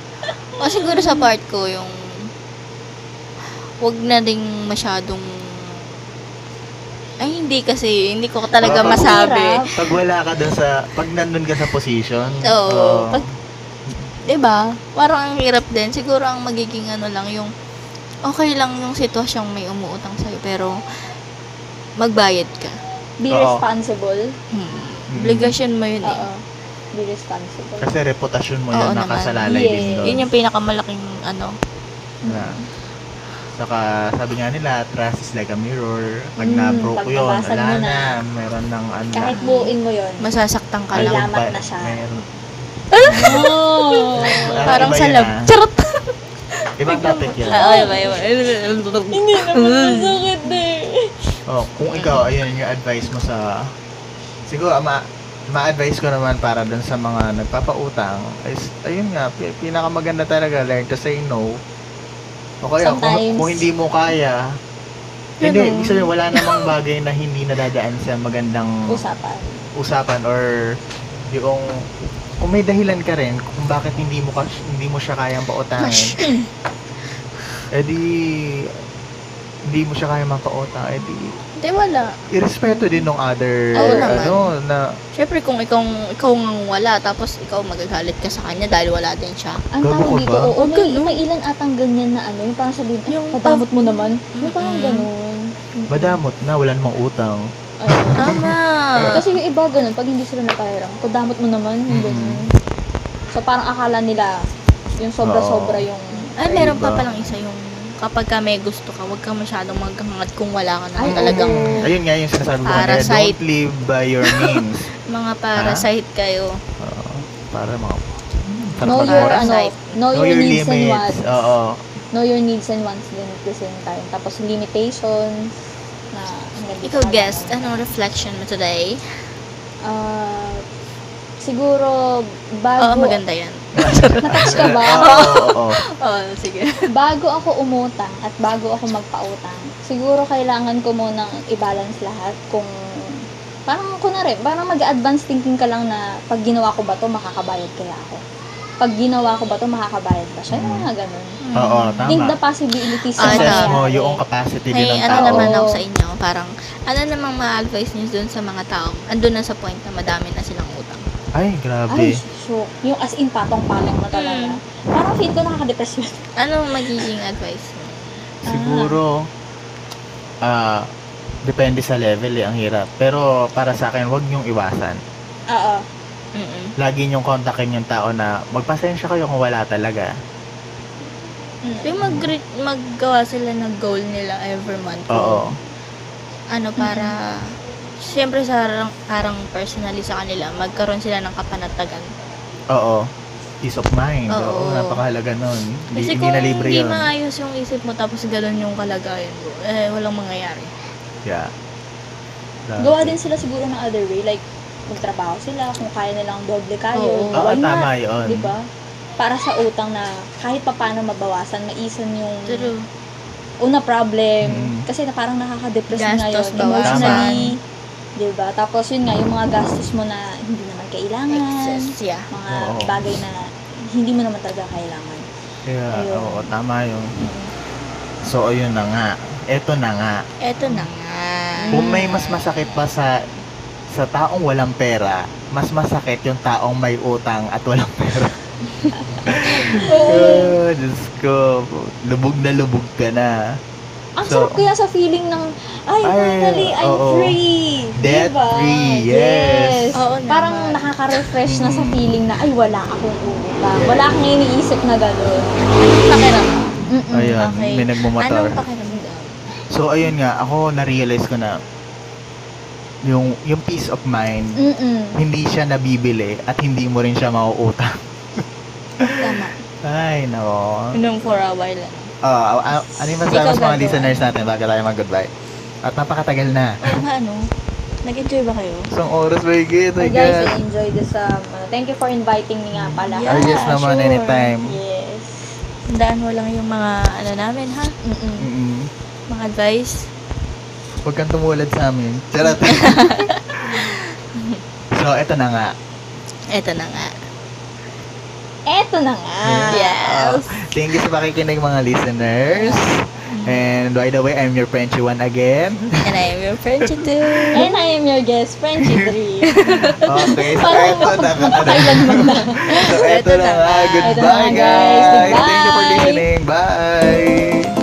[SPEAKER 1] O siguro sa part ko, yung wag na ding masyadong ay hindi kasi hindi ko talaga
[SPEAKER 2] Oo.
[SPEAKER 1] masabi.
[SPEAKER 3] Hirap.
[SPEAKER 2] Pag wala ka doon sa, pag nandun ka sa position,
[SPEAKER 1] Oo.
[SPEAKER 2] oo,
[SPEAKER 1] Pag- Diba? Parang ang hirap din. Siguro ang magiging ano lang yung okay lang yung sitwasyong may umuutang sa'yo pero magbayad ka.
[SPEAKER 3] Be
[SPEAKER 2] Oo.
[SPEAKER 3] responsible.
[SPEAKER 1] Hmm. Obligasyon mo yun eh.
[SPEAKER 3] Oo. Be responsible.
[SPEAKER 2] Kasi reputasyon mo
[SPEAKER 1] Oo
[SPEAKER 2] yun,
[SPEAKER 1] naman.
[SPEAKER 2] nakasalalay
[SPEAKER 3] Yes.
[SPEAKER 2] din doon.
[SPEAKER 1] Yun yung pinakamalaking ano.
[SPEAKER 2] Na. Saka sabi nga nila, trust is like a mirror. Pag
[SPEAKER 3] Mm,
[SPEAKER 2] na-broke ko yun,
[SPEAKER 3] pagtabasag
[SPEAKER 2] wala
[SPEAKER 3] mo na.
[SPEAKER 2] na. Meron ng ano.
[SPEAKER 3] Kahit buuin mo yun.
[SPEAKER 1] Masasaktan ka
[SPEAKER 3] Wala.
[SPEAKER 1] lang.
[SPEAKER 3] Alamat na siya.
[SPEAKER 2] Meron.
[SPEAKER 3] Oh!
[SPEAKER 2] Parang
[SPEAKER 1] Parang
[SPEAKER 2] iba
[SPEAKER 1] sa
[SPEAKER 2] yun,
[SPEAKER 1] love.
[SPEAKER 2] ah.
[SPEAKER 1] Charot!
[SPEAKER 2] Ibang topic yun.
[SPEAKER 1] Oo, iba, iba.
[SPEAKER 3] Hindi
[SPEAKER 1] Mm.
[SPEAKER 3] naman masakit eh.
[SPEAKER 2] Oh, kung ikaw, ayun yung advice mo sa... Siguro, ma ma-advise ko naman para dun sa mga nagpapautang is, ayun nga, pi- pinakamaganda talaga, learn to say no. O kaya, kung,
[SPEAKER 3] Sometimes.
[SPEAKER 2] kung hindi mo kaya, hindi, ibig sabihin, wala namang bagay na hindi nadadaan sa magandang
[SPEAKER 3] Usapan.
[SPEAKER 2] usapan or yung kung may dahilan ka rin kung bakit hindi mo ka, hindi mo siya kayang pautangin.
[SPEAKER 3] [LAUGHS]
[SPEAKER 2] eh di hindi mo siya kayang mapautang, eh di
[SPEAKER 1] Hindi, wala.
[SPEAKER 2] irespeto din ng other
[SPEAKER 1] Oo naman.
[SPEAKER 2] ano na
[SPEAKER 1] Siyempre, kung ikaw, ikaw ang wala, tapos ikaw magagalit ka sa kanya dahil wala din siya.
[SPEAKER 3] Ang
[SPEAKER 2] Gago
[SPEAKER 3] tawag
[SPEAKER 2] ka
[SPEAKER 3] dito,
[SPEAKER 2] ba?
[SPEAKER 3] oo,
[SPEAKER 1] Huwag
[SPEAKER 3] may,
[SPEAKER 1] ganun.
[SPEAKER 3] may ilan atang ganyan na ano, yung parang sabihin, ay,
[SPEAKER 1] Yung
[SPEAKER 3] padamot mo naman. Yung parang
[SPEAKER 1] Mm-mm.
[SPEAKER 3] ganun.
[SPEAKER 2] madamot na wala namang utang.
[SPEAKER 3] Ayun.
[SPEAKER 1] Tama.
[SPEAKER 3] Kasi yung iba ganun, pag hindi sila napahiram, padamot mo naman, yung ganun. So parang akala nila, yung sobra-sobra yung...
[SPEAKER 1] Ay, meron pa
[SPEAKER 2] Iba.
[SPEAKER 1] palang isa yung kapag ka may gusto ka, huwag ka masyadong maghangad kung wala ka na
[SPEAKER 3] Ay,
[SPEAKER 1] talagang
[SPEAKER 3] oo.
[SPEAKER 2] Mm. Ayun nga yung sinasabi ko kanina,
[SPEAKER 1] Parasite.
[SPEAKER 2] don't live by your
[SPEAKER 3] [LAUGHS]
[SPEAKER 2] means.
[SPEAKER 1] mga
[SPEAKER 2] Ah.
[SPEAKER 1] parasite kayo.
[SPEAKER 2] Oo, para mga para
[SPEAKER 3] Know your,
[SPEAKER 2] mag-oras.
[SPEAKER 3] ano, know your, needs and wants.
[SPEAKER 2] Oo.
[SPEAKER 3] Know your needs and wants din at the same time. Tapos limitations, na... ang ganda
[SPEAKER 1] Ikaw,
[SPEAKER 3] sana
[SPEAKER 1] guest, ano?
[SPEAKER 3] ng-
[SPEAKER 1] anong reflection mo today?
[SPEAKER 3] Ah, siguro,
[SPEAKER 1] Oo,
[SPEAKER 3] bago,
[SPEAKER 1] maganda
[SPEAKER 3] [LAUGHS]
[SPEAKER 1] yan.
[SPEAKER 3] natouch ka [LAUGHS] ba?
[SPEAKER 2] Oo, oo, oo.
[SPEAKER 3] Oh,
[SPEAKER 1] Oo, sige.
[SPEAKER 3] bago ako umutang at bago ako magpautang, siguro kailangan ko munang i-balance lahat kung parang kunwari, parang mag-advance thinking ka lang na pag ginawa ko ba to makakabayad kaya ako. Pag ginawa ko ba to makakabayad ba siya? Yung mga ganun.
[SPEAKER 2] Oo,
[SPEAKER 3] Think
[SPEAKER 2] tama.
[SPEAKER 3] the Ah, possibilities na
[SPEAKER 2] Assess
[SPEAKER 3] mangyayari.
[SPEAKER 2] mo yung capacity din
[SPEAKER 1] May
[SPEAKER 2] ng
[SPEAKER 1] ano
[SPEAKER 2] tao.
[SPEAKER 1] naman ako
[SPEAKER 3] Oo.
[SPEAKER 1] sa inyo, parang ano namang ma-advise niyo dun sa mga taong andun na sa point na madami na silang utang.
[SPEAKER 2] Ay, grabe.
[SPEAKER 3] Ay, ah. shook. Yung as in patong-patong na talaga.
[SPEAKER 1] Mm.
[SPEAKER 3] Parang feel ko nakaka-depress yun.
[SPEAKER 1] Anong Ano magiging advice mo?
[SPEAKER 2] Siguro, ah, depende sa level eh, ang hirap. Pero para sa akin, wag niyong iwasan.
[SPEAKER 3] Oo.
[SPEAKER 1] Mm-mm.
[SPEAKER 2] Lagi niyong kontakin yung tao na magpasensya kayo kung wala talaga.
[SPEAKER 3] Mm.
[SPEAKER 1] Yung mag maggawa sila ng goal nila every month.
[SPEAKER 2] Oo.
[SPEAKER 1] Ano, para... Siyempre, sa harang, harang personally sa kanila, magkaroon sila ng kapanatagan.
[SPEAKER 2] Oo. Peace of mind. Oo,
[SPEAKER 1] Oo.
[SPEAKER 2] napakahalaga nun. Hindi,
[SPEAKER 1] Kasi
[SPEAKER 2] hindi
[SPEAKER 1] kung
[SPEAKER 2] na libre
[SPEAKER 1] hindi
[SPEAKER 2] yun.
[SPEAKER 1] maayos yung isip mo, tapos ganun yung kalagayan mo, eh, walang mangyayari.
[SPEAKER 2] Yeah. Grabe.
[SPEAKER 3] Gawa din sila siguro ng other way. Like, magtrabaho sila kung kaya nilang doble kayo.
[SPEAKER 1] Oo.
[SPEAKER 2] Oo,
[SPEAKER 3] Why not?
[SPEAKER 2] Ah, tama yun.
[SPEAKER 3] di ba? Para sa utang na kahit pa paano mabawasan, maisan yung
[SPEAKER 1] True.
[SPEAKER 3] una problem.
[SPEAKER 2] Mm.
[SPEAKER 3] Kasi na parang nakaka-depress na ngayon.
[SPEAKER 1] Gastos, bawasan.
[SPEAKER 3] Emotionally. Di ba? Tapos yun nga, yung mga gastos mo na hindi naman kailangan.
[SPEAKER 1] Excess, yeah.
[SPEAKER 3] Mga
[SPEAKER 2] Oo.
[SPEAKER 3] bagay na hindi mo naman talaga kailangan.
[SPEAKER 2] Yeah,
[SPEAKER 3] Ayun.
[SPEAKER 2] oo, tama yun. So, ayun na nga. Eto na nga.
[SPEAKER 1] Eto na nga.
[SPEAKER 2] Kung may mas masakit pa sa sa taong walang pera, mas masakit yung taong may utang at walang
[SPEAKER 1] [LAUGHS]
[SPEAKER 2] pera. oh, Diyos ko. Lubog na lubog ka na.
[SPEAKER 3] Ang
[SPEAKER 2] So-
[SPEAKER 3] sarap kaya sa feeling ng, ay,
[SPEAKER 2] Ay,
[SPEAKER 3] finally, I'm
[SPEAKER 2] oo.
[SPEAKER 3] free.
[SPEAKER 2] Debt
[SPEAKER 3] Diba?
[SPEAKER 2] free, yes. Mm.
[SPEAKER 1] Oo naman.
[SPEAKER 3] Parang nakaka-refresh na sa feeling na, ay, wala akong utang. Wala akong iniisip na gano'n.
[SPEAKER 1] Pakiramdam.
[SPEAKER 3] Mm-mm.
[SPEAKER 2] Ayun,
[SPEAKER 1] Mm, okay.
[SPEAKER 2] may nagmumotor.
[SPEAKER 1] Anong pakiramdam?
[SPEAKER 2] So, ayun nga, ako na-realize ko na yung, yung peace of mind,
[SPEAKER 3] Mm-mm.
[SPEAKER 2] hindi siya nabibili at hindi mo rin siya mauutang.
[SPEAKER 1] Tama.
[SPEAKER 2] [LAUGHS] Ay, nako.
[SPEAKER 1] Nung for a while. ano.
[SPEAKER 2] Ah, ah, ano yung masasabi
[SPEAKER 1] Ikaw,
[SPEAKER 2] sa mga
[SPEAKER 1] Gago.
[SPEAKER 2] listeners natin bago tayo mag-goodbye? At napakatagal na.
[SPEAKER 1] Oo nga, ano? Nag-enjoy ba kayo?
[SPEAKER 2] Isang oras ba higit? I
[SPEAKER 3] Hi guys,
[SPEAKER 2] guess.
[SPEAKER 3] I enjoy this. Um, uh, thank you for inviting me nga pala.
[SPEAKER 2] I
[SPEAKER 1] Yeah.
[SPEAKER 2] guess naman
[SPEAKER 1] sure.
[SPEAKER 2] anytime.
[SPEAKER 3] Yes.
[SPEAKER 1] Tandaan mo lang yung mga ano namin ha,
[SPEAKER 3] Mm-mm.
[SPEAKER 2] Mm-mm.
[SPEAKER 1] mga advice.
[SPEAKER 2] Huwag kang tumulad sa amin. Charot. [LAUGHS] so, eto na nga.
[SPEAKER 1] Eto na nga.
[SPEAKER 3] Eto na nga.
[SPEAKER 1] Yes.
[SPEAKER 2] Oh, Thank you sa pakikinig mga listeners. And by the way, I'm your Frenchy one again.
[SPEAKER 4] And I am your friend to do.
[SPEAKER 3] And I am your guest, Frenchie Tree.
[SPEAKER 2] Okay, so
[SPEAKER 3] Parang
[SPEAKER 2] eto na nga. [LAUGHS] so
[SPEAKER 4] Eto
[SPEAKER 2] eto na
[SPEAKER 4] na
[SPEAKER 2] nga.
[SPEAKER 4] nga.
[SPEAKER 2] Goodbye,
[SPEAKER 3] Eto na nga, guys.
[SPEAKER 2] guys. Thank you for
[SPEAKER 3] Goodbye.
[SPEAKER 2] listening. Bye.